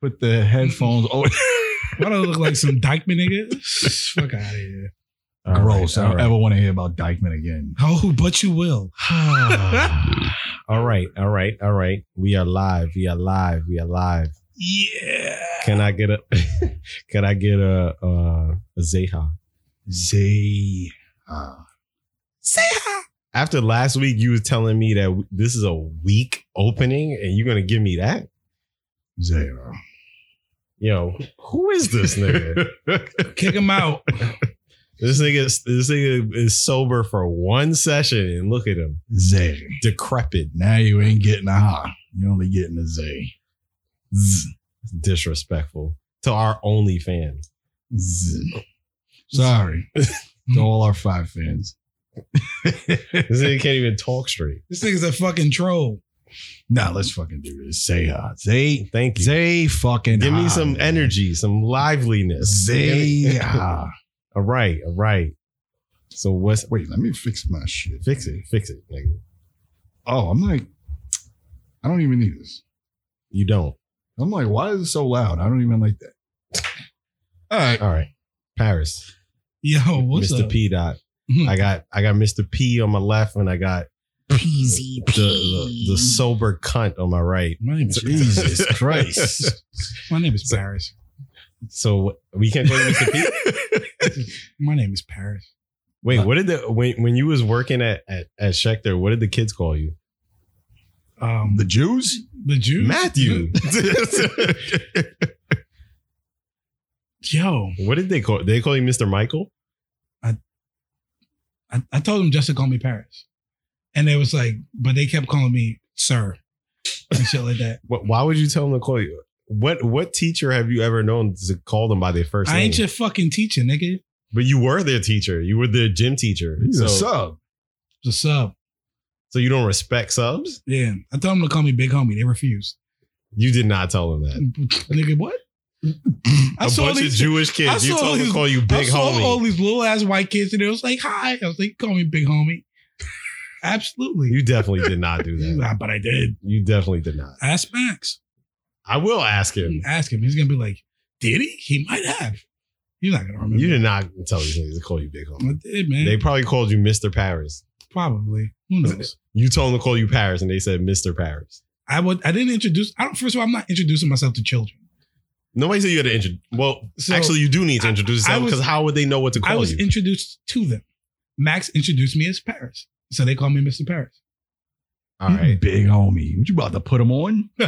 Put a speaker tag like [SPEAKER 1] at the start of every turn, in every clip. [SPEAKER 1] Put the headphones over.
[SPEAKER 2] Why do I look like some Dykeman nigga? Fuck out of here.
[SPEAKER 1] Gross.
[SPEAKER 3] All
[SPEAKER 1] I don't
[SPEAKER 3] right.
[SPEAKER 1] ever want to hear about Dykeman again.
[SPEAKER 2] Oh, but you will.
[SPEAKER 3] all right. All right. All right. We are live. We are live. We are live.
[SPEAKER 2] Yeah.
[SPEAKER 3] Can I get a? can I get a uh, a Zeha?
[SPEAKER 1] Zay. Ah.
[SPEAKER 2] Say hi.
[SPEAKER 3] After last week, you was telling me that w- this is a weak opening, and you're gonna give me that?
[SPEAKER 1] Zay.
[SPEAKER 3] Yo, who is this nigga?
[SPEAKER 2] Kick him out.
[SPEAKER 3] this nigga, is- this nigga is sober for one session, and look at him,
[SPEAKER 1] Zay.
[SPEAKER 3] decrepit,
[SPEAKER 1] Now you ain't getting a ha. You only getting a Zay. Z.
[SPEAKER 3] disrespectful to our only fan.
[SPEAKER 1] Z. Sorry. to all our five fans.
[SPEAKER 3] This nigga can't even talk straight.
[SPEAKER 2] This nigga's a fucking troll.
[SPEAKER 1] Now let's fucking do this. Zay ha. Zay.
[SPEAKER 3] Thank you.
[SPEAKER 1] Zay fucking
[SPEAKER 3] Give me
[SPEAKER 1] ha,
[SPEAKER 3] some
[SPEAKER 1] man.
[SPEAKER 3] energy, some liveliness.
[SPEAKER 1] Zay ha.
[SPEAKER 3] All right, all right. So what's
[SPEAKER 1] Wait, let me fix my shit.
[SPEAKER 3] fix it, fix it, nigga.
[SPEAKER 1] Oh, I'm like, I don't even need this.
[SPEAKER 3] You don't.
[SPEAKER 1] I'm like, why is it so loud? I don't even like that. All right.
[SPEAKER 3] All right. Paris.
[SPEAKER 2] Yo, what's
[SPEAKER 3] Mr.
[SPEAKER 2] up? Hmm.
[SPEAKER 3] P dot. I got I got Mr. P on my left and I got
[SPEAKER 2] Peasy
[SPEAKER 3] the, the, the sober cunt on my right.
[SPEAKER 2] My name is
[SPEAKER 1] Jesus Christ.
[SPEAKER 2] My name is Paris.
[SPEAKER 3] So we can't go to Mr. P.
[SPEAKER 2] My name is Paris.
[SPEAKER 3] Wait, what did the when when you was working at at, at Schecter, what did the kids call you?
[SPEAKER 2] Um,
[SPEAKER 1] The
[SPEAKER 2] the,
[SPEAKER 1] Jews?
[SPEAKER 2] Jew.
[SPEAKER 3] Matthew.
[SPEAKER 2] Yo,
[SPEAKER 3] what did they call? Did they call you Mr. Michael?
[SPEAKER 2] I, I told them just to call me Paris. And they was like, but they kept calling me sir and shit like that.
[SPEAKER 3] What, why would you tell them to call you? What what teacher have you ever known to call them by their first
[SPEAKER 2] I
[SPEAKER 3] name?
[SPEAKER 2] ain't your fucking teacher, nigga.
[SPEAKER 3] But you were their teacher. You were their gym teacher.
[SPEAKER 1] He's a
[SPEAKER 3] So,
[SPEAKER 1] sub.
[SPEAKER 2] It's a sub.
[SPEAKER 3] so you don't respect subs?
[SPEAKER 2] Yeah. I told them to call me big homie. They refused.
[SPEAKER 3] You did not tell them that.
[SPEAKER 2] nigga, what?
[SPEAKER 3] A
[SPEAKER 2] I saw
[SPEAKER 3] bunch of
[SPEAKER 2] these
[SPEAKER 3] Jewish
[SPEAKER 2] I
[SPEAKER 3] kids. You
[SPEAKER 2] saw
[SPEAKER 3] told them to
[SPEAKER 2] these-
[SPEAKER 3] call you
[SPEAKER 2] I
[SPEAKER 3] big
[SPEAKER 2] saw
[SPEAKER 3] homie.
[SPEAKER 2] all these little ass white kids and it was like, hi. I was like, call me big homie. Absolutely.
[SPEAKER 3] you definitely did not do that.
[SPEAKER 2] Ah, but I did.
[SPEAKER 3] You definitely did not.
[SPEAKER 2] Ask Max.
[SPEAKER 3] I will ask him.
[SPEAKER 2] Ask him. He's gonna be like, did he? He might have. He's not gonna remember.
[SPEAKER 3] You did not tell these niggas to call you big homie.
[SPEAKER 2] I did, man.
[SPEAKER 3] They probably called you Mr. Paris.
[SPEAKER 2] probably. Who knows?
[SPEAKER 3] You told them to call you Paris, and they said Mr. Paris.
[SPEAKER 2] I would. I didn't introduce. I don't. First of all, I'm not introducing myself to children.
[SPEAKER 3] Nobody said you had to introduce. Well,
[SPEAKER 2] So,
[SPEAKER 3] actually, you do need to
[SPEAKER 2] I-
[SPEAKER 3] introduce
[SPEAKER 2] I
[SPEAKER 3] yourself
[SPEAKER 2] was-
[SPEAKER 3] because how would they know what to
[SPEAKER 2] I
[SPEAKER 3] call
[SPEAKER 2] was
[SPEAKER 3] you?
[SPEAKER 2] introduced to them. Max introduced me as Paris, so they call me Mr. Paris.
[SPEAKER 3] All
[SPEAKER 1] You
[SPEAKER 3] right,
[SPEAKER 1] Big homie. What you about to put him on?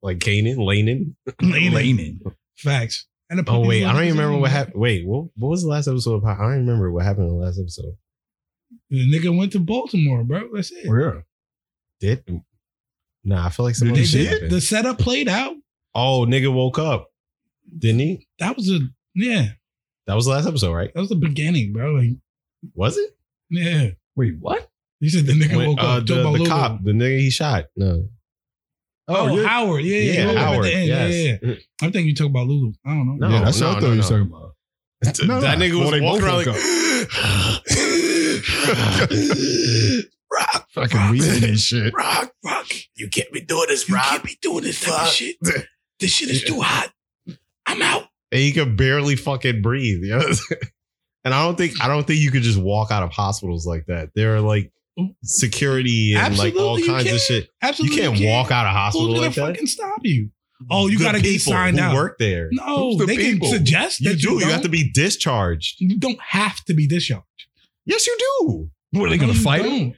[SPEAKER 3] like Kanan, Lanin.
[SPEAKER 1] Laning.
[SPEAKER 2] Facts. And I put
[SPEAKER 3] Oh
[SPEAKER 2] these
[SPEAKER 3] wait, I
[SPEAKER 2] little
[SPEAKER 3] don't even
[SPEAKER 2] niggas
[SPEAKER 3] remember
[SPEAKER 2] in
[SPEAKER 3] what
[SPEAKER 2] there.
[SPEAKER 3] happened. Wait, what, what was the last episode of? Pod- I don't remember what happened in the last episode.
[SPEAKER 2] The nigga went to Baltimore, bro. That's it.
[SPEAKER 1] Where?
[SPEAKER 3] Did nah? I feel like
[SPEAKER 1] Did
[SPEAKER 3] someone.
[SPEAKER 2] They
[SPEAKER 1] you see
[SPEAKER 2] did- The setup played out.
[SPEAKER 3] oh, nigga woke up, didn't he?
[SPEAKER 2] That was a yeah.
[SPEAKER 3] That was the last episode, right?
[SPEAKER 2] That was the beginning, bro. Like
[SPEAKER 3] Was it?
[SPEAKER 2] yeah.
[SPEAKER 1] Wait, what?
[SPEAKER 2] He said the nigga
[SPEAKER 3] When,
[SPEAKER 2] woke
[SPEAKER 3] uh,
[SPEAKER 2] up.
[SPEAKER 3] the,
[SPEAKER 2] Toba
[SPEAKER 3] the
[SPEAKER 2] Lulu.
[SPEAKER 3] cop, the nigga he shot. No.
[SPEAKER 2] Oh,
[SPEAKER 3] you're-
[SPEAKER 2] Howard. Yeah, yeah,
[SPEAKER 3] yeah,
[SPEAKER 2] yeah.
[SPEAKER 3] Howard.
[SPEAKER 2] At the end,
[SPEAKER 3] yes.
[SPEAKER 2] Yeah, yeah. I'm thinking you talk about Lulu. I don't know.
[SPEAKER 3] No,
[SPEAKER 1] yeah, that's
[SPEAKER 3] no,
[SPEAKER 1] what I
[SPEAKER 3] no,
[SPEAKER 1] thought you
[SPEAKER 3] no.
[SPEAKER 1] were talking about. No,
[SPEAKER 3] that
[SPEAKER 1] no.
[SPEAKER 3] nigga
[SPEAKER 1] Well,
[SPEAKER 3] was
[SPEAKER 1] they
[SPEAKER 3] walking
[SPEAKER 1] both
[SPEAKER 3] around
[SPEAKER 1] woke
[SPEAKER 3] like.
[SPEAKER 2] Rock,
[SPEAKER 1] Fucking reading and shit.
[SPEAKER 2] rock, rock. You can't be doing this, rock. You can't be doing this type of shit. This shit is too hot. I'm out.
[SPEAKER 3] and he could barely fucking breathe. You know? and I don't think I don't think you could just walk out of hospitals like that. There are like security and like all
[SPEAKER 2] Absolutely, you
[SPEAKER 3] kinds
[SPEAKER 2] can.
[SPEAKER 3] of shit.
[SPEAKER 2] Absolutely.
[SPEAKER 3] you can't walk out of hospital
[SPEAKER 2] Who's gonna
[SPEAKER 3] like that.
[SPEAKER 2] fucking stop you? Oh, you
[SPEAKER 3] Good
[SPEAKER 2] gotta get
[SPEAKER 3] people
[SPEAKER 2] signed
[SPEAKER 3] who
[SPEAKER 2] out.
[SPEAKER 3] Work there.
[SPEAKER 2] No,
[SPEAKER 3] Who's the
[SPEAKER 2] they
[SPEAKER 3] people?
[SPEAKER 2] can suggest
[SPEAKER 3] You
[SPEAKER 2] that
[SPEAKER 3] do.
[SPEAKER 2] you,
[SPEAKER 3] You, have to be discharged.
[SPEAKER 2] You don't have to be discharged.
[SPEAKER 3] Yes, you do.
[SPEAKER 1] What, are they
[SPEAKER 2] No,
[SPEAKER 1] going to
[SPEAKER 2] you
[SPEAKER 1] fight
[SPEAKER 2] don't.
[SPEAKER 1] him?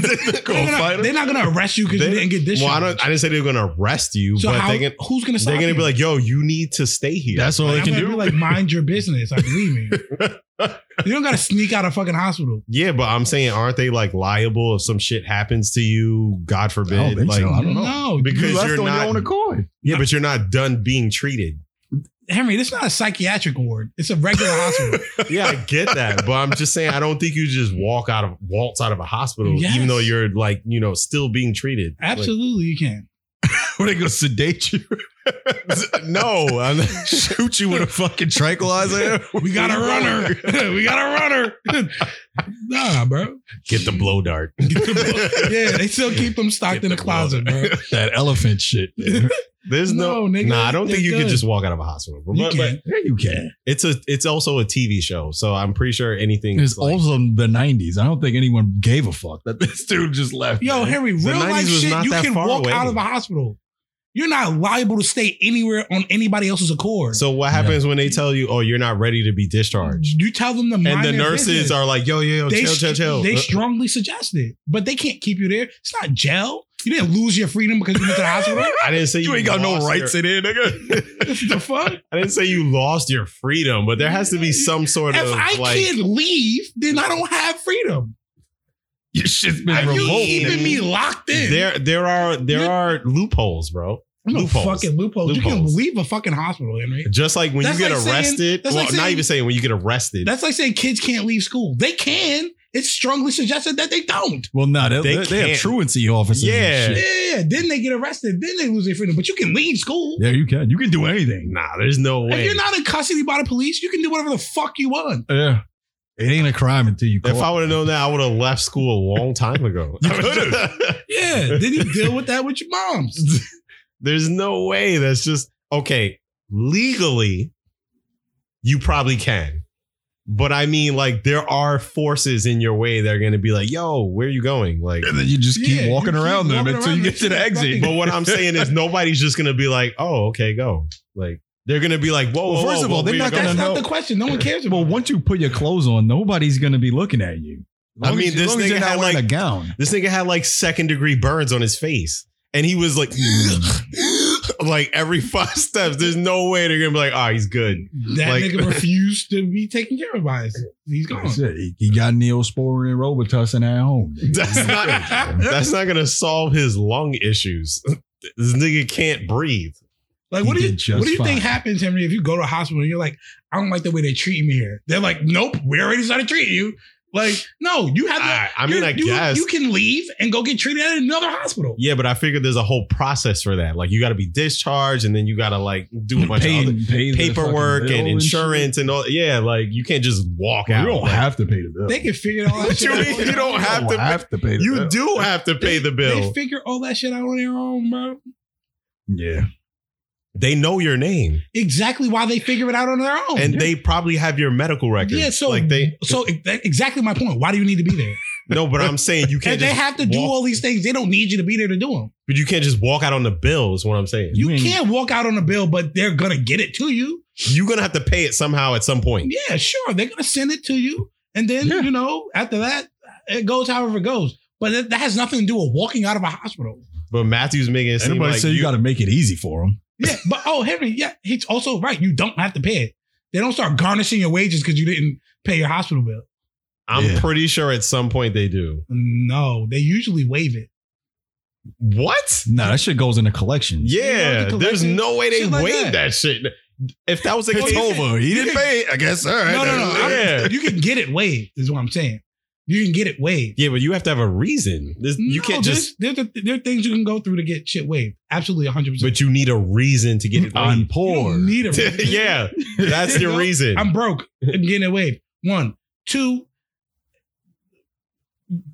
[SPEAKER 3] They're
[SPEAKER 2] They're, gonna, they're not gonna arrest you because you
[SPEAKER 3] They-
[SPEAKER 2] didn't get
[SPEAKER 3] Well, I
[SPEAKER 2] discharged.
[SPEAKER 3] don't. I didn't say they were gonna arrest you,
[SPEAKER 2] so
[SPEAKER 3] but
[SPEAKER 2] how,
[SPEAKER 3] they can,
[SPEAKER 2] who's gonna stop
[SPEAKER 3] they're gonna
[SPEAKER 2] you?
[SPEAKER 3] be like, "Yo, you need to stay here."
[SPEAKER 1] That's all
[SPEAKER 2] Like,
[SPEAKER 1] they
[SPEAKER 2] I'm
[SPEAKER 1] can
[SPEAKER 2] gonna
[SPEAKER 1] do.
[SPEAKER 2] Be like, mind your business. I believe me. you don't gotta sneak out of fucking hospital.
[SPEAKER 3] yeah, but I'm saying, aren't they like liable if some shit happens to you? God forbid.
[SPEAKER 2] Oh,
[SPEAKER 1] think
[SPEAKER 3] like,
[SPEAKER 1] so. I don't know.
[SPEAKER 2] No,
[SPEAKER 3] Because
[SPEAKER 1] you left
[SPEAKER 3] you're
[SPEAKER 1] on
[SPEAKER 3] not-
[SPEAKER 1] your own accord.
[SPEAKER 3] Yeah, but you're not done being treated.
[SPEAKER 2] Henry, this is not a psychiatric ward. It's a regular hospital.
[SPEAKER 3] Yeah, I get that, but I'm just saying I don't think you just walk out of waltz out of a hospital,
[SPEAKER 2] Yes.
[SPEAKER 3] even though you're like you know still being treated.
[SPEAKER 2] Absolutely, you can.
[SPEAKER 1] What are they going to sedate you?
[SPEAKER 3] no, I'm
[SPEAKER 1] Shoot you with a fucking tranquilizer.
[SPEAKER 2] We got a runner. we got a runner. nah, bro.
[SPEAKER 3] get the blow dart.
[SPEAKER 2] yeah, they still keep them
[SPEAKER 3] Get
[SPEAKER 2] stocked in
[SPEAKER 3] the
[SPEAKER 2] the closet, bro.
[SPEAKER 1] that elephant shit. Yeah,
[SPEAKER 3] There's no,
[SPEAKER 2] No, nigga,
[SPEAKER 3] nah. I don't think
[SPEAKER 2] they're
[SPEAKER 3] you can
[SPEAKER 2] good.
[SPEAKER 3] just walk out of a hospital. But,
[SPEAKER 2] You
[SPEAKER 3] but
[SPEAKER 2] can.
[SPEAKER 1] you can.
[SPEAKER 3] it's a it's also a TV show, so I'm pretty sure anything.
[SPEAKER 1] It's
[SPEAKER 3] is like,
[SPEAKER 1] also the '90s. I don't think anyone gave a fuck that this dude just left.
[SPEAKER 2] Yo, Harry,
[SPEAKER 3] The
[SPEAKER 2] real
[SPEAKER 3] 90s
[SPEAKER 2] life
[SPEAKER 3] was
[SPEAKER 2] shit,
[SPEAKER 3] not
[SPEAKER 2] you
[SPEAKER 3] that
[SPEAKER 2] can
[SPEAKER 3] far
[SPEAKER 2] walk
[SPEAKER 3] away.
[SPEAKER 2] out of a hospital. You're not liable to stay anywhere on anybody else's accord.
[SPEAKER 3] So what happens when they tell you, "Oh, you're not ready to be discharged,"
[SPEAKER 2] you tell them to mind
[SPEAKER 3] and the
[SPEAKER 2] their
[SPEAKER 3] nurses
[SPEAKER 2] business.
[SPEAKER 3] are like, "Yo, yo, yo,
[SPEAKER 2] They,
[SPEAKER 3] chill,
[SPEAKER 2] str-
[SPEAKER 3] chill, chill."
[SPEAKER 2] they strongly suggest it, but they can't keep you there. It's not jail. You didn't lose your freedom because you went to the hospital.
[SPEAKER 3] I didn't say you,
[SPEAKER 1] you ain't got no
[SPEAKER 3] lost
[SPEAKER 1] rights
[SPEAKER 3] Your,
[SPEAKER 1] in here, nigga.
[SPEAKER 2] the fuck?
[SPEAKER 3] I didn't say you lost your freedom, but there has to be some sort
[SPEAKER 2] If
[SPEAKER 3] of
[SPEAKER 2] I
[SPEAKER 3] like.
[SPEAKER 2] can't leave, then I don't have freedom.
[SPEAKER 1] Your shit's been
[SPEAKER 2] Are
[SPEAKER 3] And
[SPEAKER 2] you
[SPEAKER 1] revoked.
[SPEAKER 3] even-
[SPEAKER 2] keeping me locked in?
[SPEAKER 3] There, there are there
[SPEAKER 2] You-
[SPEAKER 3] are loopholes, bro.
[SPEAKER 2] no
[SPEAKER 3] loopholes.
[SPEAKER 2] fucking loopholes. You can
[SPEAKER 3] Loopholes.
[SPEAKER 2] leave a fucking hospital, Henry.
[SPEAKER 3] Just like when
[SPEAKER 2] That's
[SPEAKER 3] you get
[SPEAKER 2] like saying-
[SPEAKER 3] arrested,
[SPEAKER 2] that's
[SPEAKER 3] well,
[SPEAKER 2] like
[SPEAKER 3] not
[SPEAKER 2] saying-
[SPEAKER 3] even saying when you get arrested,
[SPEAKER 2] That's like saying kids can't leave school. They can. It's strongly suggested that they don't.
[SPEAKER 1] Well, no, they,
[SPEAKER 3] They
[SPEAKER 1] they, they have
[SPEAKER 3] can't.
[SPEAKER 1] truancy officers. and
[SPEAKER 3] Yeah.
[SPEAKER 1] shit.
[SPEAKER 2] Yeah, then they get arrested. Then they lose their freedom. But you can leave school.
[SPEAKER 1] yeah, you can. You can do anything.
[SPEAKER 3] nah, there's no
[SPEAKER 2] If
[SPEAKER 3] way.
[SPEAKER 2] you're not in custody by the police, you can do whatever the fuck you want.
[SPEAKER 1] Yeah, it ain't a crime until you.
[SPEAKER 3] if
[SPEAKER 1] caught.
[SPEAKER 3] I would have known that, I would have left school a long time ago.
[SPEAKER 1] You could've.
[SPEAKER 2] Yeah. Then you deal with that with your moms.
[SPEAKER 3] there's no way. That's just okay. Legally, you probably can, but I mean, like, there are forces in your way that are going to be like, "Yo, where are you going?" Like,
[SPEAKER 1] and then you just keep
[SPEAKER 2] Yeah,
[SPEAKER 1] walking
[SPEAKER 2] you keep
[SPEAKER 1] around them
[SPEAKER 2] walking
[SPEAKER 1] until you
[SPEAKER 2] around
[SPEAKER 1] get to
[SPEAKER 2] them.
[SPEAKER 1] the exit.
[SPEAKER 3] But what I'm saying is nobody's just gonna be like, oh, okay, go. Like they're gonna be like, whoa,
[SPEAKER 1] Well,
[SPEAKER 3] whoa,
[SPEAKER 1] first
[SPEAKER 3] whoa,
[SPEAKER 1] of all,
[SPEAKER 3] whoa,
[SPEAKER 1] they're
[SPEAKER 3] where
[SPEAKER 1] not
[SPEAKER 3] you
[SPEAKER 2] That's
[SPEAKER 1] gonna
[SPEAKER 3] going?
[SPEAKER 2] not
[SPEAKER 1] know.
[SPEAKER 2] the question. No one cares about
[SPEAKER 1] well,
[SPEAKER 2] that.
[SPEAKER 1] once you put your clothes on, nobody's gonna be looking at you. As
[SPEAKER 3] I
[SPEAKER 1] long
[SPEAKER 3] mean,
[SPEAKER 1] as- as
[SPEAKER 3] this
[SPEAKER 1] long as
[SPEAKER 3] nigga
[SPEAKER 1] you're not
[SPEAKER 3] had,
[SPEAKER 1] wearing
[SPEAKER 3] like-
[SPEAKER 1] a gown.
[SPEAKER 3] This nigga had like second degree burns on his face, and he was like, like every five steps. There's no way they're gonna be like, oh, he's good.
[SPEAKER 2] that
[SPEAKER 3] like-
[SPEAKER 2] nigga refused to be taken care of by us. He's gone.
[SPEAKER 1] That's it. He, he got Neosporin and Robitussin at home.
[SPEAKER 3] That's not. that's not gonna solve his lung issues. This nigga can't breathe.
[SPEAKER 2] Like,
[SPEAKER 1] He
[SPEAKER 2] what do
[SPEAKER 1] did
[SPEAKER 2] you
[SPEAKER 1] just
[SPEAKER 2] what do you
[SPEAKER 1] fine.
[SPEAKER 2] think happens, Henry, if you go to a hospital and you're like, I don't like the way they treat me here? They're like, Nope, we already started treating you. Like, no, you have.
[SPEAKER 3] I,
[SPEAKER 2] to-
[SPEAKER 3] I mean,
[SPEAKER 2] you-
[SPEAKER 3] I
[SPEAKER 2] you,
[SPEAKER 3] guess.
[SPEAKER 2] you can leave and go get treated at another hospital.
[SPEAKER 3] yeah, but I figured there's a whole process for that. Like you got to be discharged, and then you got to like do a bunch of other
[SPEAKER 1] pay the
[SPEAKER 3] paperwork
[SPEAKER 1] fucking bill
[SPEAKER 3] and
[SPEAKER 1] shit.
[SPEAKER 3] insurance and all. Yeah, like you can't just walk out.
[SPEAKER 1] You don't
[SPEAKER 3] Like,
[SPEAKER 1] have to pay the bill.
[SPEAKER 2] They can figure it all out.
[SPEAKER 3] What you mean? You don't have
[SPEAKER 1] You
[SPEAKER 3] to
[SPEAKER 1] don't
[SPEAKER 3] pay-
[SPEAKER 1] have to pay. The
[SPEAKER 3] You
[SPEAKER 1] bill.
[SPEAKER 3] do have to pay the
[SPEAKER 2] They
[SPEAKER 3] bill.
[SPEAKER 2] figure all that shit out on their own, bro.
[SPEAKER 1] Yeah.
[SPEAKER 3] They know your name,
[SPEAKER 2] Exactly why they figure it out on their own.
[SPEAKER 3] and they probably have your medical records.
[SPEAKER 2] Oh, yeah, so
[SPEAKER 3] like they
[SPEAKER 2] so e- that- exactly my point. Why do you need to be there?
[SPEAKER 3] no, but I'm saying you can't.
[SPEAKER 2] And they
[SPEAKER 3] just
[SPEAKER 2] have to do
[SPEAKER 3] walk-
[SPEAKER 2] all these things. They don't need you to be there to do them.
[SPEAKER 3] but you can't just walk out on the bill. Is what I'm saying.
[SPEAKER 1] You
[SPEAKER 2] You
[SPEAKER 1] ain't-
[SPEAKER 2] can't walk out on a bill, but they're gonna get it to you.
[SPEAKER 3] You're gonna have to pay it somehow at some point.
[SPEAKER 2] Yeah, sure, they're gonna send it to you, and then
[SPEAKER 1] Yeah.
[SPEAKER 2] you know after that it goes however it goes. But that, that has nothing to do with walking out of a hospital.
[SPEAKER 3] But Matthew's making it seem
[SPEAKER 1] Everybody
[SPEAKER 3] like
[SPEAKER 1] say you, got to make it easy for them.
[SPEAKER 2] Yeah, but oh Henry, yeah, he's also right. You don't have to pay it. They don't start garnishing your wages because you didn't pay your hospital bill.
[SPEAKER 3] I'm
[SPEAKER 1] Yeah.
[SPEAKER 3] pretty sure at some point they do.
[SPEAKER 2] No, they usually waive it.
[SPEAKER 3] What?
[SPEAKER 1] No, that shit goes into collection.
[SPEAKER 3] Yeah,
[SPEAKER 2] You know, the
[SPEAKER 3] there's
[SPEAKER 2] collection,
[SPEAKER 3] no way they
[SPEAKER 2] shit like
[SPEAKER 3] waived that.
[SPEAKER 2] that.
[SPEAKER 3] shit. If that was the
[SPEAKER 1] It's
[SPEAKER 3] case,
[SPEAKER 1] over. He didn't pay. it. I guess. All right.
[SPEAKER 2] no, no, no. I'm-
[SPEAKER 3] Yeah.
[SPEAKER 2] You can get it waived, is what I'm saying. You can get it waived.
[SPEAKER 3] yeah, but you have to have a reason. This, you
[SPEAKER 2] No,
[SPEAKER 3] can't just.
[SPEAKER 2] There's, there's, there are things you can go through to get shit waived. Absolutely 100%.
[SPEAKER 3] But you need a reason to get it.
[SPEAKER 1] I'm
[SPEAKER 3] waived.
[SPEAKER 2] you
[SPEAKER 1] poor.
[SPEAKER 2] don't need a reason.
[SPEAKER 3] yeah, that's your
[SPEAKER 2] No,
[SPEAKER 3] reason.
[SPEAKER 2] I'm broke. I'm getting it waived. One. Two.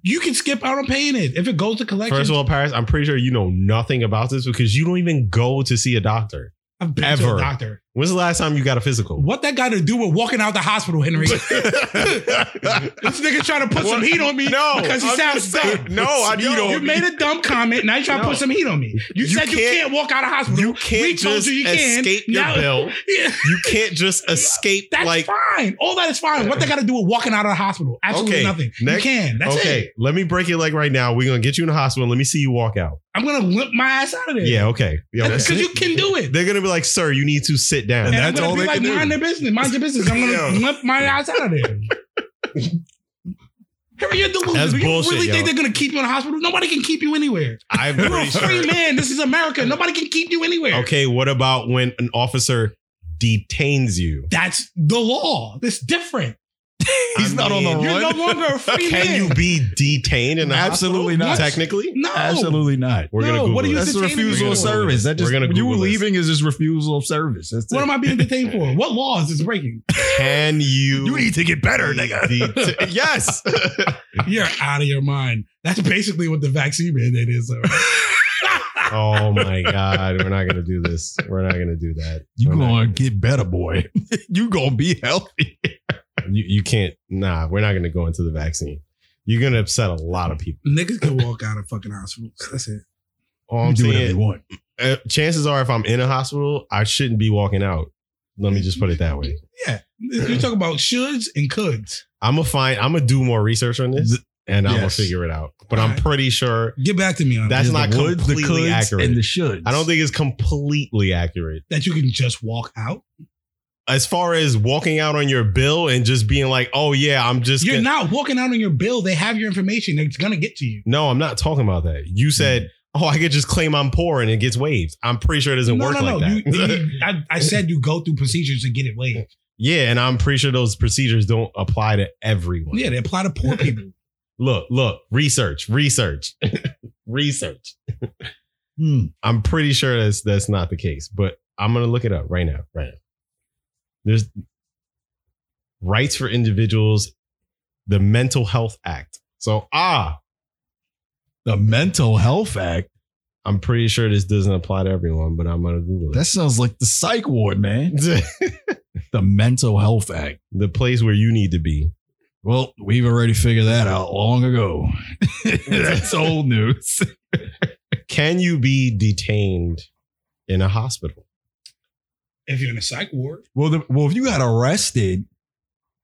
[SPEAKER 2] You can skip out on paying it if it goes to collection.
[SPEAKER 3] First of all, Paris, I'm pretty sure you know nothing about this because you don't even go to see a doctor.
[SPEAKER 2] I've been to
[SPEAKER 3] ever.
[SPEAKER 2] a doctor.
[SPEAKER 3] When's the last time you got a physical?
[SPEAKER 2] What that got to do with walking out the hospital, Henry? this nigga trying to put some
[SPEAKER 3] What?
[SPEAKER 2] heat on me
[SPEAKER 3] No,
[SPEAKER 2] because he
[SPEAKER 3] I'm
[SPEAKER 2] sounds
[SPEAKER 3] just saying,
[SPEAKER 2] dumb.
[SPEAKER 3] no, I- you don't.
[SPEAKER 2] You made a dumb comment. Now you trying
[SPEAKER 3] No.
[SPEAKER 2] to put some heat on me. You,
[SPEAKER 3] You
[SPEAKER 2] said you
[SPEAKER 3] can't-
[SPEAKER 2] can't walk out of hospital.
[SPEAKER 3] you can't
[SPEAKER 2] we told
[SPEAKER 3] just
[SPEAKER 2] you you can.
[SPEAKER 3] escape your
[SPEAKER 2] Now-
[SPEAKER 3] bill.
[SPEAKER 2] Yeah.
[SPEAKER 3] You can't just escape.
[SPEAKER 2] That's
[SPEAKER 3] like
[SPEAKER 2] fine. All that is fine. What they got to do with walking out of the hospital? Absolutely
[SPEAKER 3] Okay,
[SPEAKER 2] nothing.
[SPEAKER 3] next-
[SPEAKER 2] you can. That's
[SPEAKER 3] okay,
[SPEAKER 2] it.
[SPEAKER 3] let me break your leg right now. We're gonna get you in the hospital. Let me see you walk out.
[SPEAKER 2] I'm gonna limp my ass out of there.
[SPEAKER 3] Yeah, okay. Yeah,
[SPEAKER 2] because
[SPEAKER 3] okay.
[SPEAKER 2] you can do it.
[SPEAKER 3] They're gonna be like, sir, you need to sit down.
[SPEAKER 2] And
[SPEAKER 1] And
[SPEAKER 2] I'm
[SPEAKER 1] that's
[SPEAKER 2] gonna
[SPEAKER 1] all
[SPEAKER 2] be
[SPEAKER 1] they
[SPEAKER 2] like,
[SPEAKER 1] can do.
[SPEAKER 2] mind their business. Mind your business. I'm gonna
[SPEAKER 3] Yo.
[SPEAKER 2] limp my ass out of there. Harry, you're delusional.
[SPEAKER 3] That's
[SPEAKER 2] you
[SPEAKER 3] bullshit,
[SPEAKER 2] really
[SPEAKER 3] yo.
[SPEAKER 2] think they're gonna keep you in the hospital? Nobody can keep you anywhere.
[SPEAKER 3] I'm
[SPEAKER 2] You're a
[SPEAKER 3] pretty
[SPEAKER 2] free
[SPEAKER 3] sure.
[SPEAKER 2] man. This is America. Nobody can keep you anywhere.
[SPEAKER 3] Okay, what about when an officer detains you?
[SPEAKER 2] That's the law. That's different.
[SPEAKER 1] He's
[SPEAKER 3] I
[SPEAKER 1] not on
[SPEAKER 3] mean,
[SPEAKER 1] the
[SPEAKER 2] You're no
[SPEAKER 1] run.
[SPEAKER 2] longer a free
[SPEAKER 3] Can
[SPEAKER 2] man.
[SPEAKER 3] you be detained in the
[SPEAKER 1] Absolutely
[SPEAKER 3] hospital?
[SPEAKER 1] not.
[SPEAKER 3] Technically,
[SPEAKER 2] No.
[SPEAKER 1] Absolutely not.
[SPEAKER 3] we're gonna
[SPEAKER 2] No,
[SPEAKER 3] Google
[SPEAKER 2] what do you
[SPEAKER 3] this.
[SPEAKER 1] That's a
[SPEAKER 2] detaining
[SPEAKER 1] refusal
[SPEAKER 2] me?
[SPEAKER 1] of service. That just
[SPEAKER 3] We're gonna
[SPEAKER 1] you
[SPEAKER 3] Google this.
[SPEAKER 1] leaving is just refusal of service. That's
[SPEAKER 2] What
[SPEAKER 1] it.
[SPEAKER 2] am I being detained for? What laws is breaking?
[SPEAKER 3] Can you?
[SPEAKER 1] You need to get better,
[SPEAKER 3] be
[SPEAKER 1] nigga.
[SPEAKER 3] deta- yes.
[SPEAKER 2] You're out of your mind. That's basically what the vaccine mandate is. though.
[SPEAKER 3] oh my god, we're not gonna do this. We're not gonna do that.
[SPEAKER 1] You
[SPEAKER 3] We're not
[SPEAKER 1] gonna get better, boy. you gonna be healthy.
[SPEAKER 3] you, you can't nah we're not going to go into the vaccine you're going to upset a lot of people
[SPEAKER 2] Niggas can walk out of fucking hospitals. That's it.
[SPEAKER 3] all i'm
[SPEAKER 1] do whatever you
[SPEAKER 3] saying
[SPEAKER 1] want.
[SPEAKER 3] uh, chances are if i'm in a hospital i shouldn't be walking out let me just put it that way
[SPEAKER 2] Yeah. You're talking about shoulds and coulds.
[SPEAKER 3] i'm gonna find i'm gonna do more research on this and i'm gonna
[SPEAKER 1] Yes.
[SPEAKER 3] figure it out but i'm
[SPEAKER 2] Alright.
[SPEAKER 3] pretty sure
[SPEAKER 2] Get back to me on that.
[SPEAKER 3] That's
[SPEAKER 1] There's
[SPEAKER 3] not
[SPEAKER 1] the woulds, the
[SPEAKER 3] completely
[SPEAKER 1] coulds,
[SPEAKER 3] accurate.
[SPEAKER 1] and the shoulds.
[SPEAKER 3] i don't think it's completely accurate
[SPEAKER 2] That you can just walk out.
[SPEAKER 3] as far as walking out on your bill and just being like oh yeah i'm just
[SPEAKER 2] You're
[SPEAKER 3] gonna-
[SPEAKER 2] not walking out on your bill. They have your information. It's gonna get to you.
[SPEAKER 3] no i'm not talking about that you
[SPEAKER 2] Mm.
[SPEAKER 3] said oh i could just claim i'm poor and it gets waived i'm pretty sure it doesn't
[SPEAKER 2] no,
[SPEAKER 3] work
[SPEAKER 2] no,
[SPEAKER 3] like
[SPEAKER 2] no.
[SPEAKER 3] that
[SPEAKER 2] You, you- I, I said you go through procedures to get it waived.
[SPEAKER 3] yeah and i'm pretty sure those procedures don't apply to everyone
[SPEAKER 2] Yeah, they apply to poor people.
[SPEAKER 3] look, look, research, research, research.
[SPEAKER 1] Hmm.
[SPEAKER 3] I'm pretty sure that's that's not the case, but I'm gonna look it up right now. Right now, there's rights for individuals, the Mental Health Act. So ah,
[SPEAKER 1] the Mental Health Act.
[SPEAKER 3] I'm pretty sure this doesn't apply to everyone, but I'm gonna Google it.
[SPEAKER 1] That sounds like the psych ward, man. The Mental Health Act.
[SPEAKER 3] the place where you need to be.
[SPEAKER 1] Well, we've already figured that out long ago. That's old news.
[SPEAKER 3] Can you be detained in a hospital?
[SPEAKER 2] If you're in a psych ward,
[SPEAKER 1] Well, the, well, if you got arrested,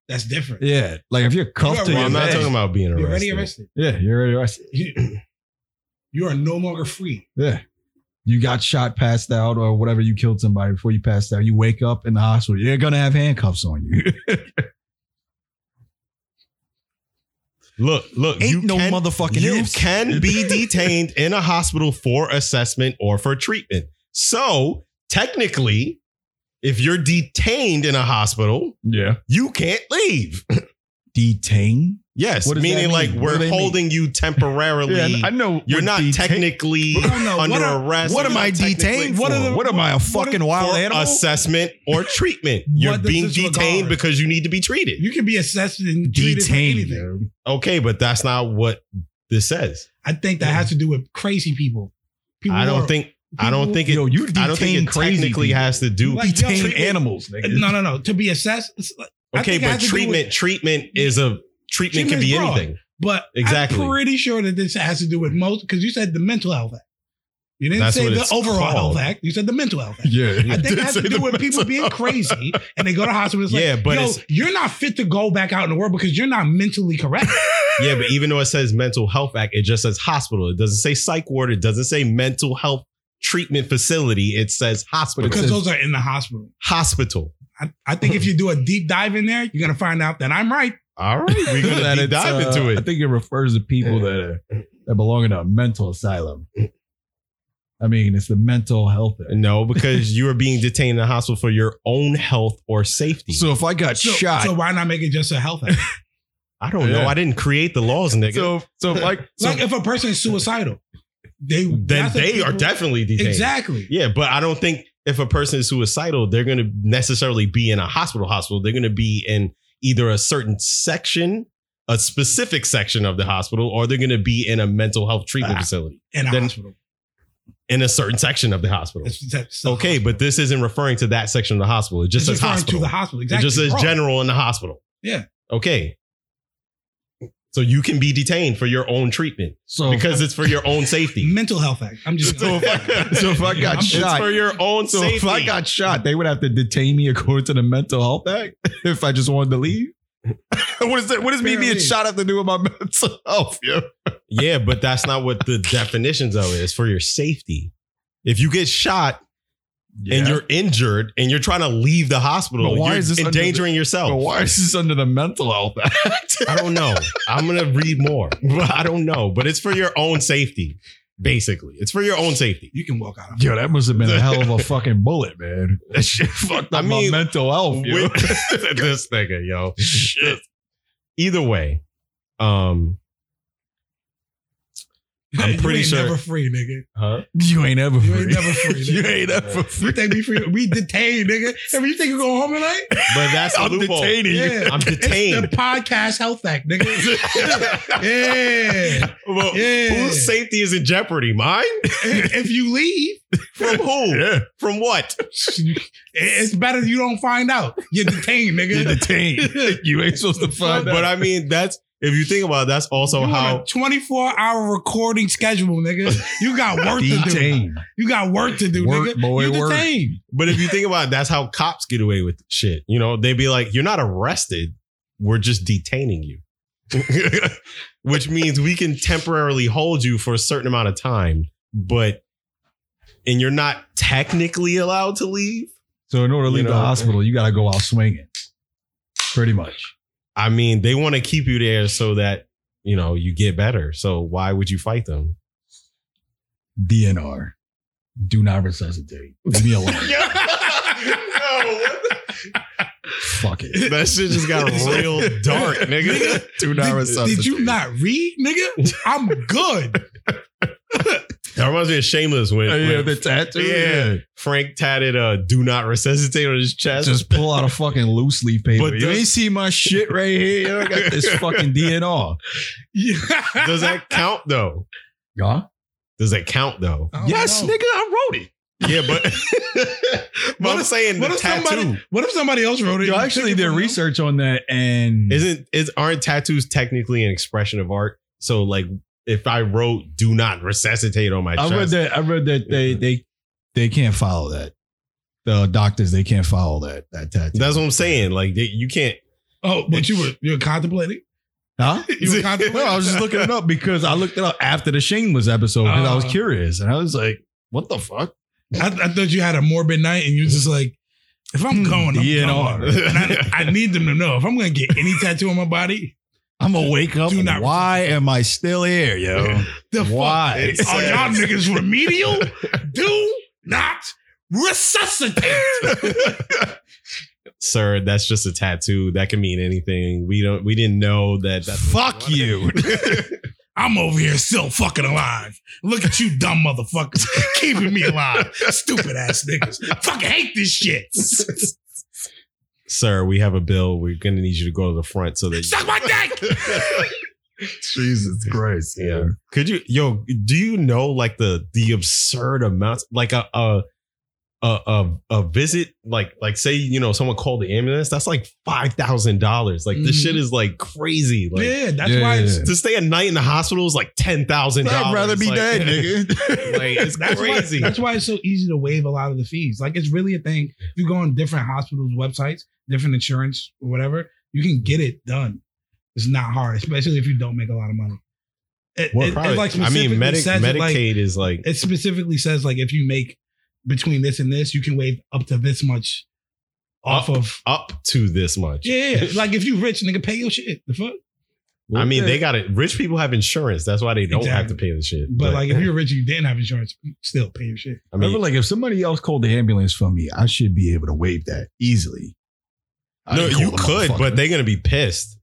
[SPEAKER 2] that's different.
[SPEAKER 1] yeah, like if you're cuffed to
[SPEAKER 2] Well,
[SPEAKER 1] your
[SPEAKER 3] Well, I'm not
[SPEAKER 1] bed-
[SPEAKER 3] talking about being
[SPEAKER 2] You're
[SPEAKER 3] arrested.
[SPEAKER 2] already arrested.
[SPEAKER 1] Yeah, you're already arrested.
[SPEAKER 2] You, you are no longer free.
[SPEAKER 1] Yeah. You got shot, passed out, or whatever. You killed somebody before you passed out. You wake up in the hospital. You're gonna have handcuffs on you.
[SPEAKER 3] Look, look,
[SPEAKER 1] Ain't
[SPEAKER 3] you
[SPEAKER 1] no
[SPEAKER 3] can,
[SPEAKER 1] motherfucking
[SPEAKER 3] You
[SPEAKER 1] ifs.
[SPEAKER 3] can be detained in a hospital for assessment or for treatment. So technically, if you're detained in a hospital,
[SPEAKER 1] yeah.
[SPEAKER 3] you can't leave.
[SPEAKER 1] Detain.
[SPEAKER 3] Yes,
[SPEAKER 1] What does that
[SPEAKER 3] meaning
[SPEAKER 1] mean?
[SPEAKER 3] like
[SPEAKER 1] What do
[SPEAKER 3] we're
[SPEAKER 1] they mean?
[SPEAKER 3] holding you temporarily.
[SPEAKER 1] know
[SPEAKER 3] you're
[SPEAKER 1] what
[SPEAKER 3] not
[SPEAKER 1] detain-
[SPEAKER 3] technically
[SPEAKER 2] I don't know.
[SPEAKER 3] under
[SPEAKER 2] what are-
[SPEAKER 3] arrest.
[SPEAKER 1] What am
[SPEAKER 3] You're
[SPEAKER 1] I
[SPEAKER 3] not technically
[SPEAKER 1] detained? What, are the,
[SPEAKER 3] for-
[SPEAKER 1] what am I? A fucking wild
[SPEAKER 3] for
[SPEAKER 1] animal?
[SPEAKER 3] assessment or treatment?
[SPEAKER 2] What
[SPEAKER 3] You're
[SPEAKER 2] does
[SPEAKER 3] being
[SPEAKER 2] this
[SPEAKER 3] detained
[SPEAKER 2] regard?
[SPEAKER 3] because you need to be treated.
[SPEAKER 2] you can be assessed and treated for anything.
[SPEAKER 1] Detained.
[SPEAKER 3] Okay, but that's not what this says.
[SPEAKER 2] I think that has to do with crazy people. people
[SPEAKER 3] I
[SPEAKER 2] who
[SPEAKER 3] don't
[SPEAKER 2] are-
[SPEAKER 3] think. I don't think it.
[SPEAKER 1] Yo, you detain
[SPEAKER 3] I don't think it
[SPEAKER 1] crazy
[SPEAKER 3] technically
[SPEAKER 1] people.
[SPEAKER 3] has to do.
[SPEAKER 2] Like, yo,
[SPEAKER 1] detain
[SPEAKER 2] treatment-
[SPEAKER 1] animals, nigga.
[SPEAKER 2] No, no, no. To be assessed, it's like- I
[SPEAKER 3] Okay,
[SPEAKER 2] think it
[SPEAKER 3] but
[SPEAKER 2] has to do with-
[SPEAKER 3] treatment treatment is a treatment,
[SPEAKER 2] Treatment
[SPEAKER 3] can be
[SPEAKER 2] is broad.
[SPEAKER 3] anything.
[SPEAKER 2] But
[SPEAKER 3] Exactly.
[SPEAKER 2] I'm pretty sure that this has to do with most because you said the mental health act. You didn't
[SPEAKER 3] That's
[SPEAKER 2] say
[SPEAKER 3] what
[SPEAKER 2] the
[SPEAKER 3] it's
[SPEAKER 2] overall
[SPEAKER 3] called.
[SPEAKER 2] health act. You said the mental health act.
[SPEAKER 1] Yeah.
[SPEAKER 2] I think it
[SPEAKER 3] did
[SPEAKER 2] has to
[SPEAKER 3] say the
[SPEAKER 2] do with people
[SPEAKER 3] mental
[SPEAKER 2] being
[SPEAKER 3] health.
[SPEAKER 2] crazy and they go to hospital. It's like,
[SPEAKER 3] Yeah, but
[SPEAKER 2] yo,
[SPEAKER 3] it's-
[SPEAKER 2] you're not fit to go back out in the world because you're not mentally correct.
[SPEAKER 3] Yeah, but even though it says mental health act, it just says hospital. It doesn't say psych ward. It doesn't say mental health treatment facility. It says hospital.
[SPEAKER 1] But it
[SPEAKER 2] because
[SPEAKER 1] says-
[SPEAKER 2] those are in the hospital.
[SPEAKER 3] hospital.
[SPEAKER 2] I, I think if you do a deep dive in there, you're gonna find out that I'm right.
[SPEAKER 3] All right, we're gonna
[SPEAKER 1] That
[SPEAKER 3] deep
[SPEAKER 1] it's,
[SPEAKER 3] dive
[SPEAKER 1] uh,
[SPEAKER 3] into
[SPEAKER 1] I
[SPEAKER 3] it.
[SPEAKER 1] think it refers to people that are, that belong in a mental asylum. I mean, it's the mental health. act.
[SPEAKER 3] No, because you are being detained in the hospital for your own health or safety.
[SPEAKER 1] So if I got
[SPEAKER 2] So,
[SPEAKER 1] shot,
[SPEAKER 2] so
[SPEAKER 1] so,
[SPEAKER 2] why not make it just a health act?
[SPEAKER 3] I don't know.
[SPEAKER 1] Yeah.
[SPEAKER 3] I didn't create the laws, nigga.
[SPEAKER 1] so, if I, so
[SPEAKER 2] like if a person is suicidal, they
[SPEAKER 3] then
[SPEAKER 2] that's a
[SPEAKER 3] they are
[SPEAKER 2] people-
[SPEAKER 3] definitely detained.
[SPEAKER 2] exactly.
[SPEAKER 3] Yeah, but I don't think if a person is suicidal, they're going to necessarily be in a hospital. Hospital, they're going to be in either a certain section, a specific section of the hospital, or they're going to be in a mental health treatment
[SPEAKER 1] Ah.
[SPEAKER 3] facility
[SPEAKER 2] In a
[SPEAKER 3] Then-
[SPEAKER 2] hospital.
[SPEAKER 3] in a certain section of the hospital.
[SPEAKER 2] That's- that's the
[SPEAKER 3] Okay, but this isn't referring to that section of the hospital. It just
[SPEAKER 2] It's
[SPEAKER 3] says
[SPEAKER 2] referring
[SPEAKER 3] hospital.
[SPEAKER 2] to the hospital.
[SPEAKER 3] It
[SPEAKER 2] Exactly.
[SPEAKER 3] just says
[SPEAKER 2] Wrong.
[SPEAKER 3] general in the hospital.
[SPEAKER 2] Yeah.
[SPEAKER 3] Okay. So you can be detained for your own treatment
[SPEAKER 1] so
[SPEAKER 3] because it's for your own safety.
[SPEAKER 2] mental health act. I'm just
[SPEAKER 3] So if I-
[SPEAKER 1] so if I got
[SPEAKER 2] I'm-
[SPEAKER 3] it's
[SPEAKER 1] shot,
[SPEAKER 3] for your own
[SPEAKER 1] so
[SPEAKER 3] safety.
[SPEAKER 1] if I got shot, they would have to detain me according to the mental health act if I just wanted to leave. what is that? What does me being
[SPEAKER 2] Apparently.
[SPEAKER 1] shot have to do with my mental health? Yo?
[SPEAKER 3] Yeah, but that's not what the definitions of it is for your safety. If you get shot and you're injured and you're trying to leave the hospital,
[SPEAKER 1] But why
[SPEAKER 3] you're
[SPEAKER 1] is this under
[SPEAKER 3] endangering
[SPEAKER 1] but
[SPEAKER 3] yourself.
[SPEAKER 1] why is this under the mental health act?
[SPEAKER 3] I don't know. I'm gonna read more. I don't know, but it's for your own safety, basically. It's for your own safety.
[SPEAKER 2] you can walk out.
[SPEAKER 1] Yo, that must have been a hell of a fucking bullet, man. That shit fucked up
[SPEAKER 3] I mean,
[SPEAKER 1] my mental health. Yo.
[SPEAKER 3] With- this nigga, yo. Shit. either way, um, I'm
[SPEAKER 2] You
[SPEAKER 3] pretty
[SPEAKER 2] ain't
[SPEAKER 3] sure-
[SPEAKER 2] Never free, nigga.
[SPEAKER 3] huh?
[SPEAKER 1] You ain't ever
[SPEAKER 2] You
[SPEAKER 1] free.
[SPEAKER 2] ain't never free. Nigga.
[SPEAKER 1] you ain't ever
[SPEAKER 2] You
[SPEAKER 1] free.
[SPEAKER 2] think we free? We detained, nigga. And you think you going home tonight?
[SPEAKER 3] But that's a
[SPEAKER 1] I'm
[SPEAKER 3] loophole.
[SPEAKER 1] detaining you.
[SPEAKER 2] Yeah.
[SPEAKER 3] I'm
[SPEAKER 2] It's the
[SPEAKER 3] detained.
[SPEAKER 2] podcast health act, nigga. yeah.
[SPEAKER 3] Well,
[SPEAKER 2] Yeah.
[SPEAKER 3] Whose safety is in jeopardy? Mine?
[SPEAKER 2] if you leave,
[SPEAKER 3] From who?
[SPEAKER 1] Yeah.
[SPEAKER 3] From what?
[SPEAKER 2] it's better you don't find out. You're detained,
[SPEAKER 1] You're
[SPEAKER 2] nigga.
[SPEAKER 1] detained. You ain't supposed to find
[SPEAKER 3] Uh,
[SPEAKER 1] out.
[SPEAKER 3] but I mean, that's if you think about it, that's also
[SPEAKER 2] you on
[SPEAKER 3] how
[SPEAKER 2] a 24 hour recording schedule, nigga. You got work to do.
[SPEAKER 1] Detained.
[SPEAKER 2] You got work to do,
[SPEAKER 1] Work,
[SPEAKER 2] nigga.
[SPEAKER 1] boy,
[SPEAKER 2] you
[SPEAKER 1] work.
[SPEAKER 2] detained.
[SPEAKER 3] But if you think about it, that's how cops get away with shit. You know, they'd be like, you're not arrested. We're just detaining you, which means we can temporarily hold you for a certain amount of time, but, and you're not technically allowed to leave.
[SPEAKER 1] So in order to
[SPEAKER 3] You
[SPEAKER 1] leave the
[SPEAKER 3] know,
[SPEAKER 1] hospital, you got to go out swinging. Pretty much.
[SPEAKER 3] I mean, they want to keep you there so that, you know, you get better. So why would you fight them?
[SPEAKER 1] DNR. Do not resuscitate. Leave me alone.
[SPEAKER 3] no, what the-
[SPEAKER 1] Fuck it.
[SPEAKER 3] that shit just got real dark, nigga.
[SPEAKER 1] Do
[SPEAKER 2] Did- Did, you not read, nigga? I'm good.
[SPEAKER 3] That reminds me of Shameless when,
[SPEAKER 1] Yeah,
[SPEAKER 3] when
[SPEAKER 1] the tattoo.
[SPEAKER 3] Yeah. Frank tatted uh do not resuscitate on his chest.
[SPEAKER 1] Just pull out a fucking loose leaf paper.
[SPEAKER 3] But
[SPEAKER 1] you
[SPEAKER 3] does-
[SPEAKER 1] ain't see my shit right here. Yo, I got this fucking DNR.
[SPEAKER 3] Does that count though?
[SPEAKER 1] Huh?
[SPEAKER 3] Does that count though?
[SPEAKER 2] I don't know.
[SPEAKER 1] I wrote it.
[SPEAKER 3] Yeah, but, but I'm
[SPEAKER 2] if-
[SPEAKER 3] saying the
[SPEAKER 2] What if
[SPEAKER 3] tattoo
[SPEAKER 2] somebody? What if somebody else wrote it?
[SPEAKER 1] Yo,
[SPEAKER 2] You
[SPEAKER 1] actually
[SPEAKER 2] took it
[SPEAKER 1] did
[SPEAKER 2] from them?
[SPEAKER 1] research on that, and
[SPEAKER 3] isn't is aren't tattoos technically an expression of art? So like if I wrote do not resuscitate on my
[SPEAKER 1] I
[SPEAKER 3] chest.
[SPEAKER 1] read that. I read that they
[SPEAKER 3] Yeah.
[SPEAKER 1] they they can't follow that. The doctors they can't follow that that tattoo.
[SPEAKER 3] That's what I'm saying. Like they- you can't
[SPEAKER 2] Oh, but you were you were contemplating?
[SPEAKER 1] huh?
[SPEAKER 2] You were contemplating?
[SPEAKER 1] No, I was just looking it up because I looked it up after the Shameless episode because I was
[SPEAKER 2] Ah.
[SPEAKER 3] Uh.
[SPEAKER 1] curious and I was like, "What the fuck?"
[SPEAKER 2] I, I thought you had a morbid night and you're just like, if I'm
[SPEAKER 1] Hmm,
[SPEAKER 2] going, I'm
[SPEAKER 1] DNR.
[SPEAKER 2] going. And I, I need them to know if I'm going to get any tattoo on my body.
[SPEAKER 1] I'm gonna wake up.
[SPEAKER 2] Do
[SPEAKER 1] and
[SPEAKER 2] not-
[SPEAKER 1] why am I still here, yo?
[SPEAKER 2] The
[SPEAKER 1] why?
[SPEAKER 2] fuck are y'all niggas remedial? Do not resuscitate.
[SPEAKER 3] Sir, that's just a tattoo. That can mean anything. We don't we didn't know that that's
[SPEAKER 1] Fuck you.
[SPEAKER 2] I'm over here still fucking alive. Look at you, dumb motherfuckers, keeping me alive. Stupid ass niggas. Fucking hate this shit.
[SPEAKER 3] Sir, we have a bill. We're gonna need you to go to the front so that
[SPEAKER 2] Suck my dick.
[SPEAKER 1] Jesus Christ.
[SPEAKER 3] Yeah. Could you, yo? Do you know like the the absurd amounts? Like a a a a, a visit, like like say you know someone called the ambulance. That's like five thousand dollars. Like this
[SPEAKER 2] Mhm.
[SPEAKER 3] shit is like crazy. Like
[SPEAKER 2] yeah, that's
[SPEAKER 1] Yeah,
[SPEAKER 2] why.
[SPEAKER 1] yeah,
[SPEAKER 2] It's,
[SPEAKER 1] yeah.
[SPEAKER 3] to stay a night in the hospital is like ten thousand dollars.
[SPEAKER 1] I'd rather be
[SPEAKER 3] like,
[SPEAKER 1] dead, nigga.
[SPEAKER 3] Like it's
[SPEAKER 2] That's why,
[SPEAKER 3] crazy.
[SPEAKER 2] that's why it's so easy to waive a lot of the fees. Like it's really a thing. If you go on different hospitals' websites, different insurance or whatever, you can get it done. It's not hard, especially if you don't make a lot of money. It,
[SPEAKER 3] Well,
[SPEAKER 2] it- it,
[SPEAKER 3] probably-
[SPEAKER 2] like
[SPEAKER 3] I mean,
[SPEAKER 2] specifically
[SPEAKER 3] Medi-
[SPEAKER 2] says it,
[SPEAKER 3] Medicaid
[SPEAKER 2] like-
[SPEAKER 3] is like
[SPEAKER 2] it specifically says like if you make between this and this, you can waive up to this much off of.
[SPEAKER 3] up to this much.
[SPEAKER 2] Yeah, yeah, yeah. like if you rich, nigga, pay your shit. The fuck.
[SPEAKER 3] I mean, they got it. Rich people have insurance. That's why they don't have to
[SPEAKER 2] Exactly.
[SPEAKER 3] pay the shit.
[SPEAKER 2] But, like if you're rich, and you didn't have insurance, still pay your shit.
[SPEAKER 3] I
[SPEAKER 1] I feel
[SPEAKER 3] mean,
[SPEAKER 1] like if somebody else called the ambulance for me, I should be able to waive that easily. I
[SPEAKER 3] no,
[SPEAKER 1] didn't call
[SPEAKER 3] you
[SPEAKER 1] the
[SPEAKER 3] could,
[SPEAKER 1] motherfucker.
[SPEAKER 3] but they're gonna be pissed.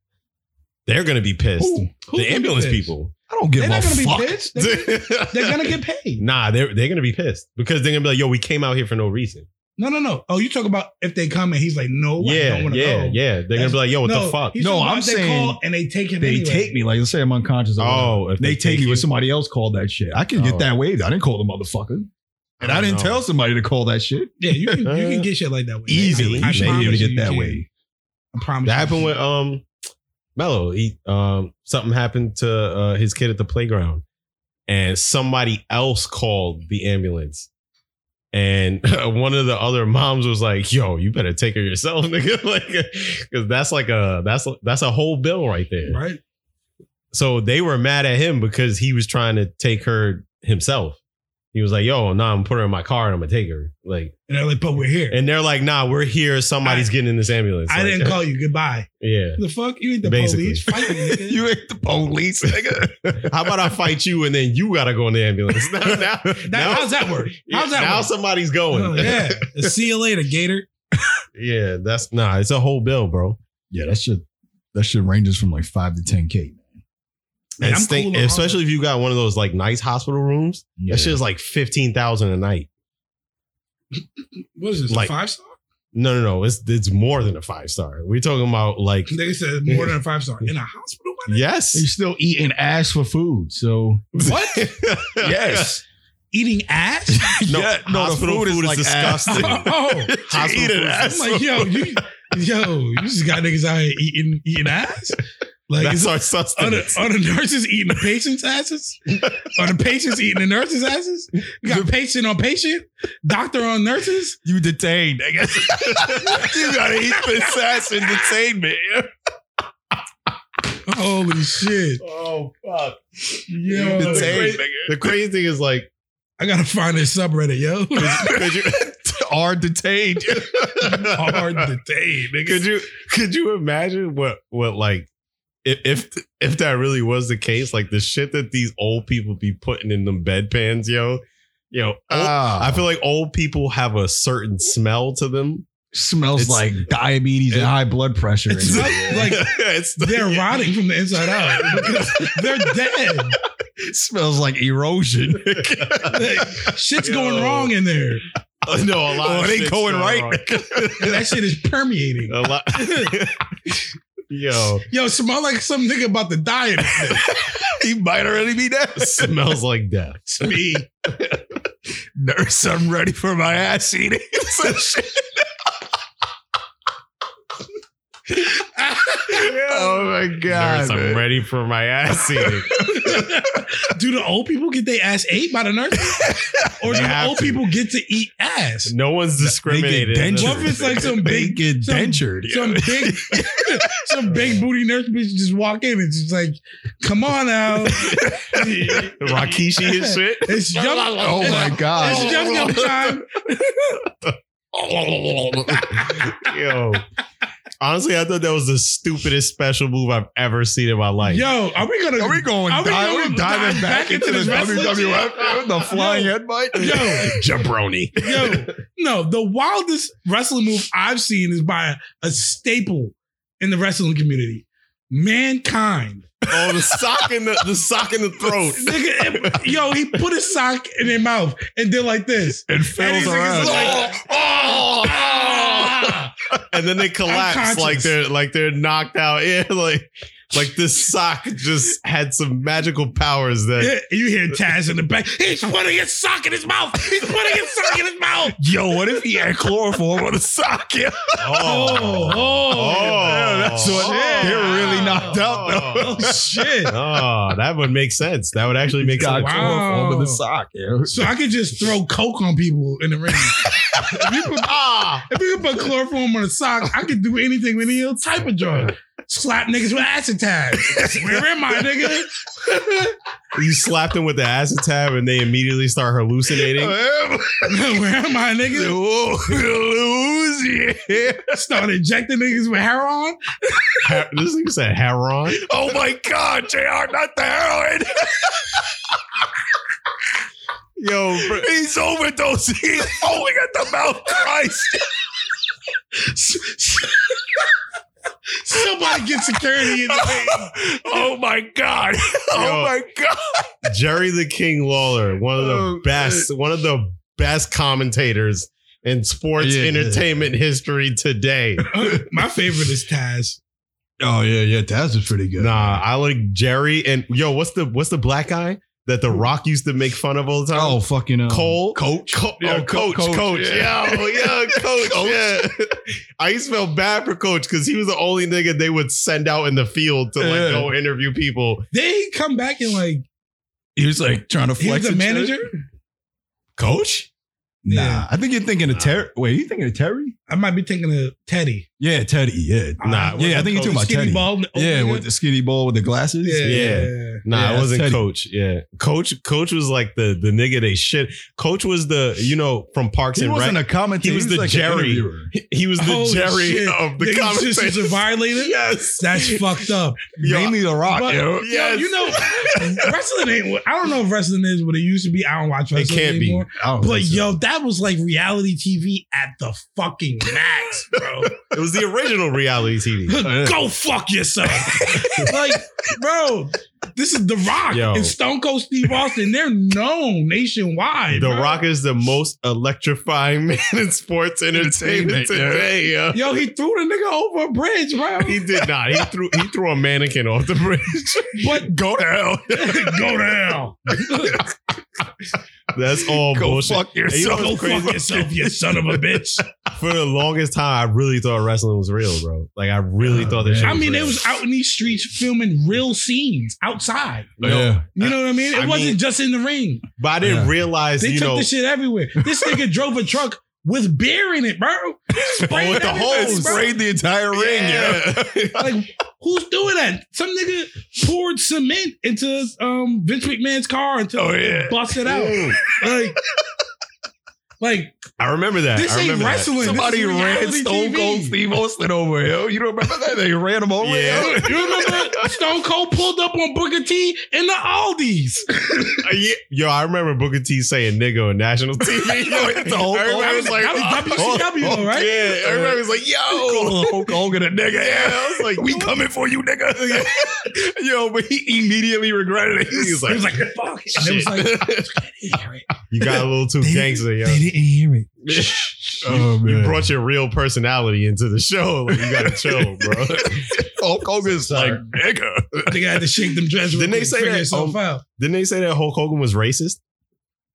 [SPEAKER 3] They're gonna be pissed.
[SPEAKER 2] Who? Who's
[SPEAKER 3] the
[SPEAKER 2] gonna
[SPEAKER 3] ambulance
[SPEAKER 2] be pissed?
[SPEAKER 3] people.
[SPEAKER 1] I don't give
[SPEAKER 2] They're
[SPEAKER 1] a
[SPEAKER 2] not gonna be
[SPEAKER 1] fuck.
[SPEAKER 2] pissed. They're, they're gonna get paid.
[SPEAKER 3] nah. They're they're gonna be pissed because they're gonna be like, yo, we came out here for no reason.
[SPEAKER 2] No, no, no. Oh, you talk about if they come and he's like, no, I
[SPEAKER 3] yeah,
[SPEAKER 2] don't want to
[SPEAKER 3] yeah,
[SPEAKER 2] go.
[SPEAKER 3] yeah. They're gonna
[SPEAKER 2] That's-
[SPEAKER 3] be like, yo, what
[SPEAKER 2] no,
[SPEAKER 3] the fuck?
[SPEAKER 2] he's
[SPEAKER 1] No,
[SPEAKER 2] talking about
[SPEAKER 1] I'm
[SPEAKER 2] if they
[SPEAKER 1] saying
[SPEAKER 2] call and they take him.
[SPEAKER 1] They
[SPEAKER 2] anyway.
[SPEAKER 1] take me like let's say I'm unconscious. Or whatever.
[SPEAKER 3] Oh, if
[SPEAKER 1] they, take me
[SPEAKER 3] you-
[SPEAKER 1] when somebody else called that shit. I can
[SPEAKER 3] Oh.
[SPEAKER 1] get that waived. I didn't call the motherfucker, and I,
[SPEAKER 3] don't
[SPEAKER 1] didn't
[SPEAKER 3] know.
[SPEAKER 1] tell somebody to call that shit
[SPEAKER 2] Yeah, you can, you can get shit like that way.
[SPEAKER 1] easily.
[SPEAKER 2] I,
[SPEAKER 1] You
[SPEAKER 2] I
[SPEAKER 1] should be able
[SPEAKER 2] promise
[SPEAKER 1] to get
[SPEAKER 2] you,
[SPEAKER 1] that
[SPEAKER 2] you can.
[SPEAKER 1] way.
[SPEAKER 2] I promise.
[SPEAKER 3] That
[SPEAKER 2] you.
[SPEAKER 3] happened with um Mello. He um something happened to uh, his kid at the playground, and somebody else called the ambulance. And one of the other moms was like, "Yo, you better take her yourself, nigga, like, because that's like a that's that's a whole bill right there."
[SPEAKER 2] right.
[SPEAKER 3] So they were mad at him because he was trying to take her himself. He was like, "Yo, nah, I'm putting her in my car and I'm gonna take her." Like,
[SPEAKER 2] And they're like, but we're here.
[SPEAKER 3] and they're like, "Nah, we're here. Somebody's
[SPEAKER 2] I-
[SPEAKER 3] getting in this ambulance."
[SPEAKER 2] I
[SPEAKER 3] Like,
[SPEAKER 2] didn't call you. Goodbye.
[SPEAKER 3] Yeah.
[SPEAKER 2] The fuck? You ain't the
[SPEAKER 3] Basically.
[SPEAKER 2] police. Fight me, nigga.
[SPEAKER 1] ain't the police, nigga.
[SPEAKER 3] How about I fight you and then you gotta go in the ambulance? Now, now,
[SPEAKER 2] that,
[SPEAKER 3] now-
[SPEAKER 2] how's that work? How's that
[SPEAKER 3] now
[SPEAKER 2] work?
[SPEAKER 3] somebody's going.
[SPEAKER 2] Oh, yeah. See you later, Gator.
[SPEAKER 3] Yeah, that's nah. It's a whole bill, bro.
[SPEAKER 1] Yeah, that shit. That shit ranges from like five to ten k.
[SPEAKER 2] Man,
[SPEAKER 3] And
[SPEAKER 2] I'm
[SPEAKER 3] stay-
[SPEAKER 2] cool with all
[SPEAKER 3] especially if you got one of those like nice hospital rooms. That shit is like fifteen thousand a night.
[SPEAKER 2] What is this?
[SPEAKER 3] Like-
[SPEAKER 2] a five star?
[SPEAKER 3] No, no, no. It's it's more than a five star. We're talking about like
[SPEAKER 2] They said more than a five star in a hospital. my nigga?
[SPEAKER 1] He's
[SPEAKER 3] yes,
[SPEAKER 1] still eating ass for food. So
[SPEAKER 3] what?
[SPEAKER 2] Eating ass?
[SPEAKER 3] No,
[SPEAKER 1] Yeah, no, the
[SPEAKER 3] hospital
[SPEAKER 1] food is
[SPEAKER 3] food, is,
[SPEAKER 1] like ass.
[SPEAKER 3] disgusting.
[SPEAKER 2] oh,
[SPEAKER 3] Hospital
[SPEAKER 1] eating
[SPEAKER 3] food is
[SPEAKER 1] ass.
[SPEAKER 2] I'm like, yo, you, yo, you just got niggas out here eating eating ass. Like,
[SPEAKER 3] That's
[SPEAKER 2] is,
[SPEAKER 3] our
[SPEAKER 2] are, the,
[SPEAKER 3] sustenance.
[SPEAKER 2] are the nurses eating the patients' asses? Are the patients eating the nurses' asses? You got patient on patient, doctor on nurses.
[SPEAKER 1] you detained. I guess
[SPEAKER 3] you gotta eat this ass in detainment.
[SPEAKER 2] Holy shit,
[SPEAKER 3] Oh fuck!
[SPEAKER 2] yo!
[SPEAKER 3] The,
[SPEAKER 1] Detained.
[SPEAKER 3] crazy, the crazy thing is like,
[SPEAKER 2] I gotta find this subreddit, yo.
[SPEAKER 3] could you
[SPEAKER 1] are detained.
[SPEAKER 2] Hard to day,
[SPEAKER 3] could
[SPEAKER 2] nigga.
[SPEAKER 3] you could you imagine what what like if if if that really was the case? Like the shit that these old people be putting in them bedpans, yo, yo. old- I
[SPEAKER 1] Ah,
[SPEAKER 3] feel like old people have a certain smell to them.
[SPEAKER 1] smells
[SPEAKER 3] It's-
[SPEAKER 1] like diabetes and
[SPEAKER 3] it-
[SPEAKER 1] high blood pressure.
[SPEAKER 2] It's
[SPEAKER 1] in it.
[SPEAKER 2] not like
[SPEAKER 3] it's
[SPEAKER 2] they're rotting from the inside out because they're dead.
[SPEAKER 1] smells like erosion.
[SPEAKER 2] Like, shit's going
[SPEAKER 3] Yo.
[SPEAKER 2] wrong in there.
[SPEAKER 3] no, a lot.
[SPEAKER 1] Oh,
[SPEAKER 3] of
[SPEAKER 1] it ain't
[SPEAKER 3] shit's
[SPEAKER 1] going right.
[SPEAKER 2] And that shit is permeating.
[SPEAKER 3] a lot. Yo,
[SPEAKER 2] Yo, smell like some nigga about to die. in this bitch.
[SPEAKER 1] he might already be dead.
[SPEAKER 3] smells like death.
[SPEAKER 2] Me.
[SPEAKER 1] Nurse, I'm ready for my ass eating.
[SPEAKER 3] oh my god!
[SPEAKER 1] Nurse, I'm
[SPEAKER 3] I'm ready for my ass eating.
[SPEAKER 2] do the old people get their ass ate by the nurse? Or do
[SPEAKER 3] They
[SPEAKER 2] the
[SPEAKER 3] have
[SPEAKER 2] old
[SPEAKER 3] to.
[SPEAKER 2] people get to eat ass?
[SPEAKER 3] No one's discriminated. in this
[SPEAKER 2] What if it's like some
[SPEAKER 1] They
[SPEAKER 2] big
[SPEAKER 1] get
[SPEAKER 2] some-
[SPEAKER 1] dentured.
[SPEAKER 2] Some big some big booty nurse bitch just walk in and she's like, come on now.
[SPEAKER 3] Rakishi and shit.
[SPEAKER 2] It's yum.
[SPEAKER 1] Oh my god!
[SPEAKER 2] It's yum yum time.
[SPEAKER 3] Yo. Honestly, I thought that was the stupidest special move I've ever seen in my life.
[SPEAKER 2] Yo, are we gonna
[SPEAKER 1] Are we going?
[SPEAKER 2] Are we
[SPEAKER 1] di-
[SPEAKER 2] going
[SPEAKER 1] we diving back,
[SPEAKER 2] dive back
[SPEAKER 1] into, the
[SPEAKER 2] into this wrestling
[SPEAKER 1] WWF? with The flying headbutt?
[SPEAKER 2] Yo.
[SPEAKER 1] jabroni.
[SPEAKER 2] Yo, no, the wildest wrestling move I've seen is by a, staple in the wrestling community. Mankind.
[SPEAKER 3] Oh, the sock in the the sock in the throat.
[SPEAKER 2] Nigga, it- yo, he put a sock in their mouth and did like this.
[SPEAKER 1] It
[SPEAKER 2] And
[SPEAKER 1] fails
[SPEAKER 2] these
[SPEAKER 1] around.
[SPEAKER 2] niggas like,
[SPEAKER 3] Oh.
[SPEAKER 2] ah.
[SPEAKER 3] and then they collapse
[SPEAKER 2] Unconscious.
[SPEAKER 3] like they're like they're knocked out. Yeah, like like this sock just had some magical powers that
[SPEAKER 2] Yeah, and you hear Taz in the back. He's putting his sock in his mouth. He's putting his sock in his mouth.
[SPEAKER 1] Yo, what if he had chloroform on the sock? Yeah.
[SPEAKER 2] Oh, oh,
[SPEAKER 1] yeah, that's what-
[SPEAKER 2] they're
[SPEAKER 1] really knocked out,
[SPEAKER 3] Oh,
[SPEAKER 2] Oh shit.
[SPEAKER 3] Oh, that would make sense. That would actually make
[SPEAKER 1] got
[SPEAKER 2] Wow.
[SPEAKER 3] sense.
[SPEAKER 1] chloroform in the sock. Yeah.
[SPEAKER 2] So I could just throw coke on people in the ring. if, you put,
[SPEAKER 3] Ah,
[SPEAKER 2] if you could put chloroform on a sock, I could do anything with any old type of drug. Slap niggas with acetate. Where am I, nigga?
[SPEAKER 3] you slapped him with the acetab and they immediately start hallucinating.
[SPEAKER 2] Where am I, nigga? Start injecting niggas with heroin.
[SPEAKER 3] Ha- this thing said Heron.
[SPEAKER 1] Oh my
[SPEAKER 2] Ah,
[SPEAKER 1] God, Jr. Not the heroin.
[SPEAKER 3] Yo, bro,
[SPEAKER 1] He's overdosing. He's foaming at the mouth. Christ.
[SPEAKER 2] Somebody get security in the
[SPEAKER 1] oh my God.
[SPEAKER 3] Yo.
[SPEAKER 1] Oh my God.
[SPEAKER 3] Jerry the King Lawler, one of the
[SPEAKER 1] Oh,
[SPEAKER 3] best, one of the best commentators in sports
[SPEAKER 1] Yeah, yeah.
[SPEAKER 3] entertainment history today.
[SPEAKER 2] My favorite is Taz.
[SPEAKER 1] Oh yeah, yeah. Taz was pretty good.
[SPEAKER 3] Nah, I like Jerry and yo. What's the what's the black guy that The Rock used to make fun of all the time?
[SPEAKER 1] Oh fucking um,
[SPEAKER 3] Cole,
[SPEAKER 1] Coach.
[SPEAKER 3] Co-
[SPEAKER 1] Yeah,
[SPEAKER 3] oh, coach,
[SPEAKER 1] Coach,
[SPEAKER 3] coach,
[SPEAKER 1] yeah.
[SPEAKER 3] yo, yeah, coach,
[SPEAKER 1] Coach.
[SPEAKER 3] yeah. I used to feel bad for coach because he was the only nigga they would send out in the field to
[SPEAKER 1] Yeah.
[SPEAKER 3] like go interview people.
[SPEAKER 2] They come back and like
[SPEAKER 1] He was like trying to
[SPEAKER 2] he was
[SPEAKER 1] flex.
[SPEAKER 2] the
[SPEAKER 1] and shit.
[SPEAKER 2] manager.
[SPEAKER 1] Coach? Nah,
[SPEAKER 2] Yeah.
[SPEAKER 1] I think you're thinking of Terry. Wait, you thinking of Terry?
[SPEAKER 2] I might be thinking of Teddy.
[SPEAKER 1] Yeah, Teddy. Yeah,
[SPEAKER 3] Nah,
[SPEAKER 2] Uh,
[SPEAKER 3] yeah,
[SPEAKER 1] I think you're talking about
[SPEAKER 2] skinny
[SPEAKER 1] Teddy.
[SPEAKER 2] bald. old
[SPEAKER 1] yeah,
[SPEAKER 2] nigga.
[SPEAKER 1] with the skinny ball with the glasses.
[SPEAKER 2] yeah,
[SPEAKER 3] yeah.
[SPEAKER 2] yeah.
[SPEAKER 3] Nah,
[SPEAKER 1] Yeah,
[SPEAKER 3] it wasn't
[SPEAKER 1] that's Teddy.
[SPEAKER 3] coach. Yeah, coach, coach was like the the nigga they shit. Coach was the you know from Parks
[SPEAKER 1] he
[SPEAKER 3] and
[SPEAKER 1] wasn't
[SPEAKER 3] Rec.
[SPEAKER 1] a commentator.
[SPEAKER 3] He was the
[SPEAKER 1] like an
[SPEAKER 3] Jerry.
[SPEAKER 1] interviewer.
[SPEAKER 3] he was the
[SPEAKER 2] Holy
[SPEAKER 3] Jerry
[SPEAKER 2] shit.
[SPEAKER 3] of the
[SPEAKER 2] Niggas just was a
[SPEAKER 3] commentators.
[SPEAKER 2] violator.
[SPEAKER 3] Yes,
[SPEAKER 2] That's fucked up.
[SPEAKER 3] Yo,
[SPEAKER 1] mainly the Rock.
[SPEAKER 2] But,
[SPEAKER 1] yo.
[SPEAKER 2] yo,
[SPEAKER 3] Yes.
[SPEAKER 2] you know, wrestling ain't. what- I don't know if wrestling is what it used to be. I don't watch wrestling
[SPEAKER 3] can't be.
[SPEAKER 2] anymore.
[SPEAKER 1] I don't
[SPEAKER 2] But
[SPEAKER 1] think so.
[SPEAKER 2] yo, that was like reality TV at the fucking TV Max, bro.
[SPEAKER 3] It was the original reality TV.
[SPEAKER 2] Go fuck yourself. like, bro, this is The Rock
[SPEAKER 3] Yo.
[SPEAKER 2] and Stone Cold Steve Austin. They're known nationwide.
[SPEAKER 3] The
[SPEAKER 2] bro.
[SPEAKER 3] Rock is the most electrifying man in sports
[SPEAKER 4] Entertainment,
[SPEAKER 3] entertainment
[SPEAKER 4] yeah.
[SPEAKER 3] today. yo.
[SPEAKER 2] Yo, he threw the nigga over a bridge, bro.
[SPEAKER 3] He did not. He threw he threw a mannequin off the bridge.
[SPEAKER 2] But
[SPEAKER 4] Go to hell.
[SPEAKER 2] go down.
[SPEAKER 3] That's all
[SPEAKER 4] Go
[SPEAKER 3] bullshit.
[SPEAKER 4] fuck yourself.
[SPEAKER 3] Go fuck
[SPEAKER 2] yourself, you son of a bitch.
[SPEAKER 3] For the longest time, I really thought wrestling was real, bro. Like I really thought that. Shit
[SPEAKER 2] I mean,
[SPEAKER 3] real.
[SPEAKER 2] it was out in these streets filming real scenes outside.
[SPEAKER 1] Yeah.
[SPEAKER 2] You know what I mean? It
[SPEAKER 3] I
[SPEAKER 2] wasn't
[SPEAKER 3] mean-
[SPEAKER 2] just in the ring.
[SPEAKER 3] but I didn't
[SPEAKER 1] Yeah.
[SPEAKER 3] realize.
[SPEAKER 2] They
[SPEAKER 3] you
[SPEAKER 2] took
[SPEAKER 3] know,
[SPEAKER 2] the shit everywhere. This nigga drove a truck with beer in it, bro. Sprayed
[SPEAKER 3] Oh, with the
[SPEAKER 2] everything,
[SPEAKER 4] It
[SPEAKER 3] hose,
[SPEAKER 2] bro.
[SPEAKER 4] sprayed the entire ring. Yeah.
[SPEAKER 2] Like, who's doing that? Some nigga poured cement into um, Vince McMahon's car until
[SPEAKER 4] Oh, yeah.
[SPEAKER 2] it busted out.
[SPEAKER 3] Mm.
[SPEAKER 2] Like, like
[SPEAKER 3] I remember that.
[SPEAKER 2] this
[SPEAKER 3] I
[SPEAKER 2] ain't
[SPEAKER 3] remember that.
[SPEAKER 2] wrestling.
[SPEAKER 4] Somebody
[SPEAKER 2] this is
[SPEAKER 4] ran
[SPEAKER 2] reality
[SPEAKER 4] Stone
[SPEAKER 2] TV.
[SPEAKER 4] Cold Steve Austin over hell. You don't remember that? They ran him over.
[SPEAKER 3] Yeah.
[SPEAKER 4] yo?
[SPEAKER 2] You remember Stone Cold pulled up on Booker T in the Aldi's.
[SPEAKER 3] Uh, yeah. Yo, I remember Booker T saying "nigga" on national TV.
[SPEAKER 4] Yo, it's the Hulk
[SPEAKER 3] Everybody
[SPEAKER 4] Hogan.
[SPEAKER 3] was like, Oh,
[SPEAKER 2] That was WCW, though, right?
[SPEAKER 3] Yeah, everybody was like, "Yo,
[SPEAKER 1] Oh.
[SPEAKER 4] Hulk Hogan, a nigga.
[SPEAKER 3] yeah."
[SPEAKER 4] Yeah.
[SPEAKER 3] I was like,
[SPEAKER 4] We coming for you, nigga. Yo, but he immediately regretted it. He was like,
[SPEAKER 2] He was like, fuck. And it was like,
[SPEAKER 3] "You got a little too
[SPEAKER 1] They-
[SPEAKER 3] gangster, yo."
[SPEAKER 1] didn't hear it.
[SPEAKER 3] You-
[SPEAKER 1] Oh,
[SPEAKER 3] you
[SPEAKER 1] man.
[SPEAKER 3] brought your real personality into the show. Like, you gotta chill, bro.
[SPEAKER 4] Hulk Hogan's like,
[SPEAKER 3] Sorry.
[SPEAKER 4] nigga.
[SPEAKER 2] they had to shake them dreads. real
[SPEAKER 3] Didn't they
[SPEAKER 2] quick,
[SPEAKER 3] say
[SPEAKER 2] figure
[SPEAKER 3] that?
[SPEAKER 2] yourself
[SPEAKER 3] Um,
[SPEAKER 2] out.
[SPEAKER 3] Didn't they say that Hulk Hogan was racist?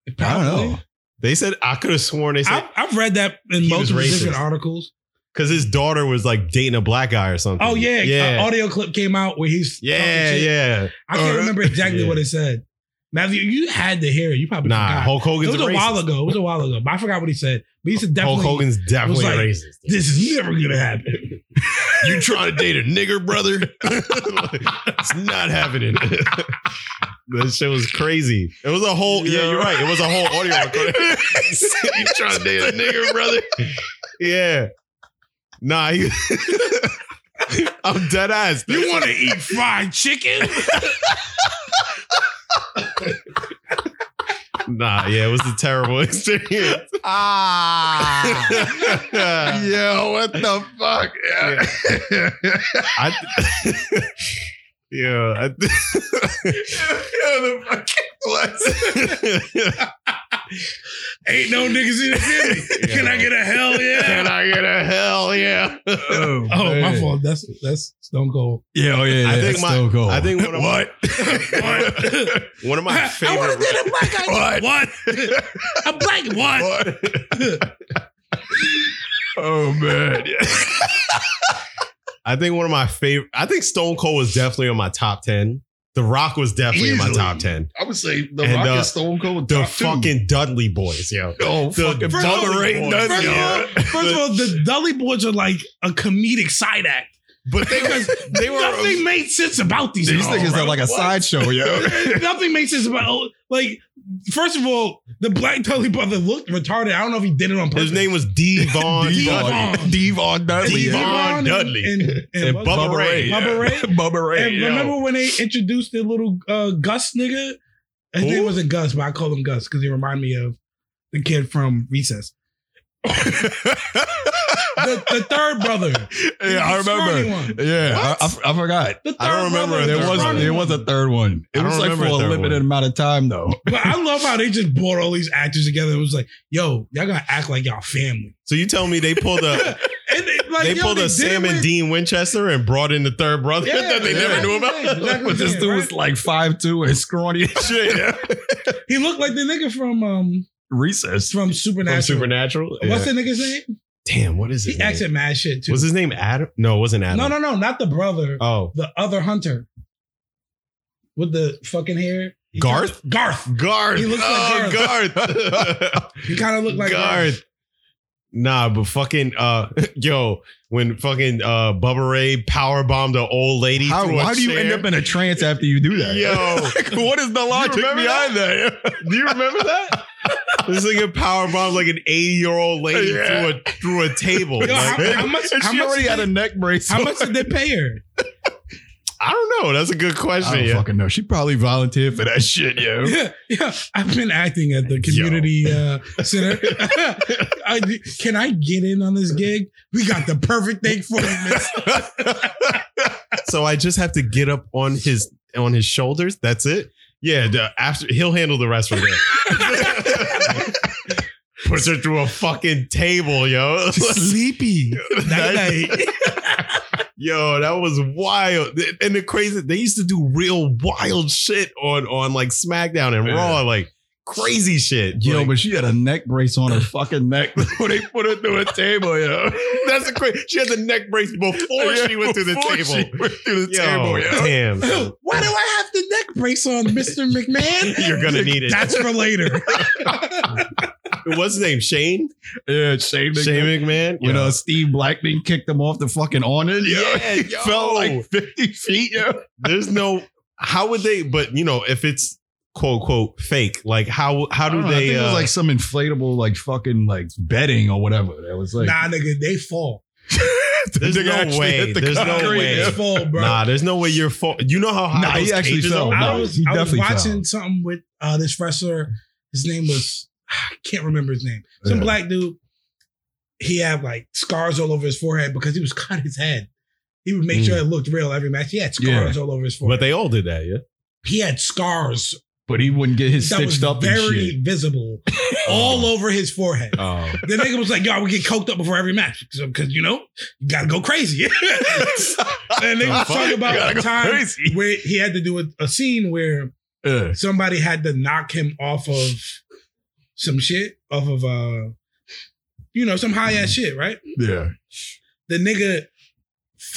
[SPEAKER 1] I don't know.
[SPEAKER 3] They said I could have sworn they said
[SPEAKER 2] I've, I've read that in
[SPEAKER 3] He
[SPEAKER 2] multiple
[SPEAKER 3] was racist.
[SPEAKER 2] different articles.
[SPEAKER 3] because his daughter was like dating a black guy or something.
[SPEAKER 2] Oh yeah,
[SPEAKER 3] yeah,
[SPEAKER 2] An audio clip came out where he's
[SPEAKER 3] yeah,
[SPEAKER 4] oh,
[SPEAKER 2] talking shit.
[SPEAKER 3] yeah.
[SPEAKER 2] I can't
[SPEAKER 4] Uh,
[SPEAKER 2] remember exactly
[SPEAKER 3] yeah.
[SPEAKER 2] what it said. Matthew, you had to hear it. You probably
[SPEAKER 3] Nah,
[SPEAKER 2] forgot.
[SPEAKER 3] Hulk
[SPEAKER 2] it
[SPEAKER 3] Hogan's
[SPEAKER 2] was
[SPEAKER 3] a
[SPEAKER 2] a
[SPEAKER 3] racist.
[SPEAKER 2] while ago. It was a while ago, but I forgot what he said. But he said
[SPEAKER 3] Hulk
[SPEAKER 2] definitely.
[SPEAKER 3] Hogan's definitely
[SPEAKER 2] like-
[SPEAKER 3] racist.
[SPEAKER 2] This is never gonna happen.
[SPEAKER 4] You trying to date a nigger, brother?
[SPEAKER 3] it's not happening. that shit was crazy. It was a whole. Yeah,
[SPEAKER 4] Yeah.
[SPEAKER 3] you're right. It was a whole audio recording.
[SPEAKER 4] you trying to date a nigger, brother?
[SPEAKER 3] Yeah. Nah, he- I'm dead ass.
[SPEAKER 2] You want to eat fried chicken?
[SPEAKER 3] Nah, yeah, it was a terrible experience.
[SPEAKER 4] Ah.
[SPEAKER 3] I,
[SPEAKER 4] Yo, what the fuck? Yeah.
[SPEAKER 3] yeah, I,
[SPEAKER 4] the fucking
[SPEAKER 2] Ain't no niggas in the city. Can I get a hell yeah?
[SPEAKER 4] And I get a hell yeah.
[SPEAKER 1] Oh,
[SPEAKER 2] Oh, my fault. That's that's Stone Cold.
[SPEAKER 1] Yeah, oh, yeah.
[SPEAKER 3] I
[SPEAKER 1] yeah,
[SPEAKER 3] think
[SPEAKER 1] that's
[SPEAKER 3] my-
[SPEAKER 1] Stone Cold.
[SPEAKER 3] I think one of my,
[SPEAKER 4] What?
[SPEAKER 2] What?
[SPEAKER 3] one of my
[SPEAKER 2] I
[SPEAKER 3] favorite.
[SPEAKER 2] want to date a black guy.
[SPEAKER 4] What?
[SPEAKER 2] What? A black what?
[SPEAKER 4] Oh man. Yeah.
[SPEAKER 3] I think one of my favorite. I think Stone Cold was definitely on my top ten. The Rock was definitely in
[SPEAKER 4] Easily.
[SPEAKER 3] my top ten.
[SPEAKER 4] I would say the
[SPEAKER 3] And,
[SPEAKER 4] Rock
[SPEAKER 3] uh,
[SPEAKER 4] and Stone Cold.
[SPEAKER 3] The
[SPEAKER 4] top two.
[SPEAKER 3] fucking Dudley Boys, yo.
[SPEAKER 4] oh
[SPEAKER 3] the
[SPEAKER 4] fucking
[SPEAKER 3] First
[SPEAKER 2] of all-
[SPEAKER 4] Dudley Boy.
[SPEAKER 2] First,
[SPEAKER 4] Dudley.
[SPEAKER 2] of all,
[SPEAKER 4] Yeah.
[SPEAKER 2] first of all, the Dully Boys are like a comedic side act
[SPEAKER 4] But they
[SPEAKER 2] because
[SPEAKER 4] they were
[SPEAKER 2] nothing made sense about these.
[SPEAKER 1] These
[SPEAKER 2] people,
[SPEAKER 1] niggas
[SPEAKER 2] bro.
[SPEAKER 1] are like a sideshow, yo.
[SPEAKER 2] nothing makes sense about oh, like. First of all, the Black Dudley brother looked retarded. I don't know if he did it on purpose.
[SPEAKER 3] His name was D Von.
[SPEAKER 2] Devon.
[SPEAKER 3] Dudley.
[SPEAKER 4] Devon Dudley.
[SPEAKER 2] Devon
[SPEAKER 4] Devon
[SPEAKER 2] and-
[SPEAKER 4] Dudley.
[SPEAKER 2] and, and,
[SPEAKER 3] And
[SPEAKER 2] what's-
[SPEAKER 3] Bubba Ray.
[SPEAKER 2] Bubba Ray.
[SPEAKER 4] Bubba Ray.
[SPEAKER 2] And
[SPEAKER 4] yo.
[SPEAKER 2] remember when they introduced the little uh, Gus nigga? His
[SPEAKER 3] Who?
[SPEAKER 2] name wasn't Gus, but I call him Gus because he reminded me of the kid from Recess. The, the third brother.
[SPEAKER 4] yeah, I
[SPEAKER 2] The scrawny
[SPEAKER 4] remember.
[SPEAKER 2] one.
[SPEAKER 1] Yeah, I,
[SPEAKER 4] What?
[SPEAKER 1] I f- I forgot.
[SPEAKER 2] The third
[SPEAKER 3] I don't remember
[SPEAKER 2] brother.
[SPEAKER 3] a
[SPEAKER 1] There
[SPEAKER 3] third
[SPEAKER 1] was
[SPEAKER 3] one.
[SPEAKER 1] there was a third one.
[SPEAKER 3] I
[SPEAKER 1] It
[SPEAKER 3] don't
[SPEAKER 1] was like
[SPEAKER 3] remember
[SPEAKER 1] for a
[SPEAKER 3] a third
[SPEAKER 1] limited
[SPEAKER 3] one.
[SPEAKER 1] amount of time though.
[SPEAKER 2] But I love how they just brought all these actors together. It was like, yo, y'all gotta act like y'all family.
[SPEAKER 3] So you tell me they pulled a
[SPEAKER 2] And they, like,
[SPEAKER 3] they
[SPEAKER 2] yo,
[SPEAKER 3] pulled
[SPEAKER 2] they
[SPEAKER 3] a
[SPEAKER 2] did
[SPEAKER 3] Sam
[SPEAKER 2] it
[SPEAKER 3] and
[SPEAKER 2] with-
[SPEAKER 3] Dean Winchester and brought in the third brother
[SPEAKER 2] Yeah,
[SPEAKER 3] that they
[SPEAKER 1] yeah.
[SPEAKER 3] never knew about.
[SPEAKER 2] Exactly, exactly
[SPEAKER 1] But this
[SPEAKER 2] what I'm
[SPEAKER 1] dude
[SPEAKER 2] saying,
[SPEAKER 1] was like five two and scrawny as shit.
[SPEAKER 2] right? He looked like the nigga from um
[SPEAKER 1] Recess.
[SPEAKER 2] from
[SPEAKER 3] From
[SPEAKER 2] Supernatural.
[SPEAKER 3] Supernatural.
[SPEAKER 2] What's
[SPEAKER 3] Yeah.
[SPEAKER 2] the nigga's name?
[SPEAKER 3] Damn, what is
[SPEAKER 2] He
[SPEAKER 3] it?
[SPEAKER 2] acts in mad shit too.
[SPEAKER 3] Was his name Adam? No, it wasn't Adam.
[SPEAKER 2] no, no, no, not the brother.
[SPEAKER 3] Oh,
[SPEAKER 2] the other hunter with the fucking hair. He
[SPEAKER 3] Garth?
[SPEAKER 2] kinda- Garth.
[SPEAKER 3] Garth.
[SPEAKER 2] He looks like
[SPEAKER 3] oh, Garth.
[SPEAKER 2] He kind of looked like uh,
[SPEAKER 3] Garth. Nah, but fucking uh yo, when fucking uh Bubba Ray power bombed an old lady.
[SPEAKER 1] How,
[SPEAKER 3] through a
[SPEAKER 1] why do you
[SPEAKER 3] chair.
[SPEAKER 1] end up in a trance after you do that?
[SPEAKER 3] Yo,
[SPEAKER 4] what is the logic
[SPEAKER 3] remember
[SPEAKER 4] behind that?
[SPEAKER 3] do you remember that? this nigga power bombed like an 80 year old lady
[SPEAKER 4] Yeah.
[SPEAKER 3] through a through a table.
[SPEAKER 2] Yo,
[SPEAKER 3] Like,
[SPEAKER 2] how, how much?
[SPEAKER 1] And
[SPEAKER 2] How
[SPEAKER 1] she
[SPEAKER 2] much,
[SPEAKER 1] already
[SPEAKER 2] did,
[SPEAKER 1] had a neck brace.
[SPEAKER 2] how much did they pay her?
[SPEAKER 3] I don't know. That's a good
[SPEAKER 1] I
[SPEAKER 3] question.
[SPEAKER 1] don't
[SPEAKER 3] Yeah.
[SPEAKER 1] fucking know. She probably volunteered for that shit, yo.
[SPEAKER 2] Yeah, yeah. I've been acting at the community uh, center. I, can I get in on this gig? We got the perfect thing for you, miss.
[SPEAKER 3] so I just have to get up on his on his shoulders. That's it. Yeah. the- after he'll handle the rest from there. Puts her through a fucking table, yo.
[SPEAKER 1] Sleepy.
[SPEAKER 3] That-
[SPEAKER 2] night.
[SPEAKER 3] Yo, that was wild. And the crazy, they used to do real wild shit on on like SmackDown and
[SPEAKER 4] Yeah.
[SPEAKER 3] Raw, like crazy shit.
[SPEAKER 1] Yo,
[SPEAKER 3] Like,
[SPEAKER 1] but she had a neck brace on her fucking neck.
[SPEAKER 4] they put her through a table, yo.
[SPEAKER 3] that's the crazy. She had the neck brace before she went to the
[SPEAKER 4] Before
[SPEAKER 3] table.
[SPEAKER 4] She went through the
[SPEAKER 3] Yo,
[SPEAKER 4] table, yo.
[SPEAKER 3] damn.
[SPEAKER 2] Why do I have the neck brace on, Mr. McMahon?
[SPEAKER 3] You're gonna need it.
[SPEAKER 2] That's for later.
[SPEAKER 3] What's his name? Shane?
[SPEAKER 1] yeah, shame
[SPEAKER 3] Shane McMahon?
[SPEAKER 1] When uh, Steve Blackman kicked him off the fucking awning, yo.
[SPEAKER 3] yeah, yo.
[SPEAKER 1] Felt like
[SPEAKER 4] 50 feet, yo.
[SPEAKER 3] there's no how would they but you know, if it's quote quote fake, like how how do
[SPEAKER 1] I don't know, I
[SPEAKER 3] they
[SPEAKER 1] think it was
[SPEAKER 3] uh,
[SPEAKER 1] like some inflatable, like fucking, like bedding or whatever. That was like,
[SPEAKER 2] nah, nigga, they fall.
[SPEAKER 3] uh, there's
[SPEAKER 4] Nigga
[SPEAKER 3] no
[SPEAKER 4] actually
[SPEAKER 3] way.
[SPEAKER 4] hit the
[SPEAKER 3] There's no
[SPEAKER 4] concrete.
[SPEAKER 3] way.
[SPEAKER 2] They fall, bro.
[SPEAKER 3] Nah, there's no way you're fall. You know how high
[SPEAKER 1] Nah,
[SPEAKER 3] those
[SPEAKER 1] he actually
[SPEAKER 3] cages
[SPEAKER 1] fell.
[SPEAKER 3] are?
[SPEAKER 2] I
[SPEAKER 1] Nah,
[SPEAKER 2] was,
[SPEAKER 1] Oh, he
[SPEAKER 2] I was
[SPEAKER 1] definitely
[SPEAKER 2] watching
[SPEAKER 1] fell.
[SPEAKER 2] something with uh, this wrestler. His name was I can't remember his name. Some
[SPEAKER 1] Yeah.
[SPEAKER 2] black dude. He had like scars all over his forehead because he was cut his head. He would make sure
[SPEAKER 1] Mm.
[SPEAKER 2] it looked real every match. He had scars all over his
[SPEAKER 3] But
[SPEAKER 2] forehead.
[SPEAKER 3] they all did that, yeah.
[SPEAKER 2] he had scars
[SPEAKER 1] but he wouldn't get his
[SPEAKER 2] that was
[SPEAKER 1] stitched up and shit.
[SPEAKER 2] very visible all over his forehead.
[SPEAKER 3] Oh,
[SPEAKER 2] The nigga was like, "Yo, I would get coked up before every match because you know you gotta go crazy." and they was talking about the time where he had to do a, a scene where
[SPEAKER 1] Yeah.
[SPEAKER 2] somebody had to knock him off of some shit, off of uh, you know, some high ass
[SPEAKER 3] Mm-hmm.
[SPEAKER 2] shit, right?
[SPEAKER 1] yeah.
[SPEAKER 2] The nigga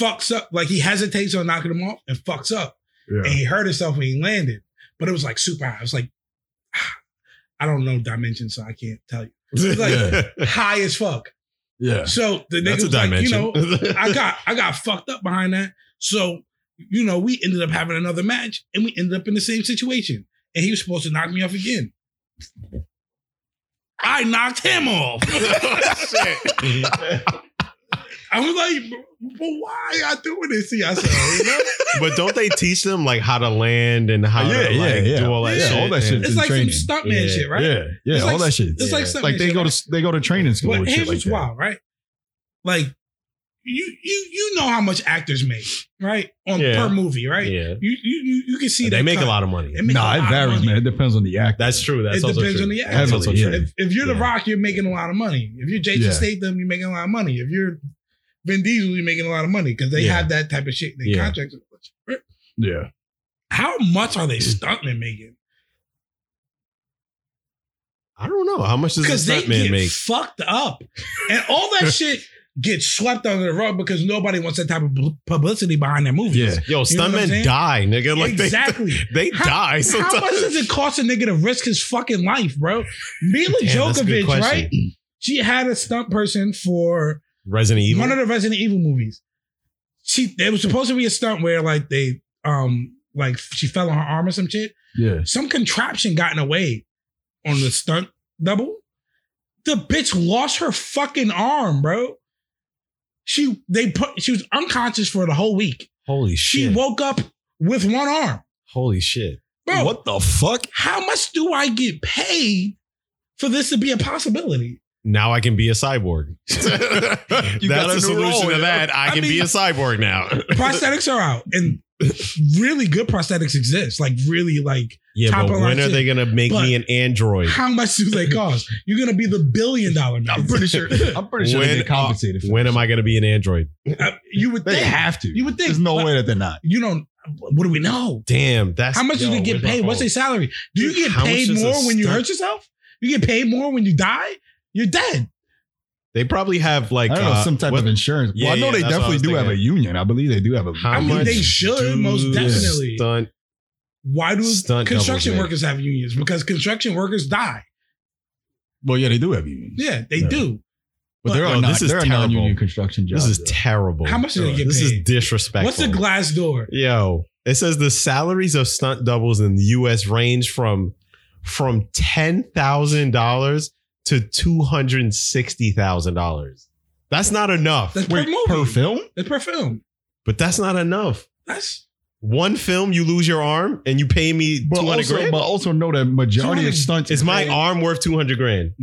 [SPEAKER 2] fucks up, like he hesitates on knocking him off and fucks up, and he hurt himself when he landed. But it was like super high. It was like I don't know dimensions, so I can't tell you. It's like
[SPEAKER 1] Yeah.
[SPEAKER 2] high as fuck.
[SPEAKER 1] Yeah.
[SPEAKER 2] So the nigga
[SPEAKER 3] that's a
[SPEAKER 2] was like, you
[SPEAKER 3] dimension.
[SPEAKER 2] know, I got I got fucked up behind that. So, you know, we ended up having another match and we ended up in the same situation. And he was supposed to knock me off again. I knocked him off. I was like, well, why are y'all doing this to yourself? You know?
[SPEAKER 3] but don't they teach them like how to land and how
[SPEAKER 1] Yeah,
[SPEAKER 3] to
[SPEAKER 1] yeah,
[SPEAKER 3] like
[SPEAKER 1] yeah.
[SPEAKER 3] do all that
[SPEAKER 2] Yeah,
[SPEAKER 3] shit?
[SPEAKER 1] all that shit.
[SPEAKER 2] It's like
[SPEAKER 1] Training.
[SPEAKER 2] some stuntman
[SPEAKER 3] Yeah.
[SPEAKER 2] shit, right?
[SPEAKER 1] Yeah. Yeah.
[SPEAKER 2] It's
[SPEAKER 1] all
[SPEAKER 2] like-
[SPEAKER 1] that shit.
[SPEAKER 2] It's like something
[SPEAKER 1] like they go to they go to training school.
[SPEAKER 2] But
[SPEAKER 1] and shit
[SPEAKER 2] here's
[SPEAKER 1] like
[SPEAKER 2] what's
[SPEAKER 1] that.
[SPEAKER 2] wild, right? Like, you you you know how much actors make, right? On
[SPEAKER 3] Yeah.
[SPEAKER 2] per movie, right?
[SPEAKER 3] Yeah,
[SPEAKER 2] You, you you you can see
[SPEAKER 3] they
[SPEAKER 2] that
[SPEAKER 3] make
[SPEAKER 2] cut.
[SPEAKER 3] a lot of money.
[SPEAKER 2] They make
[SPEAKER 1] nah,
[SPEAKER 2] a lot
[SPEAKER 1] it
[SPEAKER 2] of
[SPEAKER 1] varies,
[SPEAKER 2] money.
[SPEAKER 1] man. It depends on the actor.
[SPEAKER 3] That's true. That's
[SPEAKER 2] It
[SPEAKER 3] also
[SPEAKER 2] depends
[SPEAKER 3] true.
[SPEAKER 2] on the
[SPEAKER 3] That's also
[SPEAKER 1] Heavily,
[SPEAKER 3] true.
[SPEAKER 1] yeah.
[SPEAKER 2] If, if you're The
[SPEAKER 3] Yeah.
[SPEAKER 2] Rock, you're making a lot of money. If you're Jason
[SPEAKER 1] Yeah.
[SPEAKER 2] Statham, you're making a lot of money. If you're Vin Diesel, you're making a lot of money because they
[SPEAKER 3] Yeah.
[SPEAKER 2] have that type of shit. in They
[SPEAKER 3] Yeah.
[SPEAKER 2] contracts.
[SPEAKER 1] Yeah.
[SPEAKER 2] How much are they
[SPEAKER 3] Mm.
[SPEAKER 2] stuntmen making?
[SPEAKER 3] I don't know how much does
[SPEAKER 2] Because
[SPEAKER 3] a
[SPEAKER 2] they
[SPEAKER 3] stuntman
[SPEAKER 2] get
[SPEAKER 3] make.
[SPEAKER 2] fucked up, and all that shit gets swept under the rug because nobody wants that type of bu- publicity behind their movies.
[SPEAKER 1] Yeah.
[SPEAKER 3] Yo,
[SPEAKER 2] You know what I'm
[SPEAKER 3] stuntmen
[SPEAKER 2] saying?
[SPEAKER 3] die, nigga. Like
[SPEAKER 2] exactly.
[SPEAKER 3] they they
[SPEAKER 2] How-
[SPEAKER 3] die
[SPEAKER 2] How
[SPEAKER 3] sometimes.
[SPEAKER 2] much does it cost a nigga to risk his fucking life, bro? Mila
[SPEAKER 3] Damn, that's a good
[SPEAKER 2] Djokovic,
[SPEAKER 3] question.
[SPEAKER 2] right? She had a stunt person for
[SPEAKER 3] Resident Evil.
[SPEAKER 2] one of the Resident Evil movies. She there was supposed to be a stunt where like they um like she fell on her arm or some shit.
[SPEAKER 1] Yeah.
[SPEAKER 2] Some contraption got in the way on the stunt double. The bitch lost her fucking arm, bro. She they put she was unconscious for the whole week.
[SPEAKER 3] Holy
[SPEAKER 2] She
[SPEAKER 3] shit!
[SPEAKER 2] woke up with one arm.
[SPEAKER 3] Holy shit!
[SPEAKER 2] Bro,
[SPEAKER 1] What the fuck?
[SPEAKER 2] how much do I get paid for this to be a possibility?
[SPEAKER 3] Now I can be a cyborg. That's
[SPEAKER 1] got
[SPEAKER 3] the
[SPEAKER 1] a new
[SPEAKER 3] solution
[SPEAKER 1] role,
[SPEAKER 3] to
[SPEAKER 1] yo.
[SPEAKER 3] that. I,
[SPEAKER 2] I
[SPEAKER 3] can be
[SPEAKER 2] mean-
[SPEAKER 3] a cyborg now.
[SPEAKER 2] Prosthetics are out and really good prosthetics exist. Like really like
[SPEAKER 3] yeah,
[SPEAKER 2] Top
[SPEAKER 3] but
[SPEAKER 2] of
[SPEAKER 3] when
[SPEAKER 2] line
[SPEAKER 3] are
[SPEAKER 2] shit.
[SPEAKER 3] they gonna make
[SPEAKER 2] But-
[SPEAKER 3] me an android?
[SPEAKER 2] How much do they cost? You're gonna be the billion dollar man.
[SPEAKER 1] I'm pretty sure. I'm pretty sure
[SPEAKER 3] When-
[SPEAKER 1] they get compensated. For
[SPEAKER 3] When
[SPEAKER 1] this
[SPEAKER 3] am I gonna be an android?
[SPEAKER 2] sure. Uh, you would
[SPEAKER 1] shit. They
[SPEAKER 2] think.
[SPEAKER 1] have to.
[SPEAKER 2] You would think.
[SPEAKER 1] There's no
[SPEAKER 2] But
[SPEAKER 1] way that they're not.
[SPEAKER 2] You don't. What do we know?
[SPEAKER 3] Damn, that's
[SPEAKER 2] How much
[SPEAKER 3] yo,
[SPEAKER 2] do they get
[SPEAKER 3] where's my
[SPEAKER 2] paid? What's
[SPEAKER 3] phone?
[SPEAKER 2] their salary? Do you
[SPEAKER 3] Dude,
[SPEAKER 2] get
[SPEAKER 3] how much
[SPEAKER 2] paid
[SPEAKER 3] does a
[SPEAKER 2] more when you
[SPEAKER 3] stunt-
[SPEAKER 2] hurt yourself? You get paid more when you die. You're dead.
[SPEAKER 3] They probably have like
[SPEAKER 1] I don't know
[SPEAKER 3] uh,
[SPEAKER 1] some type
[SPEAKER 3] what-
[SPEAKER 1] of insurance.
[SPEAKER 3] Yeah,
[SPEAKER 1] well, I know
[SPEAKER 3] yeah,
[SPEAKER 1] they
[SPEAKER 3] that's what I
[SPEAKER 1] definitely
[SPEAKER 3] was
[SPEAKER 1] do have a
[SPEAKER 3] thinking.
[SPEAKER 1] union. I believe they do have a.
[SPEAKER 3] How
[SPEAKER 2] I mean,
[SPEAKER 3] much
[SPEAKER 2] they should
[SPEAKER 3] do
[SPEAKER 2] most definitely.
[SPEAKER 3] Stunt.
[SPEAKER 2] Why do
[SPEAKER 3] Stunt
[SPEAKER 2] construction
[SPEAKER 3] doubles, man.
[SPEAKER 2] workers have unions? Because construction workers die.
[SPEAKER 1] Well, yeah, they do have unions.
[SPEAKER 2] Yeah, they
[SPEAKER 1] Yeah.
[SPEAKER 2] do.
[SPEAKER 1] But there
[SPEAKER 3] Yo,
[SPEAKER 1] are not.
[SPEAKER 3] this is
[SPEAKER 1] There are
[SPEAKER 3] terrible.
[SPEAKER 1] non-union construction
[SPEAKER 3] This
[SPEAKER 1] jobs.
[SPEAKER 3] is terrible.
[SPEAKER 2] How much do they get
[SPEAKER 3] This is
[SPEAKER 2] paid?
[SPEAKER 3] disrespectful.
[SPEAKER 2] What's a glass door?
[SPEAKER 3] Yo, it says the salaries of stunt doubles in the U.S. range from from ten thousand dollars to two hundred sixty thousand dollars. That's not enough.
[SPEAKER 2] That's per
[SPEAKER 1] Wait,
[SPEAKER 2] movie.
[SPEAKER 1] per film?
[SPEAKER 2] That's per film.
[SPEAKER 3] But that's not enough.
[SPEAKER 2] That's
[SPEAKER 3] One film, you lose your arm, and you pay me
[SPEAKER 1] But
[SPEAKER 3] two hundred
[SPEAKER 1] also,
[SPEAKER 3] grand.
[SPEAKER 1] but also know that majority
[SPEAKER 2] 200
[SPEAKER 1] of stunts
[SPEAKER 3] Is my arm worth two hundred grand?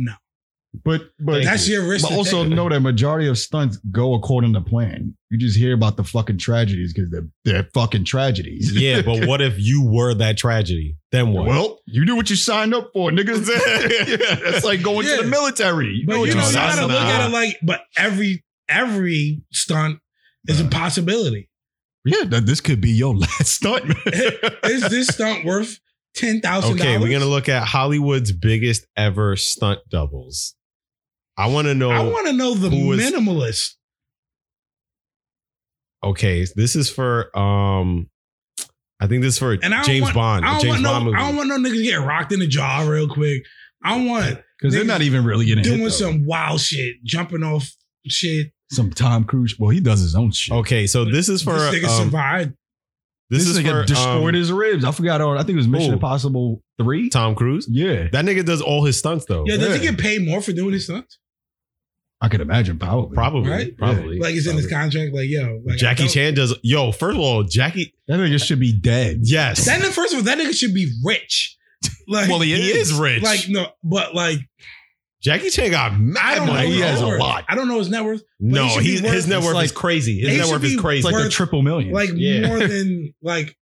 [SPEAKER 1] but but
[SPEAKER 3] Thank
[SPEAKER 2] That's your risk.
[SPEAKER 1] But
[SPEAKER 2] to
[SPEAKER 1] also
[SPEAKER 2] take.
[SPEAKER 1] know that majority of stunts go according to plan. You just hear about the fucking tragedies because they're they're fucking tragedies.
[SPEAKER 3] Yeah, but what if you were that tragedy? Then what?
[SPEAKER 1] Well, you do what you signed up for, niggas. That's like going
[SPEAKER 2] Yeah.
[SPEAKER 1] to the military. You
[SPEAKER 2] But
[SPEAKER 1] what
[SPEAKER 2] you know, you
[SPEAKER 1] signed
[SPEAKER 2] gotta
[SPEAKER 1] up
[SPEAKER 2] look
[SPEAKER 1] for.
[SPEAKER 2] at it like, but every every stunt is a possibility.
[SPEAKER 1] Yeah, that this could be your last stunt. man.
[SPEAKER 2] Is this stunt worth ten thousand
[SPEAKER 3] okay,
[SPEAKER 2] dollars?
[SPEAKER 3] we're gonna look at Hollywood's biggest ever stunt doubles. I want to know.
[SPEAKER 2] I want to know the
[SPEAKER 3] Who is-
[SPEAKER 2] minimalist.
[SPEAKER 3] okay, this is for um, I think this is for
[SPEAKER 2] And I don't
[SPEAKER 3] James
[SPEAKER 2] want-
[SPEAKER 3] Bond,
[SPEAKER 2] I
[SPEAKER 3] a
[SPEAKER 2] don't
[SPEAKER 3] James
[SPEAKER 2] want no.
[SPEAKER 3] Bond movie.
[SPEAKER 2] I don't want no niggas getting rocked in the jaw real quick. I want
[SPEAKER 1] Because they're not even really getting
[SPEAKER 2] doing
[SPEAKER 1] hit, though.
[SPEAKER 2] some wild shit, jumping off shit.
[SPEAKER 1] some Tom Cruise. Well, he does his own shit.
[SPEAKER 3] okay, so this is for
[SPEAKER 2] this nigga
[SPEAKER 3] um,
[SPEAKER 2] survived.
[SPEAKER 3] this, is
[SPEAKER 1] nigga
[SPEAKER 3] for
[SPEAKER 1] destroyed
[SPEAKER 3] um,
[SPEAKER 1] his ribs. I forgot. all- I think it was Mission
[SPEAKER 3] Who?
[SPEAKER 1] Impossible three.
[SPEAKER 3] um, Tom Cruise.
[SPEAKER 1] Yeah,
[SPEAKER 3] That nigga does all his stunts though.
[SPEAKER 2] Yeah, does he
[SPEAKER 1] yeah.
[SPEAKER 2] get paid more for doing his stunts?
[SPEAKER 1] I could imagine probably.
[SPEAKER 3] Probably,
[SPEAKER 2] Right?
[SPEAKER 3] probably.
[SPEAKER 2] Like it's in his
[SPEAKER 3] Probably.
[SPEAKER 2] contract. Like yo, like, I
[SPEAKER 3] Jackie
[SPEAKER 2] don't-
[SPEAKER 3] Chan does. Yo, first of all, Jackie.
[SPEAKER 1] That nigga should be dead.
[SPEAKER 3] Yes,
[SPEAKER 2] That nigga, first of all, that nigga should be rich. Like,
[SPEAKER 3] well, he, is, rich.
[SPEAKER 2] like no, but like
[SPEAKER 3] Jackie Chan got
[SPEAKER 2] I
[SPEAKER 3] mad
[SPEAKER 2] don't know.
[SPEAKER 3] money.
[SPEAKER 1] he
[SPEAKER 2] his
[SPEAKER 1] has a
[SPEAKER 2] net worth.
[SPEAKER 1] lot.
[SPEAKER 2] I don't know his net worth.
[SPEAKER 3] No,
[SPEAKER 2] should be
[SPEAKER 3] he's,
[SPEAKER 2] worth-
[SPEAKER 3] his net
[SPEAKER 1] it's
[SPEAKER 3] worth
[SPEAKER 1] like-
[SPEAKER 3] is crazy. His
[SPEAKER 2] he
[SPEAKER 3] net
[SPEAKER 2] should
[SPEAKER 3] worth
[SPEAKER 2] be
[SPEAKER 3] is crazy.
[SPEAKER 1] It's like the
[SPEAKER 2] Worth-
[SPEAKER 1] triple million.
[SPEAKER 2] Like
[SPEAKER 3] Yeah.
[SPEAKER 2] more than like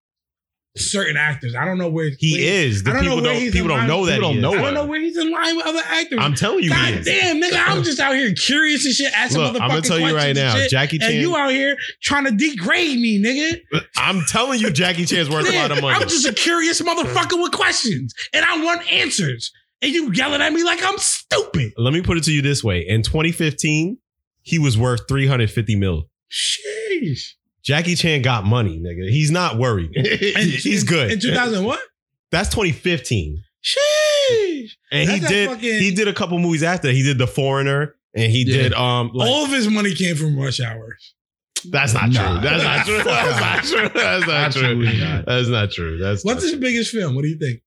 [SPEAKER 2] certain actors. I don't know where
[SPEAKER 3] he
[SPEAKER 2] where-
[SPEAKER 3] is. The
[SPEAKER 2] I don't know
[SPEAKER 3] people
[SPEAKER 2] where
[SPEAKER 3] don't.
[SPEAKER 2] he's
[SPEAKER 3] People
[SPEAKER 2] in
[SPEAKER 3] don't know
[SPEAKER 2] line.
[SPEAKER 3] that.
[SPEAKER 1] People
[SPEAKER 3] he
[SPEAKER 1] don't
[SPEAKER 2] I
[SPEAKER 3] is.
[SPEAKER 1] know
[SPEAKER 2] don't know where he's in line with other actors.
[SPEAKER 3] I'm telling you, he
[SPEAKER 2] God
[SPEAKER 3] is.
[SPEAKER 2] damn, nigga, I'm just out here curious and shit. Asking
[SPEAKER 3] Look,
[SPEAKER 2] motherfucking
[SPEAKER 3] I'm gonna tell you
[SPEAKER 2] questions
[SPEAKER 3] right
[SPEAKER 2] and
[SPEAKER 3] now,
[SPEAKER 2] shit,
[SPEAKER 3] Jackie
[SPEAKER 2] and
[SPEAKER 3] Chan.
[SPEAKER 2] you out here trying to degrade me, nigga.
[SPEAKER 3] I'm telling you, Jackie Chan's worth a
[SPEAKER 2] Yeah,
[SPEAKER 3] lot of money.
[SPEAKER 2] I'm just a curious motherfucker with questions, and I want answers. And you yelling at me like I'm stupid.
[SPEAKER 3] Let me put it to you this way: in 2015, he was worth 350 mil.
[SPEAKER 2] Sheesh.
[SPEAKER 3] Jackie Chan got money, nigga. He's not worried. he's good.
[SPEAKER 2] In 2000 what?
[SPEAKER 3] That's 2015,
[SPEAKER 2] Sheesh.
[SPEAKER 3] and he
[SPEAKER 2] That's a
[SPEAKER 3] did.
[SPEAKER 2] fucking-
[SPEAKER 3] He did a couple movies after. that. He did The Foreigner, and he
[SPEAKER 1] Yeah.
[SPEAKER 3] did. Um, like,
[SPEAKER 2] All of his money came from Rush Hour.
[SPEAKER 3] that's not
[SPEAKER 1] Nah.
[SPEAKER 3] true. That's not true. That's not true. That's not true.
[SPEAKER 1] Absolutely not.
[SPEAKER 3] That's not true. That's
[SPEAKER 2] What's
[SPEAKER 3] not
[SPEAKER 2] his biggest film? What do you think?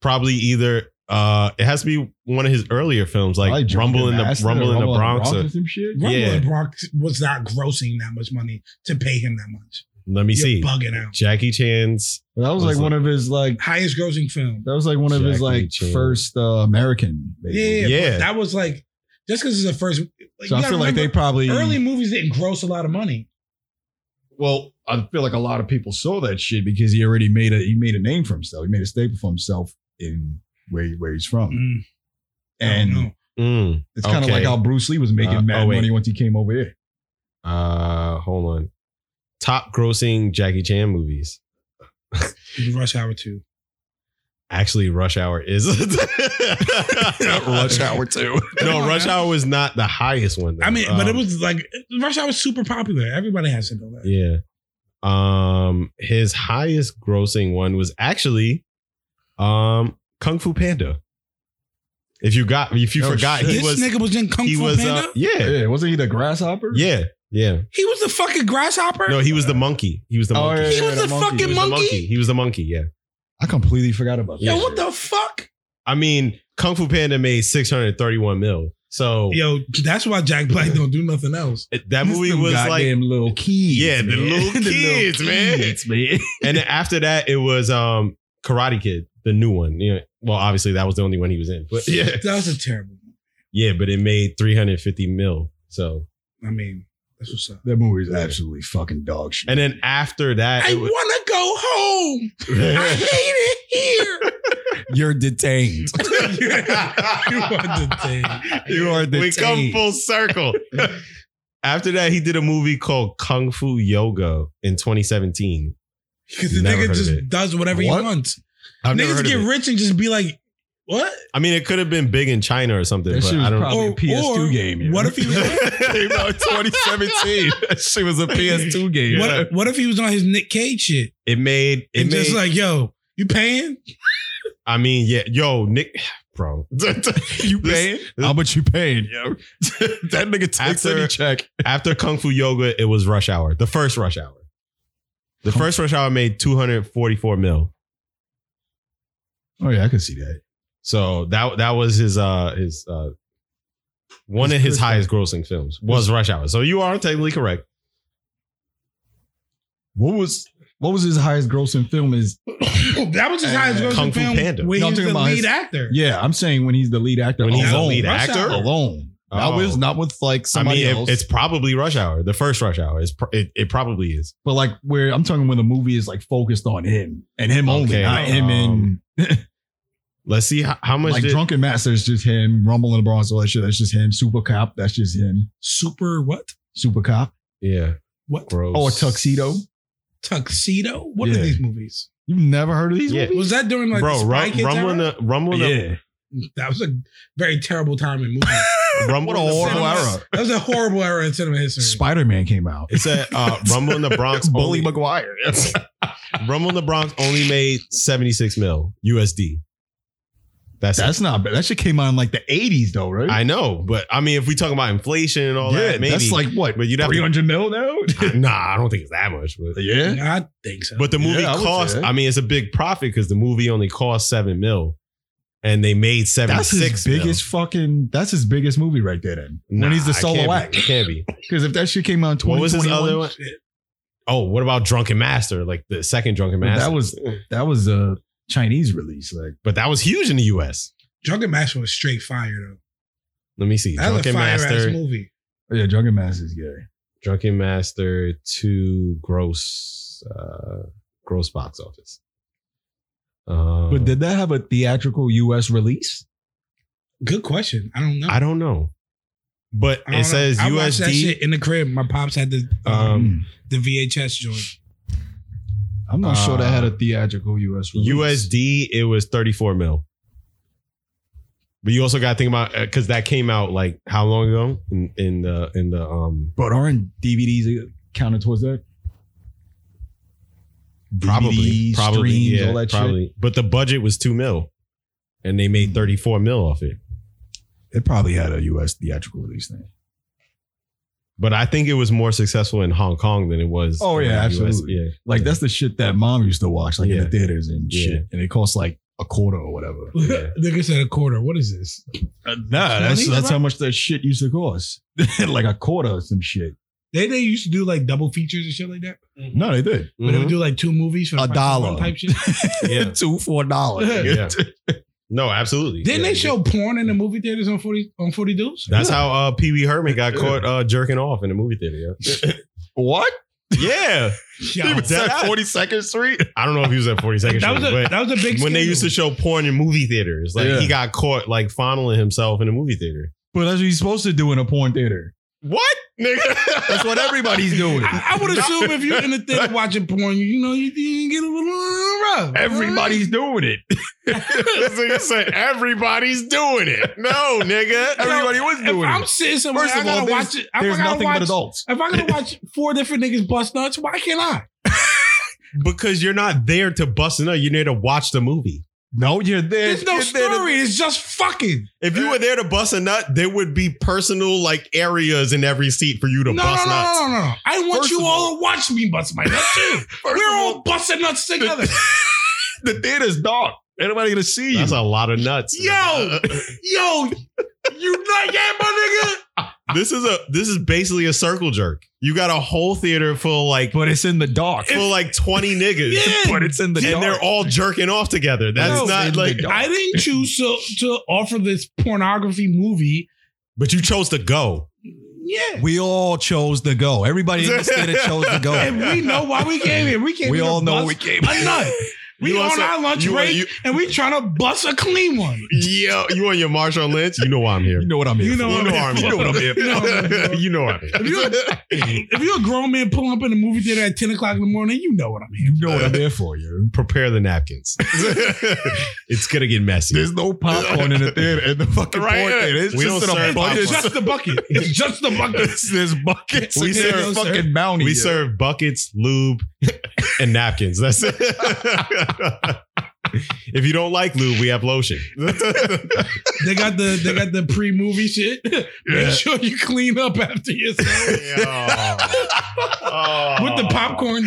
[SPEAKER 3] probably either uh it has to be one of his earlier films
[SPEAKER 1] Probably
[SPEAKER 3] like
[SPEAKER 1] Drunken
[SPEAKER 3] Rumble in the
[SPEAKER 1] Master,
[SPEAKER 3] Rumble in the Bronx.
[SPEAKER 1] or
[SPEAKER 3] or-
[SPEAKER 1] some shit.
[SPEAKER 2] Rumble
[SPEAKER 3] Yeah.
[SPEAKER 2] in Bronx was not grossing that much money to pay him that much.
[SPEAKER 3] Let me
[SPEAKER 2] You're
[SPEAKER 3] see.
[SPEAKER 2] bugging out.
[SPEAKER 3] Jackie Chan's
[SPEAKER 1] But that was like
[SPEAKER 3] Was
[SPEAKER 1] one of his like
[SPEAKER 2] Highest grossing film.
[SPEAKER 1] that was like one of his
[SPEAKER 3] Jackie
[SPEAKER 1] like
[SPEAKER 3] Chan.
[SPEAKER 1] first uh, American.
[SPEAKER 2] Yeah,
[SPEAKER 1] Maybe.
[SPEAKER 2] yeah,
[SPEAKER 3] Yeah.
[SPEAKER 2] but That was like just because it's the first.
[SPEAKER 1] So I
[SPEAKER 2] you gotta
[SPEAKER 1] feel like they
[SPEAKER 2] remember,
[SPEAKER 1] probably
[SPEAKER 2] early movies didn't gross a lot of money.
[SPEAKER 1] Well, I feel like a lot of people saw that shit because he already made a he made a name for himself. He made a staple for himself in where where he's from,
[SPEAKER 2] Mm, I don't
[SPEAKER 1] and
[SPEAKER 2] know.
[SPEAKER 3] mm,
[SPEAKER 1] it's kind of
[SPEAKER 3] Okay.
[SPEAKER 1] like how Bruce Lee was making
[SPEAKER 3] Uh,
[SPEAKER 1] mad
[SPEAKER 3] oh, wait.
[SPEAKER 1] money once he came over here.
[SPEAKER 3] uh hold on. Top grossing Jackie Chan movies.
[SPEAKER 2] Rush Hour two.
[SPEAKER 3] Actually, Rush Hour is Rush
[SPEAKER 1] too.
[SPEAKER 3] No, Rush Hour was not the highest one. though.
[SPEAKER 2] I mean, but it
[SPEAKER 3] Um,
[SPEAKER 2] was like Rush Hour was super popular. Everybody has to know that.
[SPEAKER 3] Yeah. Um his highest grossing one was actually um Kung Fu Panda. If you got if you
[SPEAKER 1] Oh,
[SPEAKER 3] forgot
[SPEAKER 1] shit.
[SPEAKER 3] he
[SPEAKER 2] this
[SPEAKER 3] was
[SPEAKER 2] nigga was in Kung
[SPEAKER 3] he
[SPEAKER 2] Fu
[SPEAKER 3] was
[SPEAKER 2] Panda.
[SPEAKER 3] uh, yeah.
[SPEAKER 1] Yeah, wasn't he the grasshopper?
[SPEAKER 3] Yeah. Yeah.
[SPEAKER 2] he was the fucking grasshopper.
[SPEAKER 3] No, he was the monkey. He was the
[SPEAKER 1] Oh,
[SPEAKER 3] monkey.
[SPEAKER 1] yeah,
[SPEAKER 2] he
[SPEAKER 1] yeah,
[SPEAKER 2] was
[SPEAKER 1] the
[SPEAKER 2] the,
[SPEAKER 1] monkey.
[SPEAKER 2] fucking
[SPEAKER 1] He
[SPEAKER 3] He was the
[SPEAKER 2] monkey.
[SPEAKER 3] monkey. He was the monkey. Yeah.
[SPEAKER 1] I completely forgot about that.
[SPEAKER 2] Yo,
[SPEAKER 1] shit.
[SPEAKER 2] what the fuck?
[SPEAKER 3] I mean, Kung Fu Panda made 631 mil. So
[SPEAKER 2] Yo, that's why Jack Black don't do nothing else.
[SPEAKER 3] it- that
[SPEAKER 1] It's
[SPEAKER 3] movie
[SPEAKER 1] them
[SPEAKER 3] was like,
[SPEAKER 1] goddamn little kids.
[SPEAKER 3] Yeah, the
[SPEAKER 1] man.
[SPEAKER 3] little kids, man.
[SPEAKER 1] kids, man.
[SPEAKER 3] and then after that, it was um Karate Kid, the new one. Yeah. Well, obviously that was the only one he was in, but yeah,
[SPEAKER 2] That was a terrible.
[SPEAKER 3] yeah, but it made 350 mil. So,
[SPEAKER 2] I mean, that's what's up.
[SPEAKER 1] That movie's absolutely fucking dog shit.
[SPEAKER 3] and then after that,
[SPEAKER 2] I
[SPEAKER 3] it
[SPEAKER 2] want
[SPEAKER 3] was,
[SPEAKER 2] to go home. I hate it here.
[SPEAKER 1] You're detained.
[SPEAKER 2] you are the thing.
[SPEAKER 1] You are
[SPEAKER 3] we come
[SPEAKER 1] detained.
[SPEAKER 3] full circle. after that, he did a movie called Kung Fu Yoga in 2017.
[SPEAKER 2] Because the
[SPEAKER 3] Never heard
[SPEAKER 2] nigga
[SPEAKER 3] of
[SPEAKER 2] just
[SPEAKER 3] it.
[SPEAKER 2] does whatever
[SPEAKER 1] What?
[SPEAKER 2] he wants.
[SPEAKER 3] I've never
[SPEAKER 2] Niggas
[SPEAKER 3] heard of
[SPEAKER 2] get
[SPEAKER 3] it.
[SPEAKER 2] rich and just be like, what?
[SPEAKER 3] I mean, it could have been big in China or something,
[SPEAKER 1] That
[SPEAKER 3] but
[SPEAKER 1] shit was
[SPEAKER 3] I don't
[SPEAKER 1] probably
[SPEAKER 2] Or-
[SPEAKER 1] a PS2
[SPEAKER 2] or
[SPEAKER 1] game. you
[SPEAKER 2] what
[SPEAKER 1] know?
[SPEAKER 2] if he was-
[SPEAKER 3] know.
[SPEAKER 1] out in 2017? That shit was a PS2 game.
[SPEAKER 3] Yeah.
[SPEAKER 2] What, what if he was on his Nick Cage shit?
[SPEAKER 3] it made it
[SPEAKER 2] and
[SPEAKER 3] made.
[SPEAKER 2] just like, yo, you paying?
[SPEAKER 3] I mean, yeah, yo, Nick, bro, you
[SPEAKER 1] paying? How much you paid? Yo? that nigga takes
[SPEAKER 3] After-
[SPEAKER 1] any check.
[SPEAKER 3] after Kung Fu Yoga? It was Rush Hour, the first Rush Hour. The first Rush Hour made 244 mil.
[SPEAKER 1] Oh yeah, I can see that.
[SPEAKER 3] So that that was his uh his uh one
[SPEAKER 1] His
[SPEAKER 3] of his
[SPEAKER 1] first
[SPEAKER 3] highest grossing films was Rush Hour. So you are technically correct.
[SPEAKER 1] What was What was his highest grossing film? Is
[SPEAKER 2] that was his highest
[SPEAKER 1] Uh,
[SPEAKER 2] grossing
[SPEAKER 3] Kung Fu
[SPEAKER 2] film
[SPEAKER 3] Panda.
[SPEAKER 2] where
[SPEAKER 1] No, I'm
[SPEAKER 2] he's
[SPEAKER 1] thinking
[SPEAKER 2] the
[SPEAKER 1] about
[SPEAKER 2] lead
[SPEAKER 1] his-
[SPEAKER 2] actor.
[SPEAKER 1] yeah, I'm saying when he's the lead actor.
[SPEAKER 3] When he's a
[SPEAKER 1] alone.
[SPEAKER 3] lead
[SPEAKER 2] Rush
[SPEAKER 3] actor?
[SPEAKER 2] Hour.
[SPEAKER 1] alone. That
[SPEAKER 3] Oh.
[SPEAKER 1] was not with like somebody
[SPEAKER 3] I mean,
[SPEAKER 1] else.
[SPEAKER 3] It, it's probably rush hour. The first rush hour is pro- it, it probably is.
[SPEAKER 1] but like where I'm talking when the movie is like focused on him and him only,
[SPEAKER 3] Okay,
[SPEAKER 1] not him and
[SPEAKER 3] um, Let's see how, how much
[SPEAKER 1] like
[SPEAKER 3] did,
[SPEAKER 1] Drunken Master is just him, Rumble in the Bronx, all that shit. That's just him. Super Cop, that's just him.
[SPEAKER 2] Super what?
[SPEAKER 1] Super Cop.
[SPEAKER 3] yeah
[SPEAKER 2] What?
[SPEAKER 3] gross
[SPEAKER 1] Oh, a tuxedo.
[SPEAKER 2] Tuxedo? What
[SPEAKER 1] Yeah.
[SPEAKER 2] are these movies?
[SPEAKER 1] You've never heard of these
[SPEAKER 3] Yeah.
[SPEAKER 1] movies?
[SPEAKER 2] Was that during like
[SPEAKER 3] Bro,
[SPEAKER 2] the Spy
[SPEAKER 3] rum,
[SPEAKER 2] Kids
[SPEAKER 3] rumble in
[SPEAKER 2] era?
[SPEAKER 3] the rumble in the
[SPEAKER 1] yeah.
[SPEAKER 2] That was a very terrible time in movies.
[SPEAKER 3] rumble
[SPEAKER 1] What a
[SPEAKER 3] in the
[SPEAKER 1] horrible
[SPEAKER 3] Bronx.
[SPEAKER 1] era.
[SPEAKER 2] That was a horrible era in cinema history.
[SPEAKER 1] Spider Man came out.
[SPEAKER 3] It said uh, rumble in the Bronx.
[SPEAKER 1] Bully
[SPEAKER 3] only,
[SPEAKER 1] McGuire.
[SPEAKER 3] rumble in the Bronx only made seventy six mil USD. That's,
[SPEAKER 1] That's not bad. That shit came out in like the 80s though, right?
[SPEAKER 3] I know, but I mean, if we talk about inflation and all that, maybe
[SPEAKER 1] that's like what?
[SPEAKER 3] But you'd have to-
[SPEAKER 1] 300 mil now?
[SPEAKER 3] nah, I don't think it's that much. But,
[SPEAKER 1] yeah.
[SPEAKER 2] I think so.
[SPEAKER 3] but the movie
[SPEAKER 1] Yeah, I would
[SPEAKER 3] cost.
[SPEAKER 1] say.
[SPEAKER 3] I mean, it's a big profit because the movie only cost seven mil, and they made seventy
[SPEAKER 1] That's his
[SPEAKER 3] six. mil.
[SPEAKER 1] biggest fucking. That's his biggest movie right there. Then
[SPEAKER 3] Nah,
[SPEAKER 1] when he's the
[SPEAKER 3] it can't
[SPEAKER 1] solo
[SPEAKER 3] be.
[SPEAKER 1] act,
[SPEAKER 3] it can't be.
[SPEAKER 1] because if that shit came out in
[SPEAKER 3] What was his
[SPEAKER 1] 2021,
[SPEAKER 3] other one? Oh, what about Drunken Master? Like the second Drunken
[SPEAKER 1] But
[SPEAKER 3] Master.
[SPEAKER 1] that was that was a Chinese release. Like
[SPEAKER 3] but that was huge in the U.S.
[SPEAKER 2] Drunken Master was straight fire though.
[SPEAKER 3] Let me see.
[SPEAKER 2] That was a
[SPEAKER 3] Drunken
[SPEAKER 2] fire ass
[SPEAKER 3] Master.
[SPEAKER 2] movie.
[SPEAKER 1] oh yeah, Drunken Master's gay.
[SPEAKER 3] Drunken Master to gross uh gross box office. Um,
[SPEAKER 1] But did that have a theatrical U.S. release?
[SPEAKER 2] Good question. I don't know.
[SPEAKER 3] I don't know. But
[SPEAKER 2] Mm. I don't
[SPEAKER 3] it says
[SPEAKER 2] know. I watched that
[SPEAKER 3] USD.
[SPEAKER 2] shit in the crib. My pops had the um,
[SPEAKER 3] Um,
[SPEAKER 2] the VHS joint.
[SPEAKER 1] Hmm. I'm not sure that
[SPEAKER 3] Uh,
[SPEAKER 1] had a theatrical U.S. release.
[SPEAKER 3] USD, it was 34 mil. But you also got to think about because that came out like how long ago in, in the in the um
[SPEAKER 1] but aren't DVDs counted towards that?
[SPEAKER 3] probably
[SPEAKER 1] DVD,
[SPEAKER 3] probably
[SPEAKER 1] streams,
[SPEAKER 3] yeah,
[SPEAKER 1] all that
[SPEAKER 3] probably. But the budget was two mil, and they made 34 mil off it.
[SPEAKER 1] shit. It probably had a U.S. theatrical release thing.
[SPEAKER 3] But I think it was more successful in Hong Kong than it was.
[SPEAKER 1] Oh,
[SPEAKER 3] in uh,
[SPEAKER 1] yeah,
[SPEAKER 3] the US.
[SPEAKER 1] absolutely.
[SPEAKER 3] Yeah.
[SPEAKER 1] Like that's the shit that mom used to watch, like in
[SPEAKER 3] Yeah.
[SPEAKER 1] the theaters and
[SPEAKER 3] Yeah.
[SPEAKER 1] shit, and it costs like a quarter or whatever.
[SPEAKER 3] Yeah.
[SPEAKER 2] Nigga said a quarter. What is this?
[SPEAKER 1] Uh, nah, that's
[SPEAKER 2] Money?
[SPEAKER 1] that's how much that shit used to cost, like a quarter or some shit.
[SPEAKER 2] They they used to do like double features and shit like that.
[SPEAKER 1] No, they did.
[SPEAKER 2] But they would do like two movies for the
[SPEAKER 1] Mm-hmm. A
[SPEAKER 2] price of
[SPEAKER 1] dollar.
[SPEAKER 2] one type shit.
[SPEAKER 3] Yeah.
[SPEAKER 1] Two for a dollar.
[SPEAKER 3] Mm-hmm. Yeah. No, absolutely.
[SPEAKER 2] Didn't
[SPEAKER 3] Yeah,
[SPEAKER 2] they show porn in the movie theaters on forty on forty dudes?
[SPEAKER 3] That's how uh, Pee Wee Herman got caught uh, jerking off in the movie theater.
[SPEAKER 1] What?
[SPEAKER 3] Yeah,
[SPEAKER 2] Yo,
[SPEAKER 3] yeah.
[SPEAKER 2] that,
[SPEAKER 3] Forty Second Street. I don't know if he was at Forty Second
[SPEAKER 2] that
[SPEAKER 3] Street,
[SPEAKER 2] was a
[SPEAKER 3] but
[SPEAKER 2] that was a big
[SPEAKER 3] when they used to
[SPEAKER 2] scandal.
[SPEAKER 3] show porn in movie theaters, like
[SPEAKER 1] Yeah.
[SPEAKER 3] he got caught like fondling himself in a movie theater.
[SPEAKER 1] But that's what you're supposed to do in a porn theater.
[SPEAKER 3] What, nigga?
[SPEAKER 1] That's what everybody's doing.
[SPEAKER 2] I, I would assume if you're in the theater watching porn, you know you, you get a little rough.
[SPEAKER 1] Everybody's doing it.
[SPEAKER 3] this nigga said everybody's doing it. No, nigga.
[SPEAKER 1] Everybody was
[SPEAKER 2] If
[SPEAKER 1] doing
[SPEAKER 2] I'm
[SPEAKER 1] it.
[SPEAKER 2] sitting somewhere,
[SPEAKER 1] First
[SPEAKER 2] I
[SPEAKER 1] of all,
[SPEAKER 2] gotta
[SPEAKER 1] there's-
[SPEAKER 2] watch it.
[SPEAKER 1] There's
[SPEAKER 2] I gotta
[SPEAKER 1] nothing
[SPEAKER 2] watch,
[SPEAKER 1] but adults.
[SPEAKER 2] If I gotta watch four different niggas bust nuts, why can't I?
[SPEAKER 3] because you're not there to bust it up. You're there to watch the movie.
[SPEAKER 1] No, you're there.
[SPEAKER 2] There's no
[SPEAKER 1] you're there to-
[SPEAKER 2] story. It's just fucking.
[SPEAKER 3] If you were there to bust a nut, there would be personal like areas in every seat for you to
[SPEAKER 2] No, no, no,
[SPEAKER 3] bust
[SPEAKER 2] no,
[SPEAKER 3] nuts.
[SPEAKER 2] no, no, no. I want
[SPEAKER 3] First
[SPEAKER 2] you
[SPEAKER 3] of
[SPEAKER 2] all to watch me bust my nuts too. We're all, busting nuts together.
[SPEAKER 1] the theater's dark. Anybody gonna see you?
[SPEAKER 3] That's a lot of nuts.
[SPEAKER 2] Yo, yo, you not yet, my
[SPEAKER 3] this is a this is basically a circle jerk. You got a whole theater full like
[SPEAKER 1] but it's in the dark.
[SPEAKER 3] full like 20 niggas.
[SPEAKER 2] Yeah.
[SPEAKER 1] but it's in the
[SPEAKER 3] And
[SPEAKER 1] dark.
[SPEAKER 3] they're all jerking off together. That's
[SPEAKER 2] No,
[SPEAKER 3] not
[SPEAKER 1] it's in
[SPEAKER 3] like
[SPEAKER 1] the
[SPEAKER 2] nigga.
[SPEAKER 1] dark.
[SPEAKER 2] I didn't choose to to offer this pornography movie.
[SPEAKER 3] but you chose to go.
[SPEAKER 2] Yeah,
[SPEAKER 1] we all chose to go. Everybody in this theater chose to
[SPEAKER 2] and
[SPEAKER 1] go.
[SPEAKER 2] we know why we came here. We came
[SPEAKER 1] We
[SPEAKER 2] here to
[SPEAKER 1] all know
[SPEAKER 2] bust
[SPEAKER 1] we came.
[SPEAKER 2] a nut. We
[SPEAKER 3] You
[SPEAKER 2] on
[SPEAKER 3] also-
[SPEAKER 2] our lunch
[SPEAKER 3] you-
[SPEAKER 2] break
[SPEAKER 3] you-
[SPEAKER 2] and we trying to bust a clean one.
[SPEAKER 3] Yo, you on your Marshawn Lynch? You know why I'm here.
[SPEAKER 1] You know what I'm here.
[SPEAKER 2] You know
[SPEAKER 1] for.
[SPEAKER 2] what
[SPEAKER 3] You know why I'm
[SPEAKER 1] You
[SPEAKER 3] here.
[SPEAKER 1] know what I'm here.
[SPEAKER 2] You know what I'm here for.
[SPEAKER 3] You know why I'm
[SPEAKER 2] If you're,
[SPEAKER 3] here.
[SPEAKER 2] if you're a grown man pulling up in the movie theater at 10 o'clock in the morning, you know what I'm here.
[SPEAKER 1] You know what I'm here for. You.
[SPEAKER 3] Prepare the napkins. it's gonna get messy.
[SPEAKER 1] There's no popcorn in the theater. In the fucking
[SPEAKER 3] Right.
[SPEAKER 1] porn theater. It's
[SPEAKER 3] We
[SPEAKER 1] just
[SPEAKER 3] don't
[SPEAKER 1] in a
[SPEAKER 3] serve
[SPEAKER 1] bucket.
[SPEAKER 2] It's just the bucket. It's just the bucket.
[SPEAKER 1] It's this bucket.
[SPEAKER 3] We serve-
[SPEAKER 1] fucking bounty.
[SPEAKER 3] we serve buckets, lube, and napkins. That's it. if you don't like lube, we have lotion.
[SPEAKER 2] They got the they got the pre-movie shit.
[SPEAKER 1] Yeah.
[SPEAKER 2] Make sure you clean up after yourself with
[SPEAKER 1] Oh.
[SPEAKER 3] Oh.
[SPEAKER 2] the popcorn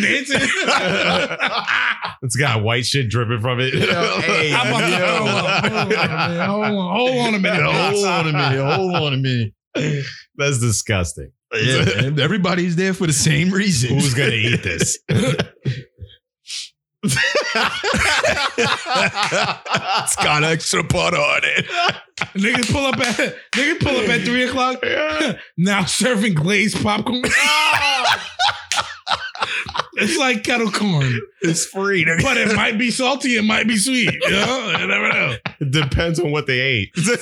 [SPEAKER 2] dancing.
[SPEAKER 3] it's got white shit dripping from it.
[SPEAKER 1] Hey,
[SPEAKER 2] I'm about to, hold on, hold on, man. Hold on, hold on a minute.
[SPEAKER 3] Hold
[SPEAKER 1] Hold on a minute. Hold on a minute.
[SPEAKER 3] That's disgusting.
[SPEAKER 1] Yeah, man. Everybody's there for the same reason.
[SPEAKER 3] Who's gonna eat this?
[SPEAKER 4] It's got extra butter on it.
[SPEAKER 2] Niggas pull up at niggas pull up at three o'clock. Now serving glazed popcorn. it's like kettle corn,
[SPEAKER 4] It's free. nigga.
[SPEAKER 2] but it might be salty. It might be sweet. You know, you never know.
[SPEAKER 3] It depends on what they ate. oh,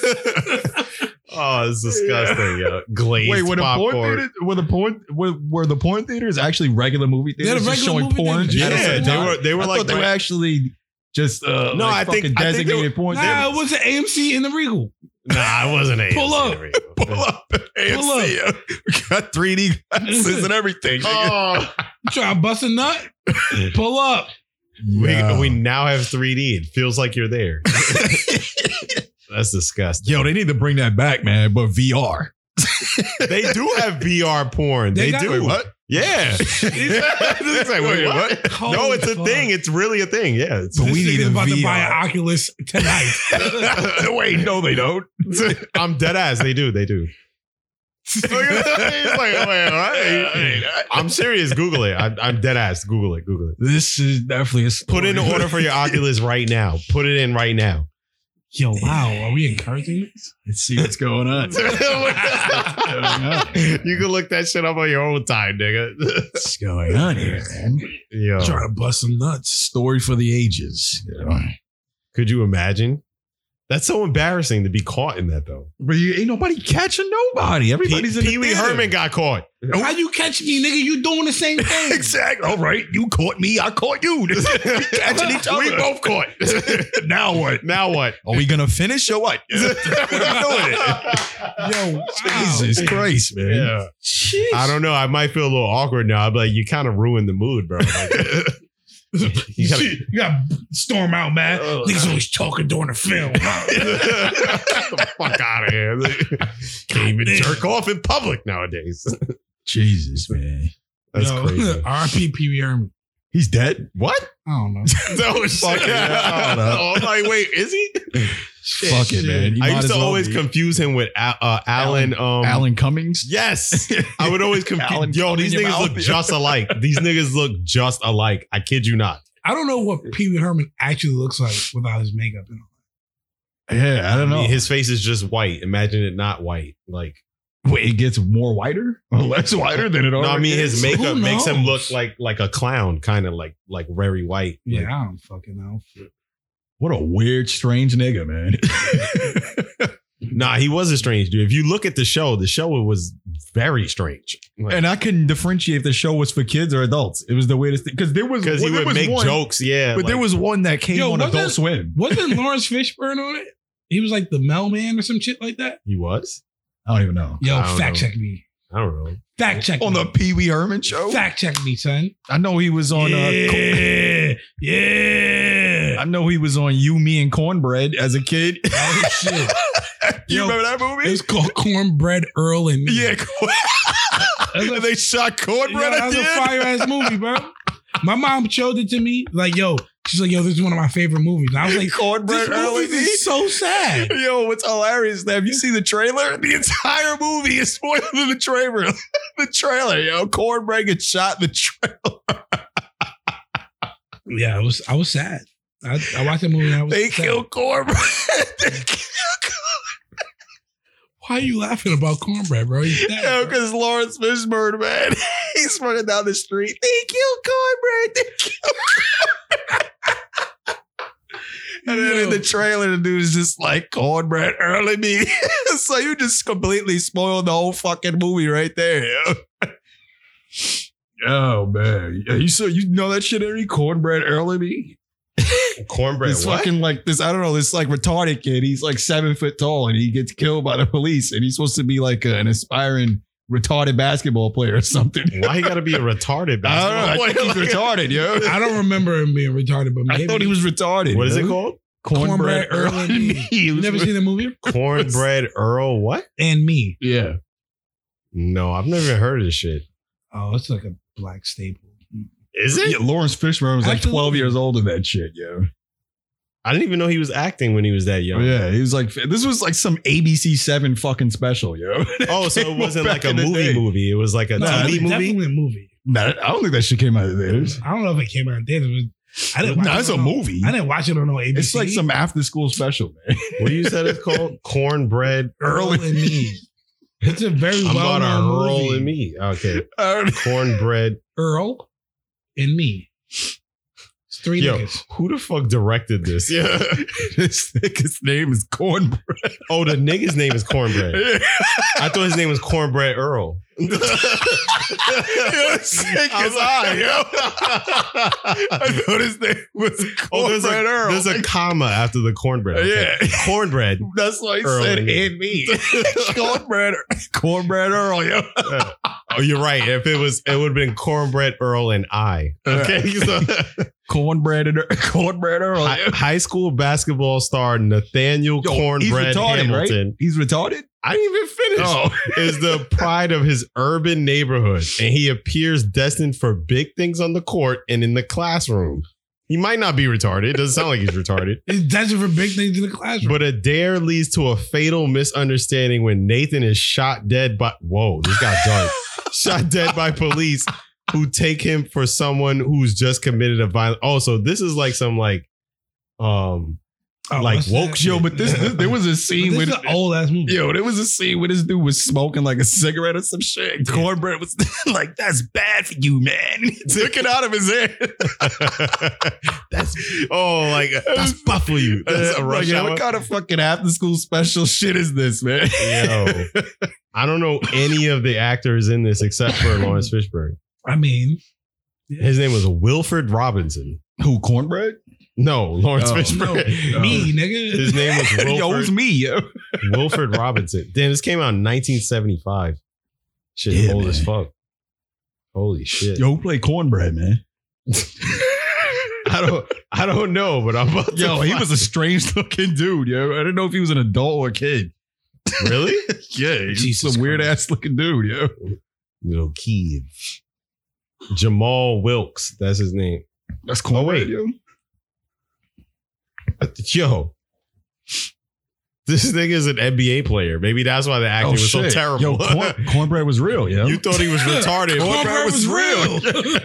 [SPEAKER 3] it's disgusting. Yo. Glazed
[SPEAKER 1] Wait, were the porn
[SPEAKER 3] popcorn.
[SPEAKER 1] theaters were the porn were, were the porn theaters actually regular movie
[SPEAKER 2] They're the
[SPEAKER 1] theaters just
[SPEAKER 2] regular
[SPEAKER 1] showing
[SPEAKER 2] movie
[SPEAKER 1] porn?
[SPEAKER 2] theaters.
[SPEAKER 1] at a
[SPEAKER 3] Yeah,
[SPEAKER 1] certain
[SPEAKER 3] they
[SPEAKER 1] time?
[SPEAKER 3] were. They were
[SPEAKER 1] I
[SPEAKER 3] like
[SPEAKER 1] thought they were actually just uh,
[SPEAKER 3] No,
[SPEAKER 1] like
[SPEAKER 3] I think-
[SPEAKER 1] fucking
[SPEAKER 3] I think they were-
[SPEAKER 1] designated porn
[SPEAKER 2] Nah,
[SPEAKER 1] theaters.
[SPEAKER 2] it was an AMC in the Regal.
[SPEAKER 3] Nah, I wasn't. a
[SPEAKER 2] Pull up.
[SPEAKER 4] Pull up. AMC. We got 3D glasses and everything. nigga.
[SPEAKER 3] Oh,
[SPEAKER 2] Try to bust a nut. Pull up.
[SPEAKER 1] Yeah.
[SPEAKER 3] we, we now have 3D. It feels like you're there. That's disgusting.
[SPEAKER 1] Yo, they need to bring that back, man. But VR.
[SPEAKER 3] They do have VR porn.
[SPEAKER 2] They
[SPEAKER 3] They,
[SPEAKER 2] got-
[SPEAKER 3] do.
[SPEAKER 2] Wait,
[SPEAKER 4] what?
[SPEAKER 3] Yeah. It's like, wait,
[SPEAKER 4] Wait, what?
[SPEAKER 3] what? no,
[SPEAKER 2] Holy
[SPEAKER 3] it's a
[SPEAKER 2] fuck.
[SPEAKER 3] thing. It's really a thing. Yeah. It's,
[SPEAKER 1] But we
[SPEAKER 2] this
[SPEAKER 1] need
[SPEAKER 2] nigga's
[SPEAKER 1] a
[SPEAKER 2] about to buy an
[SPEAKER 1] VR.
[SPEAKER 2] Oculus tonight.
[SPEAKER 4] Wait, no, they don't.
[SPEAKER 3] I'm dead ass. They do. They do. It's like, wait, what? I'm serious. Google it. I'm, I'm dead ass. Google it. Google it.
[SPEAKER 1] This is definitely a
[SPEAKER 3] Put in an order for your Oculus right now. Put it in right now.
[SPEAKER 2] Yo, wow. Are we encouraging this?
[SPEAKER 1] Let's see what's going on.
[SPEAKER 3] you can look that shit up on your own time, nigga.
[SPEAKER 1] what's going on here, man?
[SPEAKER 3] Yo,
[SPEAKER 1] Trying to bust some nuts. Story for the ages. you know?
[SPEAKER 3] could you imagine? That's so embarrassing to be caught in that though.
[SPEAKER 1] But you ain't nobody catching nobody.
[SPEAKER 3] Pee
[SPEAKER 1] Everybody's in the
[SPEAKER 3] Pee Wee
[SPEAKER 1] theater.
[SPEAKER 3] Herman got caught.
[SPEAKER 2] How you catch me, nigga? You doing the same thing.
[SPEAKER 4] Exactly. All right. You caught me. I caught you. we catching each other.
[SPEAKER 3] We both caught.
[SPEAKER 4] now what?
[SPEAKER 3] now what?
[SPEAKER 1] Are we gonna finish or what?
[SPEAKER 2] Yo, wow.
[SPEAKER 1] Jesus Christ, man.
[SPEAKER 3] Yeah.
[SPEAKER 2] Jeez.
[SPEAKER 3] I don't know. I might feel a little awkward now. I'm like, you kind of ruined the mood, bro. Like, you
[SPEAKER 2] You,
[SPEAKER 3] gotta-
[SPEAKER 2] got storm out, man.
[SPEAKER 1] Oh,
[SPEAKER 4] Ugh.
[SPEAKER 2] Niggas always talking during the film.
[SPEAKER 3] Get the fuck out of here. Can't even jerk off in public nowadays.
[SPEAKER 1] Jesus, man.
[SPEAKER 3] That's
[SPEAKER 2] Yo,
[SPEAKER 3] crazy.
[SPEAKER 2] R.P. Pee Wee Herman.
[SPEAKER 1] He's dead.
[SPEAKER 3] What?
[SPEAKER 2] I don't know.
[SPEAKER 3] No shit.
[SPEAKER 1] yeah, I don't know.
[SPEAKER 3] I'm like, wait, is he?
[SPEAKER 1] Fuck it, man. He might
[SPEAKER 3] I used
[SPEAKER 1] as
[SPEAKER 3] to
[SPEAKER 1] well
[SPEAKER 3] always
[SPEAKER 1] be.
[SPEAKER 3] confuse him with Al- uh, Alan. Um,
[SPEAKER 1] Alan Cummings.
[SPEAKER 3] Yes, I would always
[SPEAKER 1] Alan
[SPEAKER 3] confuse. Yo,
[SPEAKER 1] Cumming
[SPEAKER 3] these
[SPEAKER 1] in your
[SPEAKER 3] niggas
[SPEAKER 1] mouth.
[SPEAKER 3] look just alike. These niggas look just alike. I kid you not.
[SPEAKER 2] I don't know what Pee Wee Herman actually looks like without his makeup and all.
[SPEAKER 1] Yeah, I don't know.
[SPEAKER 3] His face is just white. Imagine it not white. Like
[SPEAKER 1] Wait, it gets more whiter or less whiter than it
[SPEAKER 3] no, I
[SPEAKER 1] already
[SPEAKER 3] mean
[SPEAKER 1] is?
[SPEAKER 3] his makeup
[SPEAKER 2] Who
[SPEAKER 3] makes him
[SPEAKER 2] knows?
[SPEAKER 3] look like like a clown, kind of like like very white.
[SPEAKER 2] Yeah,
[SPEAKER 3] Like,
[SPEAKER 2] I don't fucking know.
[SPEAKER 1] What a weird, strange nigga, man.
[SPEAKER 3] nah, he was a strange dude. If you look at the show, the show was very strange.
[SPEAKER 1] and I couldn't differentiate if the show was for kids or adults. It was the weirdest thing because there was
[SPEAKER 3] because
[SPEAKER 1] well,
[SPEAKER 3] he
[SPEAKER 1] there
[SPEAKER 3] would
[SPEAKER 1] was
[SPEAKER 3] make
[SPEAKER 1] one,
[SPEAKER 3] jokes, yeah.
[SPEAKER 1] but there
[SPEAKER 3] like-
[SPEAKER 1] was one that came
[SPEAKER 2] Yo,
[SPEAKER 1] on
[SPEAKER 2] wasn't-
[SPEAKER 1] Adult Swim.
[SPEAKER 2] Wasn't Lawrence Fishburne on it? He was like the mailman or some shit like that.
[SPEAKER 3] he was.
[SPEAKER 1] I don't even know.
[SPEAKER 2] Yo,
[SPEAKER 3] I don't
[SPEAKER 2] fact
[SPEAKER 3] know.
[SPEAKER 2] check me.
[SPEAKER 3] I don't know.
[SPEAKER 2] Fact check
[SPEAKER 1] On
[SPEAKER 2] me.
[SPEAKER 1] the Pee Wee Herman show,
[SPEAKER 2] fact check me, son.
[SPEAKER 1] I know he was on. Uh,
[SPEAKER 2] yeah,
[SPEAKER 1] Co-
[SPEAKER 2] yeah.
[SPEAKER 1] I know he was on You, Me, and Cornbread as a kid.
[SPEAKER 2] Oh shit!
[SPEAKER 4] You
[SPEAKER 2] Yo,
[SPEAKER 4] remember that movie?
[SPEAKER 2] It's called Cornbread Earl and Me.
[SPEAKER 4] Yeah.
[SPEAKER 2] That's a-
[SPEAKER 4] and they shot
[SPEAKER 2] Yo,
[SPEAKER 4] cornbread
[SPEAKER 2] that
[SPEAKER 4] at
[SPEAKER 2] was
[SPEAKER 4] the
[SPEAKER 2] a
[SPEAKER 4] end.
[SPEAKER 2] fire ass movie, bro. My mom showed it to me. Like, yo, she's like, yo, this is one of my favorite movies. And I was like,
[SPEAKER 4] Cornbread
[SPEAKER 2] this
[SPEAKER 4] early.
[SPEAKER 2] movie is so sad.
[SPEAKER 4] Yo, what's hilarious is that if you see the trailer, the entire movie is spoiled in the trailer. the trailer, yo. Cornbread gets shot in the trailer.
[SPEAKER 2] Yeah, I was I was sad. I, I watched that movie. And I was
[SPEAKER 4] They
[SPEAKER 2] sad.
[SPEAKER 4] kill cornbread. They kill-
[SPEAKER 2] Why are you laughing about cornbread, bro? He's dead,
[SPEAKER 4] Yo,
[SPEAKER 2] bro.
[SPEAKER 4] because Lawrence Fishburne, man, he's running down the street. They killed cornbread. They killed cornbread. And then in the trailer, the dude is just like cornbread early me. so you just completely spoiled the whole fucking movie right there. yo.
[SPEAKER 1] Oh man, Yeah, you so you know that shit? Every Cornbread Earl and me.
[SPEAKER 3] Cornbread.
[SPEAKER 1] This
[SPEAKER 3] what?
[SPEAKER 1] fucking like this. I don't know. This like retarded kid. He's like seven foot tall and he gets killed by the police. And he's supposed to be like a- an aspiring retarded basketball player or something.
[SPEAKER 3] Why he got to be a
[SPEAKER 1] I don't
[SPEAKER 3] retarded?
[SPEAKER 1] know. I
[SPEAKER 3] basketball
[SPEAKER 1] think he's
[SPEAKER 3] player?
[SPEAKER 1] retarded, yo.
[SPEAKER 2] I don't remember him being retarded, but maybe
[SPEAKER 1] I thought he was retarded.
[SPEAKER 3] What is it
[SPEAKER 1] yo.
[SPEAKER 3] called?
[SPEAKER 1] Cornbread, Earl and me.
[SPEAKER 2] You never seen the movie?
[SPEAKER 3] Cornbread Earl. What?
[SPEAKER 2] And me.
[SPEAKER 1] Yeah.
[SPEAKER 3] No, I've never even heard of this shit.
[SPEAKER 2] Oh, it's like a black staple.
[SPEAKER 3] Is
[SPEAKER 1] yeah. Lawrence Fishburne was like
[SPEAKER 2] Absolutely.
[SPEAKER 1] 12 years old in that shit, yo. Oh,
[SPEAKER 3] I didn't even know he was acting when he was that young.
[SPEAKER 1] Yeah. He was like, this was like some ABC 7 fucking special, yo.
[SPEAKER 3] Oh, so it wasn't
[SPEAKER 1] Back
[SPEAKER 3] like a
[SPEAKER 1] in the
[SPEAKER 3] movie
[SPEAKER 1] day.
[SPEAKER 3] movie. It was like a
[SPEAKER 2] No,
[SPEAKER 3] TV
[SPEAKER 2] it's
[SPEAKER 3] movie.
[SPEAKER 2] definitely a movie.
[SPEAKER 1] Nah, I don't think that shit came out of the theaters.
[SPEAKER 2] I don't know if it came out in theaters. but I didn't watch
[SPEAKER 1] Nah, it's
[SPEAKER 2] it
[SPEAKER 1] a
[SPEAKER 2] on no-
[SPEAKER 1] movie.
[SPEAKER 2] I didn't watch it on no ABC.
[SPEAKER 1] It's like some after school special, man.
[SPEAKER 3] What you said it's called? Cornbread.
[SPEAKER 2] Earl and Me. It's a very
[SPEAKER 3] I'm
[SPEAKER 2] well
[SPEAKER 3] about to
[SPEAKER 2] known
[SPEAKER 3] roll
[SPEAKER 2] movie.
[SPEAKER 3] in me. Okay.
[SPEAKER 1] I don't-
[SPEAKER 3] Cornbread.
[SPEAKER 2] Earl and Me. It's three
[SPEAKER 3] Yo.
[SPEAKER 2] niggas.
[SPEAKER 3] Who the fuck directed this?
[SPEAKER 1] Yeah. this nigga's name is Cornbread.
[SPEAKER 3] Oh, the nigga's name is Cornbread. I thought his name was Cornbread Earl.
[SPEAKER 1] this nigga's high, yo. I thought his name was
[SPEAKER 3] Oh,
[SPEAKER 1] Cornbread
[SPEAKER 3] there's a,
[SPEAKER 1] Earl.
[SPEAKER 3] there's a comma after the cornbread. Okay.
[SPEAKER 1] Yeah.
[SPEAKER 3] Cornbread.
[SPEAKER 1] That's why he
[SPEAKER 3] Earl
[SPEAKER 1] said
[SPEAKER 3] and me.
[SPEAKER 1] and me. Cornbread Cornbread Earl, yo.
[SPEAKER 3] Oh, you're right. If it was, it would have been Cornbread Earl and I. Okay. So,
[SPEAKER 1] Cornbread and Cornbread Earl.
[SPEAKER 3] hi- high school basketball star Nathaniel
[SPEAKER 1] Yo, he's
[SPEAKER 3] Cornbread
[SPEAKER 1] retarded,
[SPEAKER 3] Hamilton.
[SPEAKER 1] He's retarded?
[SPEAKER 3] I didn't even finish.
[SPEAKER 1] Oh.
[SPEAKER 3] Is the pride of his urban neighborhood, and he appears destined for big things on the court and in the classroom. He might not be retarded. It doesn't sound like he's retarded.
[SPEAKER 2] It's desperate for big things in the classroom.
[SPEAKER 3] But a dare leads to a fatal misunderstanding when Nathan is shot dead by whoa, this got dark. shot dead by police who take him for someone who's just committed a violent. Oh, so this is like some like um
[SPEAKER 2] Oh,
[SPEAKER 3] like
[SPEAKER 2] what's
[SPEAKER 3] woke
[SPEAKER 2] that?
[SPEAKER 1] Yo, but this, this there was a scene
[SPEAKER 2] But
[SPEAKER 1] with
[SPEAKER 2] this is an old ass movie.
[SPEAKER 1] Yo, there was a scene where this dude was smoking like a cigarette or some shit. And Cornbread was like, that's bad for you, man. He took it out of his hand.
[SPEAKER 3] that's oh like that's buff for you. That's a
[SPEAKER 1] I'm
[SPEAKER 3] rush
[SPEAKER 1] like, yo,
[SPEAKER 3] hour.
[SPEAKER 1] What kind of fucking after school special shit is this, man?
[SPEAKER 3] Yo. I don't know any of the actors in this except for Lawrence Fishburne.
[SPEAKER 2] I mean,
[SPEAKER 3] His name was Wilfred Robinson.
[SPEAKER 1] Who, Cornbread?
[SPEAKER 3] No, Lawrence
[SPEAKER 1] Oh,
[SPEAKER 2] no,
[SPEAKER 3] Fishburne.
[SPEAKER 2] me, nigga.
[SPEAKER 3] His name was Wilfred.
[SPEAKER 1] Yo, it's me, yo.
[SPEAKER 3] Wilfred Robinson. Damn, this came out in 1975. Shit,
[SPEAKER 1] Yeah,
[SPEAKER 3] old as
[SPEAKER 1] man.
[SPEAKER 3] fuck. Holy shit.
[SPEAKER 1] Yo, who played Cornbread, man?
[SPEAKER 3] I don't I don't know, but I'm about
[SPEAKER 1] Yo,
[SPEAKER 3] to
[SPEAKER 1] he was a strange looking dude, yo. I didn't know if he was an adult or a kid.
[SPEAKER 3] find- really
[SPEAKER 1] Yeah, he was
[SPEAKER 3] Jesus
[SPEAKER 1] some weird
[SPEAKER 3] Christ.
[SPEAKER 1] ass looking dude, yo.
[SPEAKER 3] little kid. Jamal Wilkes, that's his name.
[SPEAKER 1] That's Cornbread,
[SPEAKER 3] wait.
[SPEAKER 1] yo.
[SPEAKER 3] Yo. This nigga is an NBA player. Maybe that's why the acting was so terrible.
[SPEAKER 1] Oh, Yo, Corn- Cornbread was real, yo.
[SPEAKER 3] you thought he was retarded.
[SPEAKER 1] Cornbread was real.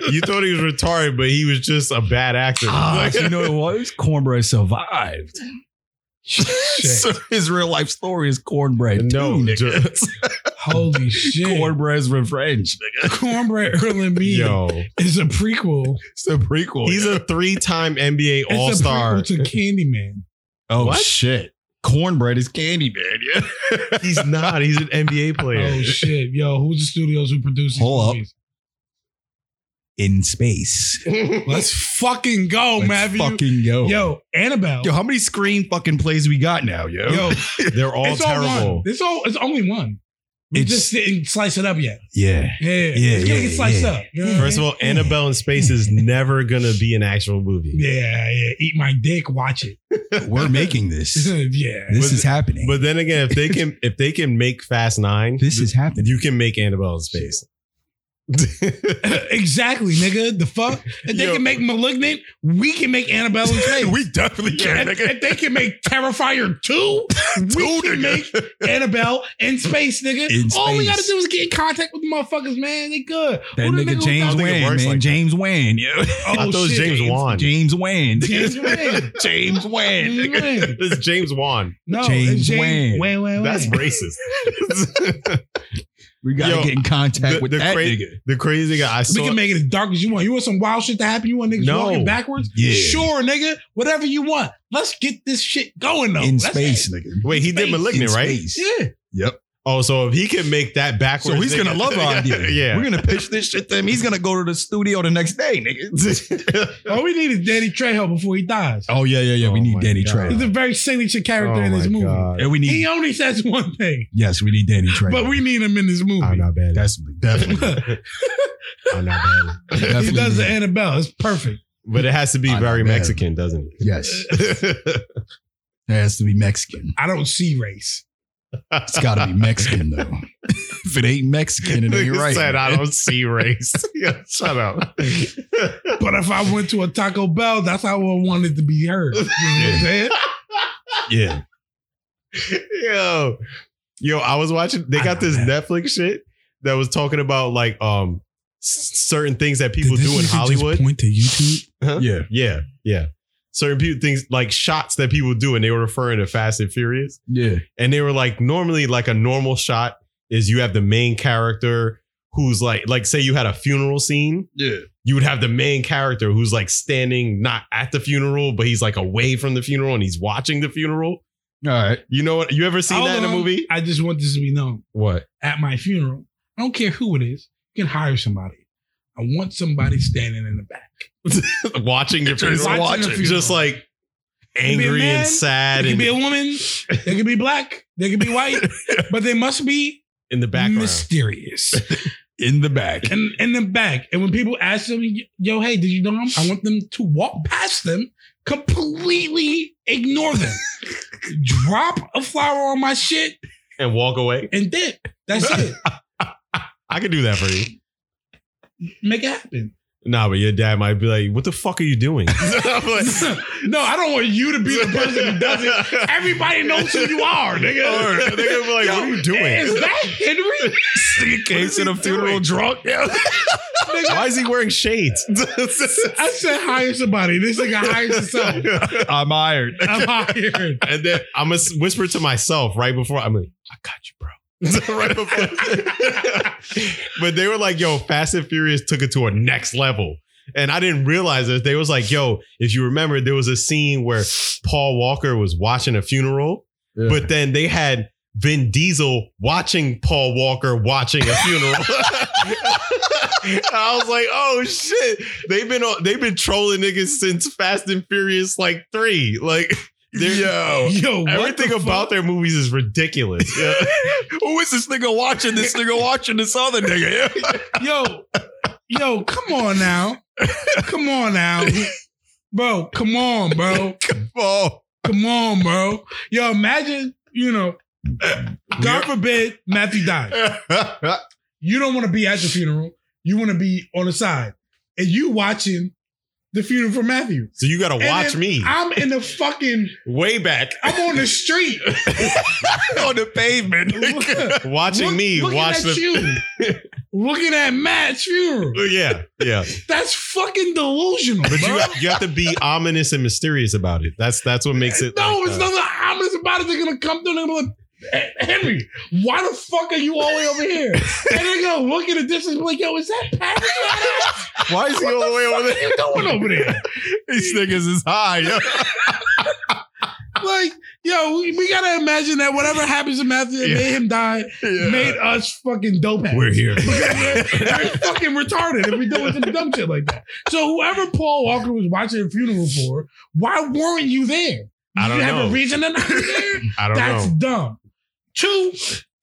[SPEAKER 3] you thought he was retarded, but he was just a bad actor.
[SPEAKER 1] Ah,
[SPEAKER 3] Like-
[SPEAKER 1] you know what it was? Cornbread survived. so his real life story is cornbread.
[SPEAKER 3] No,
[SPEAKER 1] No,
[SPEAKER 3] ju-
[SPEAKER 2] Holy shit.
[SPEAKER 1] cornbread's revenge.
[SPEAKER 2] Cornbread Earl and Me
[SPEAKER 3] yo.
[SPEAKER 2] is a prequel.
[SPEAKER 1] It's a prequel.
[SPEAKER 3] He's a three-time NBA
[SPEAKER 2] Oh, It's a
[SPEAKER 3] All-Star.
[SPEAKER 2] prequel to Candyman.
[SPEAKER 1] oh
[SPEAKER 3] What?
[SPEAKER 1] shit. Cornbread is Candyman. Yeah.
[SPEAKER 3] He's not. He's an NBA
[SPEAKER 2] Oh
[SPEAKER 3] player.
[SPEAKER 2] shit, yo, who's the studios who produces?
[SPEAKER 1] Hold up.
[SPEAKER 2] movies?
[SPEAKER 1] In space.
[SPEAKER 2] Let's fucking go,
[SPEAKER 1] Let's
[SPEAKER 2] Matthew.
[SPEAKER 1] fucking go.
[SPEAKER 2] yo, Annabelle.
[SPEAKER 1] Yo, how many screen fucking plays we got now, yo?
[SPEAKER 2] Yo,
[SPEAKER 3] They're all
[SPEAKER 2] it's
[SPEAKER 3] terrible.
[SPEAKER 2] all one. It's all. It's only one. We
[SPEAKER 1] It's-
[SPEAKER 2] just didn't slice it up yet.
[SPEAKER 1] Yeah.
[SPEAKER 2] Yeah,
[SPEAKER 1] Yeah,
[SPEAKER 2] it's gonna
[SPEAKER 1] yeah,
[SPEAKER 2] get sliced
[SPEAKER 1] yeah.
[SPEAKER 2] up. You know what I
[SPEAKER 3] First of
[SPEAKER 2] mean?
[SPEAKER 3] all, Annabelle in Space is never gonna be an actual movie.
[SPEAKER 2] yeah, yeah, eat my dick, watch it.
[SPEAKER 1] We're making this.
[SPEAKER 2] yeah,
[SPEAKER 1] This
[SPEAKER 3] But-
[SPEAKER 1] is happening.
[SPEAKER 3] But then again, if they can if they can make Fast Nine,
[SPEAKER 1] this is happening.
[SPEAKER 3] you can make Annabelle in Space.
[SPEAKER 2] exactly, nigga. The fuck? If they
[SPEAKER 3] Yo.
[SPEAKER 2] can make malignant, we can make Annabelle and Faith.
[SPEAKER 1] we definitely
[SPEAKER 2] Yeah,
[SPEAKER 1] can.
[SPEAKER 2] if,
[SPEAKER 1] nigga.
[SPEAKER 2] if they can make Terrifier 2, we can make Annabelle in space, nigga.
[SPEAKER 1] In
[SPEAKER 2] All we
[SPEAKER 1] space.
[SPEAKER 2] gotta do is get in contact with the motherfuckers, man. They good.
[SPEAKER 1] That
[SPEAKER 2] Who the
[SPEAKER 1] nigga
[SPEAKER 2] who
[SPEAKER 1] James
[SPEAKER 2] thought-
[SPEAKER 3] think it
[SPEAKER 1] Wayne,
[SPEAKER 3] works
[SPEAKER 1] man.
[SPEAKER 3] like that.
[SPEAKER 1] James Wayne, yo.
[SPEAKER 3] I thought it was James Wan.
[SPEAKER 1] James Wayne.
[SPEAKER 2] James Wayne.
[SPEAKER 1] James Wayne.
[SPEAKER 2] James
[SPEAKER 1] nigga.
[SPEAKER 2] Wayne.
[SPEAKER 3] This is James Wan.
[SPEAKER 2] No,
[SPEAKER 1] James
[SPEAKER 2] it's
[SPEAKER 1] Wayne.
[SPEAKER 2] Wayne. Wayne, Wayne,
[SPEAKER 3] That's
[SPEAKER 2] Wayne.
[SPEAKER 3] racist.
[SPEAKER 1] We gotta
[SPEAKER 3] Yo,
[SPEAKER 1] get in contact
[SPEAKER 3] the-
[SPEAKER 1] with
[SPEAKER 3] the
[SPEAKER 1] that
[SPEAKER 3] cra-
[SPEAKER 1] nigga.
[SPEAKER 3] the crazy guy I
[SPEAKER 2] We
[SPEAKER 3] saw.
[SPEAKER 2] can make it as dark as you want. You want some wild shit to happen? You want niggas
[SPEAKER 3] No.
[SPEAKER 2] walking backwards?
[SPEAKER 1] Yeah.
[SPEAKER 2] Sure, nigga. Whatever you want. Let's get this shit going though.
[SPEAKER 1] in
[SPEAKER 2] That's
[SPEAKER 1] space,
[SPEAKER 2] it.
[SPEAKER 1] nigga.
[SPEAKER 3] Wait, he did
[SPEAKER 2] Space.
[SPEAKER 3] Malignant,
[SPEAKER 1] In
[SPEAKER 3] right?
[SPEAKER 1] space.
[SPEAKER 2] Yeah.
[SPEAKER 3] Oh, so if he can make that
[SPEAKER 1] So
[SPEAKER 3] backwards,
[SPEAKER 1] he's gonna
[SPEAKER 3] nigga-
[SPEAKER 1] love our idea.
[SPEAKER 3] yeah.
[SPEAKER 1] We're gonna pitch this shit to him. He's gonna go to the studio the next day, nigga.
[SPEAKER 2] All we need is Danny Trejo before he dies.
[SPEAKER 1] oh yeah, yeah, yeah. we
[SPEAKER 3] Oh
[SPEAKER 1] need
[SPEAKER 3] my
[SPEAKER 1] Danny
[SPEAKER 3] God.
[SPEAKER 2] He's
[SPEAKER 1] Trejo.
[SPEAKER 2] a very signature character in this
[SPEAKER 3] Oh my
[SPEAKER 2] movie.
[SPEAKER 3] God.
[SPEAKER 1] And we need
[SPEAKER 2] He only says one thing,
[SPEAKER 1] yes, we need Danny Trejo.
[SPEAKER 2] but we need him in this movie.
[SPEAKER 3] not bad.
[SPEAKER 1] that's definitely
[SPEAKER 3] I'm not
[SPEAKER 2] he
[SPEAKER 3] bad.
[SPEAKER 1] definitely
[SPEAKER 2] does
[SPEAKER 1] need-
[SPEAKER 2] the Annabelle. It's perfect.
[SPEAKER 3] But it has to be
[SPEAKER 1] I'm not
[SPEAKER 3] very
[SPEAKER 1] bad.
[SPEAKER 3] Mexican, doesn't
[SPEAKER 1] Yes,
[SPEAKER 3] it?
[SPEAKER 1] it has to be Mexican.
[SPEAKER 2] I don't see race.
[SPEAKER 1] It's gotta be Mexican though. if it ain't Mexican, it ain't
[SPEAKER 3] Nigga
[SPEAKER 1] right.
[SPEAKER 3] said, I don't see race. Yeah, shut
[SPEAKER 2] But
[SPEAKER 3] up.
[SPEAKER 2] if I went to a Taco Bell, that's how I wanted to be heard. You know what I'm saying?
[SPEAKER 1] yeah,
[SPEAKER 3] yo, yo, I was watching. They
[SPEAKER 2] I
[SPEAKER 3] got
[SPEAKER 2] know
[SPEAKER 3] this
[SPEAKER 2] that.
[SPEAKER 3] Netflix shit that was talking about like um s- certain things that people
[SPEAKER 5] Did this
[SPEAKER 3] do in
[SPEAKER 5] nigga just
[SPEAKER 3] Hollywood.
[SPEAKER 5] point to YouTube.
[SPEAKER 1] Yeah.
[SPEAKER 3] Yeah, yeah. Certain people things like shots that people do, and they were referring to Fast and Furious,
[SPEAKER 1] Yeah.
[SPEAKER 3] and they were like, normally, like a normal shot is you have the main character who's like, like say you had a funeral scene,
[SPEAKER 1] Yeah.
[SPEAKER 3] you would have the main character who's like standing not at the funeral, but he's like away from the funeral and he's watching the funeral.
[SPEAKER 1] All right.
[SPEAKER 3] You know what? You ever seen
[SPEAKER 2] How
[SPEAKER 3] that in a
[SPEAKER 2] long-
[SPEAKER 3] movie?
[SPEAKER 2] um, I just want this to be known.
[SPEAKER 3] What?
[SPEAKER 2] At my funeral, I don't care who it is. You can hire somebody. I want somebody standing in the back.
[SPEAKER 3] watching the
[SPEAKER 2] Just
[SPEAKER 3] funeral,
[SPEAKER 2] watching the funeral.
[SPEAKER 3] just like
[SPEAKER 2] could be a
[SPEAKER 3] angry
[SPEAKER 2] man,
[SPEAKER 3] and sad
[SPEAKER 2] They could
[SPEAKER 3] and
[SPEAKER 2] be a woman. They could be black. They could be white. but they must be
[SPEAKER 3] in the background.
[SPEAKER 2] mysterious
[SPEAKER 1] In the back.
[SPEAKER 2] and in the back. And when people ask them, "Yo, hey, did you know them?" I want them to walk past them, completely ignore them, drop a flower on my shit,
[SPEAKER 3] and walk away.
[SPEAKER 2] and dip. That's it.
[SPEAKER 3] I could do that for you.
[SPEAKER 2] Make it happen.
[SPEAKER 3] Nah, but your dad might be like, "What the fuck are you doing?" I'm like,
[SPEAKER 2] no, I don't want you to be the person who does it. Everybody knows who you are,
[SPEAKER 3] Or
[SPEAKER 2] nigga.
[SPEAKER 3] they're gonna be like,
[SPEAKER 2] Yo,
[SPEAKER 3] "What are you
[SPEAKER 2] Is
[SPEAKER 3] doing?"
[SPEAKER 2] that Henry?
[SPEAKER 3] Case in a funeral drunk. Why is he wearing shades?
[SPEAKER 2] I said hire somebody. This nigga hires himself.
[SPEAKER 1] I'm hired.
[SPEAKER 2] I'm hired.
[SPEAKER 3] and then I'm gonna whisper to myself right before I'm like, I got you, bro. right before. but they were like, yo, Fast and Furious took it to a next level. And I didn't realize this. They was like, yo, if you remember, there was a scene where Paul Walker was watching a funeral,
[SPEAKER 1] Yeah.
[SPEAKER 3] but then they had Vin Diesel watching Paul Walker watching a funeral. I was like, oh shit. They've been on, they've been trolling niggas since Fast and Furious like three. Like they're, yo,
[SPEAKER 2] Yo, what
[SPEAKER 3] everything
[SPEAKER 2] the
[SPEAKER 3] about
[SPEAKER 2] fuck?
[SPEAKER 3] their movies is ridiculous. Yeah.
[SPEAKER 4] Who is this nigga watching? This nigga watching this other nigga.
[SPEAKER 2] yo, yo, come on now, come on now, bro, come on, bro,
[SPEAKER 4] Oh,
[SPEAKER 2] come on, bro. Yo, imagine, you know, God forbid Matthew died. You don't want to be at the funeral. You want to be on the side, and you watching the funeral for Matthew.
[SPEAKER 3] so you gotta
[SPEAKER 2] And
[SPEAKER 3] watch
[SPEAKER 2] then
[SPEAKER 3] me
[SPEAKER 2] I'm in the fucking.
[SPEAKER 3] way back,
[SPEAKER 2] I'm on the street
[SPEAKER 4] on the pavement.
[SPEAKER 3] watching
[SPEAKER 2] Look-
[SPEAKER 3] me
[SPEAKER 2] looking
[SPEAKER 3] watch
[SPEAKER 2] at
[SPEAKER 3] the.
[SPEAKER 2] you, looking at Matt's funeral.
[SPEAKER 3] Yeah, yeah,
[SPEAKER 2] That's fucking delusional.
[SPEAKER 3] but
[SPEAKER 2] bro.
[SPEAKER 3] you you have to be ominous and mysterious about it. That's that's what makes it.
[SPEAKER 2] No,
[SPEAKER 3] like,
[SPEAKER 2] it's
[SPEAKER 3] uh,
[SPEAKER 2] nothing ominous about it. They're gonna come through and they're gonna like, Henry, why the fuck are you all the way over here? And they're gonna look at a distance and be like, yo, is that Patrick?
[SPEAKER 3] Why is he all the way
[SPEAKER 2] What
[SPEAKER 3] over
[SPEAKER 2] are
[SPEAKER 3] there?
[SPEAKER 2] you doing over there?
[SPEAKER 3] These niggas is high. Yo.
[SPEAKER 2] Like, yo, we, we gotta imagine that whatever happens to Matthew that
[SPEAKER 3] Yeah.
[SPEAKER 2] made him die made us fucking dope addicts.
[SPEAKER 3] We're here.
[SPEAKER 2] We're fucking retarded if we doing some dumb shit like that. So whoever Paul Walker was watching a funeral for, why weren't you there?
[SPEAKER 3] I don't
[SPEAKER 2] you have
[SPEAKER 3] know.
[SPEAKER 2] a reason to not be there?
[SPEAKER 3] I don't
[SPEAKER 2] That's
[SPEAKER 3] know.
[SPEAKER 2] dumb. Two,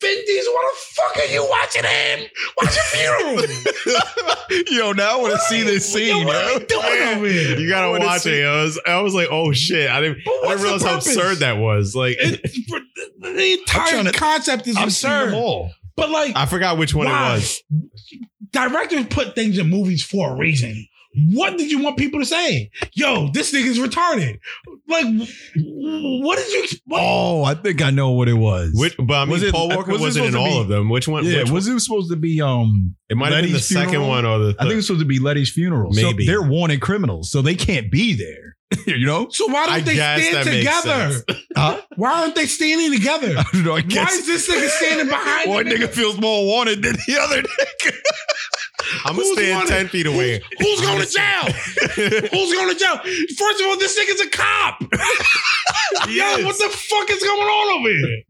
[SPEAKER 2] Vin Diesel, what the fuck are you watching him? Watch a funeral.
[SPEAKER 4] Yo, now I want to see this
[SPEAKER 2] Yo,
[SPEAKER 4] scene,
[SPEAKER 2] what are
[SPEAKER 4] bro.
[SPEAKER 2] we doing over here?
[SPEAKER 3] You gotta
[SPEAKER 4] wanna
[SPEAKER 3] watch
[SPEAKER 4] see-
[SPEAKER 3] it. I was, I was like, oh shit! I didn't,
[SPEAKER 2] But
[SPEAKER 3] I
[SPEAKER 2] what's
[SPEAKER 3] didn't
[SPEAKER 2] the
[SPEAKER 3] realize how
[SPEAKER 2] purpose?
[SPEAKER 3] absurd that was. Like,
[SPEAKER 2] It- for- the entire
[SPEAKER 4] trying to-
[SPEAKER 2] concept is
[SPEAKER 4] I'm seeing them
[SPEAKER 2] absurd.
[SPEAKER 4] all.
[SPEAKER 2] But like,
[SPEAKER 3] I forgot which one
[SPEAKER 2] oh. why?
[SPEAKER 3] it was.
[SPEAKER 2] Directors put things in movies for a reason. What did you want people to say? Yo, this nigga's retarded. Like, wh- what did you? What?
[SPEAKER 1] Oh, I think I know what it was.
[SPEAKER 3] Which, but I mean,
[SPEAKER 1] Was it-
[SPEAKER 2] uh,
[SPEAKER 3] Paul Walker
[SPEAKER 1] was it
[SPEAKER 3] wasn't in
[SPEAKER 1] supposed to
[SPEAKER 3] all
[SPEAKER 1] be-
[SPEAKER 3] of them. Which one?
[SPEAKER 1] yeah,
[SPEAKER 3] which
[SPEAKER 1] was it supposed to be um
[SPEAKER 3] It might have been the
[SPEAKER 1] Letty's
[SPEAKER 3] second
[SPEAKER 1] funeral?
[SPEAKER 3] one or the.
[SPEAKER 1] I think it's supposed to be Letty's funeral. So
[SPEAKER 3] Maybe.
[SPEAKER 1] they're wanted criminals, so they can't be there. you know?
[SPEAKER 2] So why don't
[SPEAKER 3] I
[SPEAKER 2] they
[SPEAKER 3] guess
[SPEAKER 2] stand
[SPEAKER 3] that makes
[SPEAKER 2] together?
[SPEAKER 1] Huh?
[SPEAKER 2] Why aren't they standing together?
[SPEAKER 1] I don't know. I
[SPEAKER 2] Why
[SPEAKER 1] guess
[SPEAKER 2] is this nigga standing behind?
[SPEAKER 4] One
[SPEAKER 2] the
[SPEAKER 4] nigga feels more wanted than the other nigga.
[SPEAKER 3] I'm gonna
[SPEAKER 2] Who's
[SPEAKER 3] stand
[SPEAKER 2] wanted?
[SPEAKER 3] ten feet away.
[SPEAKER 2] Who's going to jail? Who's going to jail? First of all, this nigga's a cop. Yo, what the fuck is going on over here?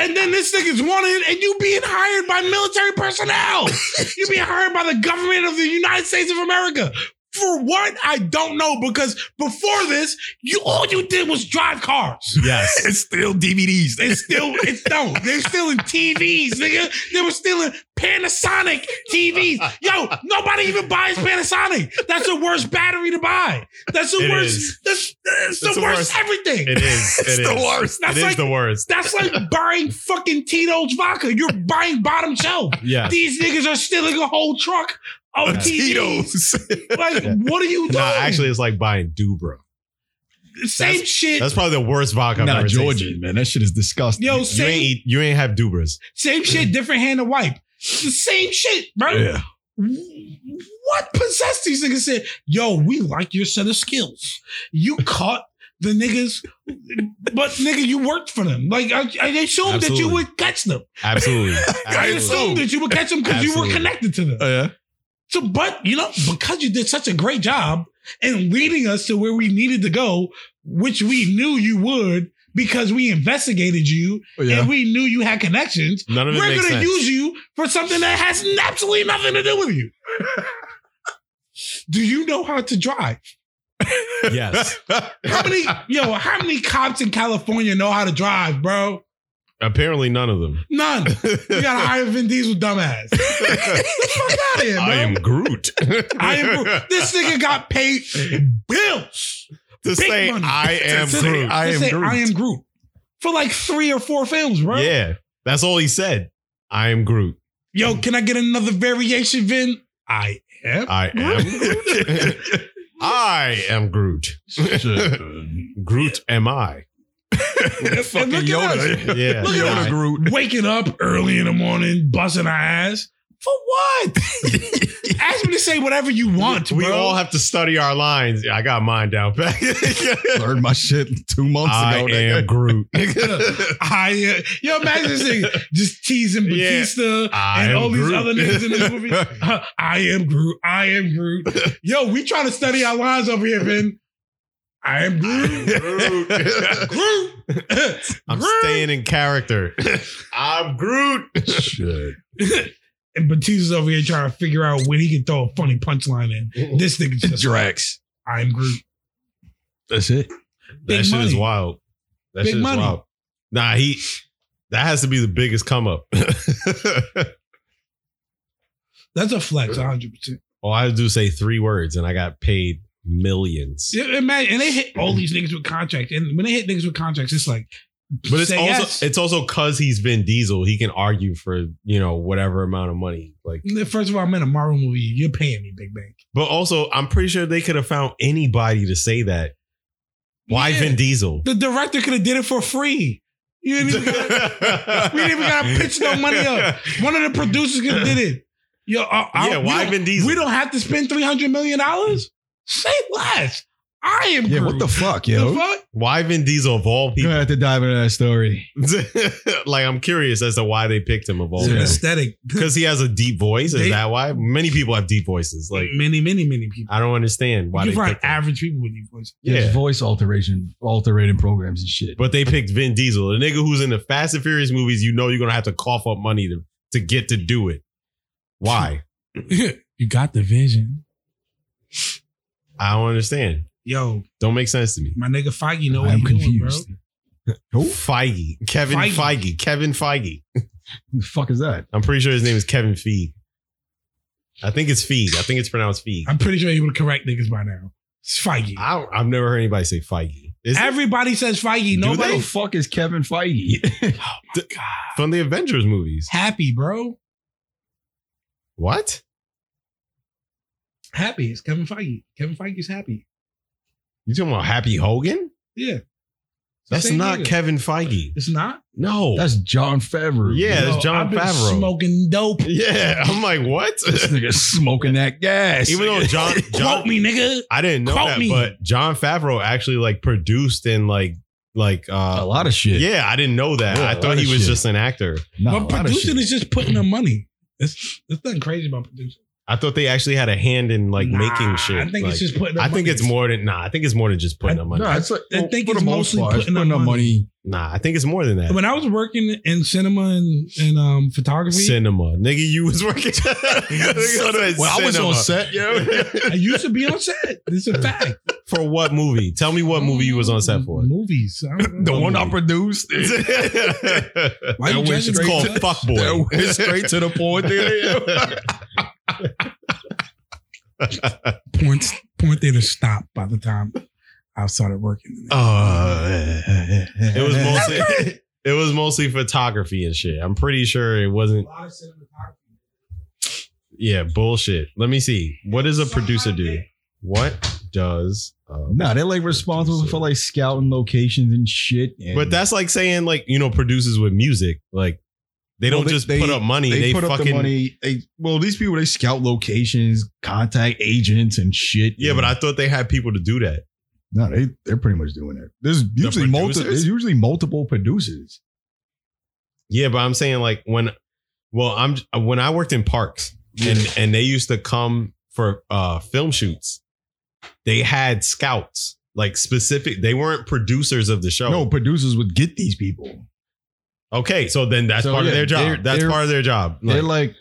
[SPEAKER 2] And then this nigga's wanted, and you being hired by military personnel. you being hired by the government of the United States of America. For what? I don't know because before this, you all you did was drive cars.
[SPEAKER 3] yes.
[SPEAKER 4] It's still DVDs.
[SPEAKER 2] It's still, it's no, they're stealing TVs, nigga. They were stealing Panasonic TVs. Yo, nobody even buys Panasonic. That's the worst battery to buy. That's the
[SPEAKER 3] It is.
[SPEAKER 2] worst. That's, that's the,
[SPEAKER 3] It's the
[SPEAKER 2] worst,
[SPEAKER 3] worst.
[SPEAKER 2] everything.
[SPEAKER 3] It is. It
[SPEAKER 4] It's the
[SPEAKER 3] is.
[SPEAKER 4] worst.
[SPEAKER 3] It
[SPEAKER 2] That's
[SPEAKER 3] is
[SPEAKER 2] like
[SPEAKER 3] the worst.
[SPEAKER 2] that's like buying fucking Tito's vodka. You're buying bottom shelf.
[SPEAKER 3] Yeah.
[SPEAKER 2] These niggas are stealing a whole truck of
[SPEAKER 3] Yeah.
[SPEAKER 2] TVs. Like, what are you doing?
[SPEAKER 3] No, actually, it's like buying Dubro.
[SPEAKER 2] same shit.
[SPEAKER 3] That's probably the worst vodka. I've
[SPEAKER 1] not
[SPEAKER 3] ever tasted.
[SPEAKER 1] Georgian, man. That shit is disgusting.
[SPEAKER 2] Yo,
[SPEAKER 3] You ain't
[SPEAKER 2] same
[SPEAKER 3] eat, you ain't have Dubras.
[SPEAKER 2] same shit. Different hand to wipe. It's the same shit, bro.
[SPEAKER 1] Oh, yeah.
[SPEAKER 2] What possessed these niggas? Said, yo, we like your set of skills. You caught the niggas, but nigga, you worked for them. Like I, I assumed that you
[SPEAKER 3] Absolutely.
[SPEAKER 2] would catch them.
[SPEAKER 3] Absolutely.
[SPEAKER 2] I
[SPEAKER 3] Absolutely.
[SPEAKER 2] assumed that you would catch them because you were
[SPEAKER 3] Absolutely.
[SPEAKER 2] connected to them.
[SPEAKER 4] yeah.
[SPEAKER 2] So, but you know, because you did such a great job in leading us to where we needed to go, which we knew you would because we investigated you
[SPEAKER 1] Oh,
[SPEAKER 2] and we knew you had connections,
[SPEAKER 3] None of it
[SPEAKER 2] we're
[SPEAKER 3] makes
[SPEAKER 2] going to
[SPEAKER 3] sense.
[SPEAKER 2] use you for something that has absolutely nothing to do with you. do you know how to drive?
[SPEAKER 3] yes.
[SPEAKER 2] How many, yo, how many cops in California know how to drive, bro?
[SPEAKER 3] Apparently, none of them.
[SPEAKER 2] None. You got to hire Vin Diesel, dumbass. Get the fuck out of here, bro.
[SPEAKER 3] I am Groot.
[SPEAKER 2] I am Groot. This nigga got paid bills.
[SPEAKER 3] to say
[SPEAKER 2] money.
[SPEAKER 3] I am
[SPEAKER 2] To say
[SPEAKER 3] Groot.
[SPEAKER 2] I am,
[SPEAKER 4] Groot.
[SPEAKER 2] I am Groot. For like three or four films, bro.
[SPEAKER 3] Yeah, that's all he said. I am Groot.
[SPEAKER 2] Yo, can I get another variation, Vin? I am.
[SPEAKER 3] I am. I am Groot. Groot am I?
[SPEAKER 2] And
[SPEAKER 4] Fucking
[SPEAKER 2] look at us.
[SPEAKER 4] Yoda.
[SPEAKER 3] Yeah.
[SPEAKER 2] Look at
[SPEAKER 3] yeah.
[SPEAKER 2] us.
[SPEAKER 4] Groot.
[SPEAKER 2] Waking up early in the morning, busting our ass. For what? Ask me to say whatever you want,
[SPEAKER 3] We
[SPEAKER 2] bro.
[SPEAKER 3] all have to study our lines. I got mine down back.
[SPEAKER 1] Learned my shit two months
[SPEAKER 3] I
[SPEAKER 1] ago. nigga.
[SPEAKER 3] am Groot.
[SPEAKER 2] I am. Yo, imagine this nigga just teasing
[SPEAKER 3] Yeah.
[SPEAKER 2] Batista
[SPEAKER 3] I
[SPEAKER 2] and
[SPEAKER 3] am
[SPEAKER 2] all these
[SPEAKER 3] Groot.
[SPEAKER 2] other niggas in this movie. Huh, I am Groot. I am Groot. Yo, we trying to study our lines over here, Vin. I am Groot. Groot.
[SPEAKER 3] I'm
[SPEAKER 2] Groot.
[SPEAKER 3] staying in character. I'm Groot.
[SPEAKER 1] Shit.
[SPEAKER 2] And Batista's over here trying to figure out when he can throw a funny punchline in. This nigga's just
[SPEAKER 1] Drax.
[SPEAKER 2] I'm Groot.
[SPEAKER 1] That's it.
[SPEAKER 2] Big
[SPEAKER 3] that shit is
[SPEAKER 2] money.
[SPEAKER 3] wild. That
[SPEAKER 2] Big
[SPEAKER 3] shit is
[SPEAKER 2] money.
[SPEAKER 3] wild. Nah, he that has to be the biggest come up.
[SPEAKER 2] That's a flex, 100. percent
[SPEAKER 3] All I do is say three words and I got paid millions.
[SPEAKER 2] Imagine, and they hit all these niggas with contracts. And when they hit niggas with contracts, it's like,
[SPEAKER 3] But it's
[SPEAKER 2] say
[SPEAKER 3] also
[SPEAKER 2] yes.
[SPEAKER 3] it's also cause he's Vin Diesel. He can argue for, you know, whatever amount of money. Like
[SPEAKER 2] First of all, I'm in a Marvel movie. You're paying me, Big Bang.
[SPEAKER 3] but also I'm pretty sure they could have found anybody to say that. Why
[SPEAKER 2] Yeah.
[SPEAKER 3] Vin Diesel?
[SPEAKER 2] The director could have did it for free. You didn't even gotta-
[SPEAKER 3] we
[SPEAKER 2] didn't even gotta pitch no money up. One of the producers could have did it. Yo, uh, uh,
[SPEAKER 3] Yeah,
[SPEAKER 2] we
[SPEAKER 3] why
[SPEAKER 2] don't-
[SPEAKER 3] Vin Diesel?
[SPEAKER 2] We don't have to spend three hundred million dollars. Say less. I am.
[SPEAKER 1] Yeah,
[SPEAKER 2] Groot.
[SPEAKER 1] what the fuck,
[SPEAKER 2] The
[SPEAKER 1] yo?
[SPEAKER 2] fuck?
[SPEAKER 3] Why Vin Diesel of all
[SPEAKER 1] You're
[SPEAKER 3] people?
[SPEAKER 1] gonna have to dive into that story.
[SPEAKER 3] like I'm curious as to why they picked him of all
[SPEAKER 2] It's an
[SPEAKER 3] people.
[SPEAKER 2] aesthetic.
[SPEAKER 3] Because he has a deep voice. Is
[SPEAKER 2] They-
[SPEAKER 3] that why? Many people have deep voices. Like
[SPEAKER 2] many, many, many people.
[SPEAKER 3] I don't understand why
[SPEAKER 2] you
[SPEAKER 3] they
[SPEAKER 2] find
[SPEAKER 3] picked him.
[SPEAKER 2] average people with these voices.
[SPEAKER 1] There's
[SPEAKER 3] Yeah.
[SPEAKER 1] voice alteration, alterating programs and shit.
[SPEAKER 3] But they picked Vin Diesel, the nigga who's in the Fast and Furious movies. You know you're gonna have to cough up money to, to get to do it. Why?
[SPEAKER 2] You got the vision,
[SPEAKER 3] I don't understand.
[SPEAKER 2] yo.
[SPEAKER 3] Don't make sense to me.
[SPEAKER 2] My nigga Feige know what
[SPEAKER 1] I'm
[SPEAKER 2] he doing, bro.
[SPEAKER 1] confused.
[SPEAKER 3] Who? Feige, Kevin
[SPEAKER 2] Feige.
[SPEAKER 3] Feige. Kevin Feige.
[SPEAKER 1] Who the fuck is that?
[SPEAKER 3] I'm pretty sure his name is Kevin Feig. I think it's Feig. I think it's pronounced Feig.
[SPEAKER 2] I'm pretty sure he would correct niggas by now. It's Feige.
[SPEAKER 3] I don't, I've never heard anybody say Feige. Is it
[SPEAKER 2] Everybody says Feige.
[SPEAKER 3] Do
[SPEAKER 1] Who
[SPEAKER 2] Nobody
[SPEAKER 1] the fuck is Kevin Feige?
[SPEAKER 3] from the Avengers movies?
[SPEAKER 2] happy, bro.
[SPEAKER 3] What?
[SPEAKER 2] Happy. It's Kevin Feige. Kevin Feige's happy.
[SPEAKER 3] You talking about Happy Hogan?
[SPEAKER 2] Yeah. It's the
[SPEAKER 3] That's
[SPEAKER 2] same
[SPEAKER 3] not
[SPEAKER 2] nigga.
[SPEAKER 3] Kevin Feige.
[SPEAKER 2] It's not.
[SPEAKER 3] No.
[SPEAKER 1] That's John Favreau.
[SPEAKER 3] Yeah, that's John
[SPEAKER 2] I've been
[SPEAKER 3] Favreau.
[SPEAKER 2] Smoking dope.
[SPEAKER 3] yeah. I'm like, what?
[SPEAKER 1] This nigga smoking that gas.
[SPEAKER 3] Even though John,
[SPEAKER 2] Quote
[SPEAKER 3] John
[SPEAKER 2] me, nigga.
[SPEAKER 3] I didn't know
[SPEAKER 2] Quote
[SPEAKER 3] that,
[SPEAKER 2] me.
[SPEAKER 3] but John Favreau actually like produced and like like
[SPEAKER 1] a
[SPEAKER 3] uh
[SPEAKER 1] lot of shit.
[SPEAKER 3] yeah, I didn't know that.
[SPEAKER 1] Yeah, a
[SPEAKER 3] I
[SPEAKER 1] lot
[SPEAKER 3] thought
[SPEAKER 1] of
[SPEAKER 3] he was
[SPEAKER 1] shit.
[SPEAKER 3] just an actor.
[SPEAKER 1] Nah, a
[SPEAKER 2] but
[SPEAKER 1] lot of
[SPEAKER 2] producing
[SPEAKER 1] shit.
[SPEAKER 2] is just putting the money. That's that's nothing crazy about producing.
[SPEAKER 3] I thought they actually had a hand in like
[SPEAKER 2] Nah,
[SPEAKER 3] making shit.
[SPEAKER 2] I think
[SPEAKER 3] Like,
[SPEAKER 2] it's just putting. The
[SPEAKER 3] I think
[SPEAKER 2] money.
[SPEAKER 3] it's more than nah. I think it's more than just putting
[SPEAKER 2] I-
[SPEAKER 3] up money.
[SPEAKER 1] No, it's like,
[SPEAKER 2] I think
[SPEAKER 1] for
[SPEAKER 2] it's
[SPEAKER 1] the most
[SPEAKER 2] mostly
[SPEAKER 1] part, it's
[SPEAKER 2] putting up
[SPEAKER 1] up money.
[SPEAKER 3] Nah, I think it's more than that.
[SPEAKER 2] When I was working in cinema and, and um photography,
[SPEAKER 3] Cinema, nigga, you was working.
[SPEAKER 1] Well, I was on set, yo.
[SPEAKER 2] I used to be on set. This is a fact.
[SPEAKER 3] for what movie? Tell me what movie you was on set for.
[SPEAKER 2] Movies. I don't
[SPEAKER 1] the
[SPEAKER 2] know.
[SPEAKER 1] one I produced.
[SPEAKER 2] Why
[SPEAKER 1] That
[SPEAKER 2] you
[SPEAKER 1] went
[SPEAKER 2] judging me?
[SPEAKER 3] it's called
[SPEAKER 2] Touch.
[SPEAKER 1] That
[SPEAKER 3] Fuckboy.
[SPEAKER 1] went straight to the point there. yo.
[SPEAKER 2] porn, porn theater stopped by the time I started working. in it.
[SPEAKER 3] It
[SPEAKER 1] it
[SPEAKER 3] was mostly it was mostly photography and shit. I'm pretty sure it wasn't
[SPEAKER 2] lot of cinematography.
[SPEAKER 3] yeah, bullshit. Let me see. What does a producer do? What does um,
[SPEAKER 1] No, they're like responsible for like scouting locations and shit. and-
[SPEAKER 3] But that's like saying like, you know, producers with music. Like They
[SPEAKER 1] Well,
[SPEAKER 3] don't
[SPEAKER 1] they-
[SPEAKER 3] just
[SPEAKER 1] they-
[SPEAKER 3] put up money. They,
[SPEAKER 1] they put up
[SPEAKER 3] fucking
[SPEAKER 1] the money. They, well, these people they scout locations, contact agents, and shit.
[SPEAKER 3] yeah. But I thought they had people to do that.
[SPEAKER 1] no, they they're pretty much doing it. There's usually multiple.
[SPEAKER 3] producers?
[SPEAKER 1] There's usually multiple producers.
[SPEAKER 3] Yeah, but I'm saying like when, well, I'm when I worked in parks and and they used to come for uh film shoots. They had scouts like specific. They weren't producers of the show.
[SPEAKER 1] No, producers would get these people.
[SPEAKER 3] Okay, so then that's
[SPEAKER 1] So,
[SPEAKER 3] part of
[SPEAKER 1] yeah,
[SPEAKER 3] their job.
[SPEAKER 1] they're-
[SPEAKER 3] that's
[SPEAKER 1] they're-
[SPEAKER 3] part of their job.
[SPEAKER 1] they're
[SPEAKER 3] Like,
[SPEAKER 1] like,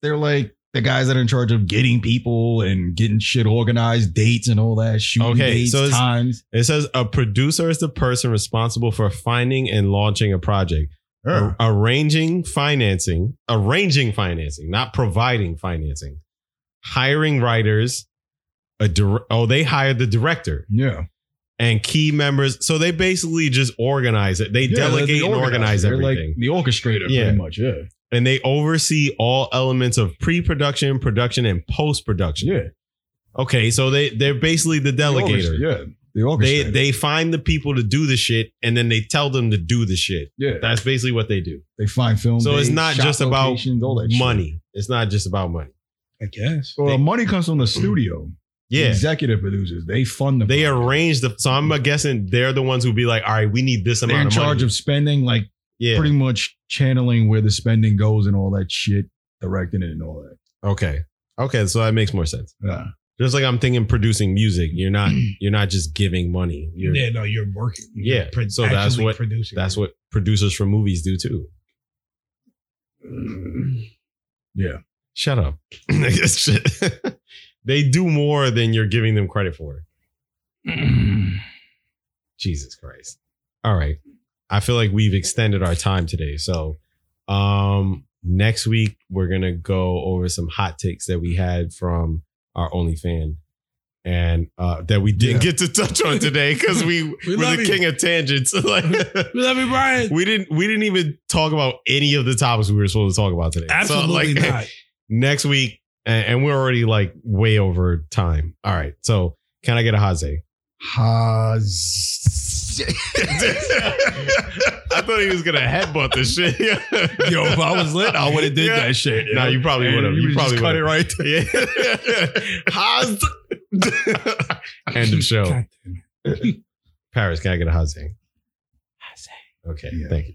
[SPEAKER 1] they're like the guys that are in charge of getting people and getting shit organized, dates and all that. Shooting
[SPEAKER 3] Okay,
[SPEAKER 1] dates,
[SPEAKER 3] so it's-
[SPEAKER 1] times.
[SPEAKER 3] it says a producer is the person responsible for finding and launching a project,
[SPEAKER 1] Yeah.
[SPEAKER 3] Ar- arranging financing, arranging financing, not providing financing, hiring writers. A dir- oh, they hired the director.
[SPEAKER 1] Yeah,
[SPEAKER 3] and key members. So they basically just organize it. They delegate and organize
[SPEAKER 1] They're Like
[SPEAKER 3] everything.
[SPEAKER 1] the orchestrator,
[SPEAKER 3] Yeah.
[SPEAKER 1] pretty much. Yeah,
[SPEAKER 3] and they oversee all elements of pre-production, production, and post-production.
[SPEAKER 1] yeah.
[SPEAKER 3] Okay, so they they're basically the
[SPEAKER 1] The
[SPEAKER 3] delegator.
[SPEAKER 1] orchestra- Yeah, the
[SPEAKER 3] They
[SPEAKER 1] orchestrator.
[SPEAKER 3] they find the people to do the shit and then they tell them to do the shit.
[SPEAKER 1] yeah,
[SPEAKER 3] That's basically what they do.
[SPEAKER 1] they find film.
[SPEAKER 3] So it's
[SPEAKER 1] dates,
[SPEAKER 3] not
[SPEAKER 1] shot
[SPEAKER 3] just about
[SPEAKER 1] locations, all that shit.
[SPEAKER 3] Money. It's not just about money.
[SPEAKER 2] I guess.
[SPEAKER 1] Well,
[SPEAKER 3] They-
[SPEAKER 1] the money comes from the studio. The
[SPEAKER 3] Yeah.
[SPEAKER 1] executive producers. They fund the.
[SPEAKER 3] They
[SPEAKER 1] project.
[SPEAKER 3] arrange the so I'm guessing they're the ones who be like, all right, we need this amount
[SPEAKER 1] They're in
[SPEAKER 3] of
[SPEAKER 1] charge
[SPEAKER 3] money.
[SPEAKER 1] of spending, like
[SPEAKER 3] yeah.
[SPEAKER 1] pretty much channeling where the spending goes and all that shit, directing it and all that.
[SPEAKER 3] okay. Okay, so that makes more sense.
[SPEAKER 1] Yeah.
[SPEAKER 3] Just like I'm thinking producing music, you're not you're not just giving money. You're,
[SPEAKER 2] yeah, no, you're working. You're
[SPEAKER 3] Yeah,
[SPEAKER 2] pro-
[SPEAKER 3] so that's
[SPEAKER 2] actually
[SPEAKER 3] what-
[SPEAKER 2] producing.
[SPEAKER 3] That's what producers for movies do too.
[SPEAKER 1] Yeah.
[SPEAKER 3] Shut up. they do more than you're giving them credit for. Jesus Christ. All right. I feel like we've extended our time today. So um next week we're gonna go over some hot takes that we had from our only fan. And uh, that we didn't get to touch on today because we,
[SPEAKER 2] We
[SPEAKER 3] were
[SPEAKER 2] love
[SPEAKER 3] the
[SPEAKER 2] you.
[SPEAKER 3] king of tangents. like,
[SPEAKER 2] We love you, Brian.
[SPEAKER 3] we didn't we didn't even talk about any of the topics we were supposed to talk about today. So,
[SPEAKER 2] Absolutely
[SPEAKER 3] like,
[SPEAKER 2] not.
[SPEAKER 3] Next week, and, and we're already like way over time. All right. So can I get a Haze?
[SPEAKER 1] Haze.
[SPEAKER 3] I thought he was gonna headbutt this shit.
[SPEAKER 1] Yo, if I was lit, I would have did
[SPEAKER 3] Yeah.
[SPEAKER 1] that shit.
[SPEAKER 3] Nah, you probably
[SPEAKER 1] And
[SPEAKER 3] would've. You
[SPEAKER 1] would've
[SPEAKER 3] probably
[SPEAKER 1] just cut
[SPEAKER 3] would've.
[SPEAKER 1] it right there.
[SPEAKER 3] Yeah. Haze. End of show.
[SPEAKER 2] God.
[SPEAKER 3] Paris, can I get a Haze? Okay,
[SPEAKER 1] Yeah.
[SPEAKER 3] thank you.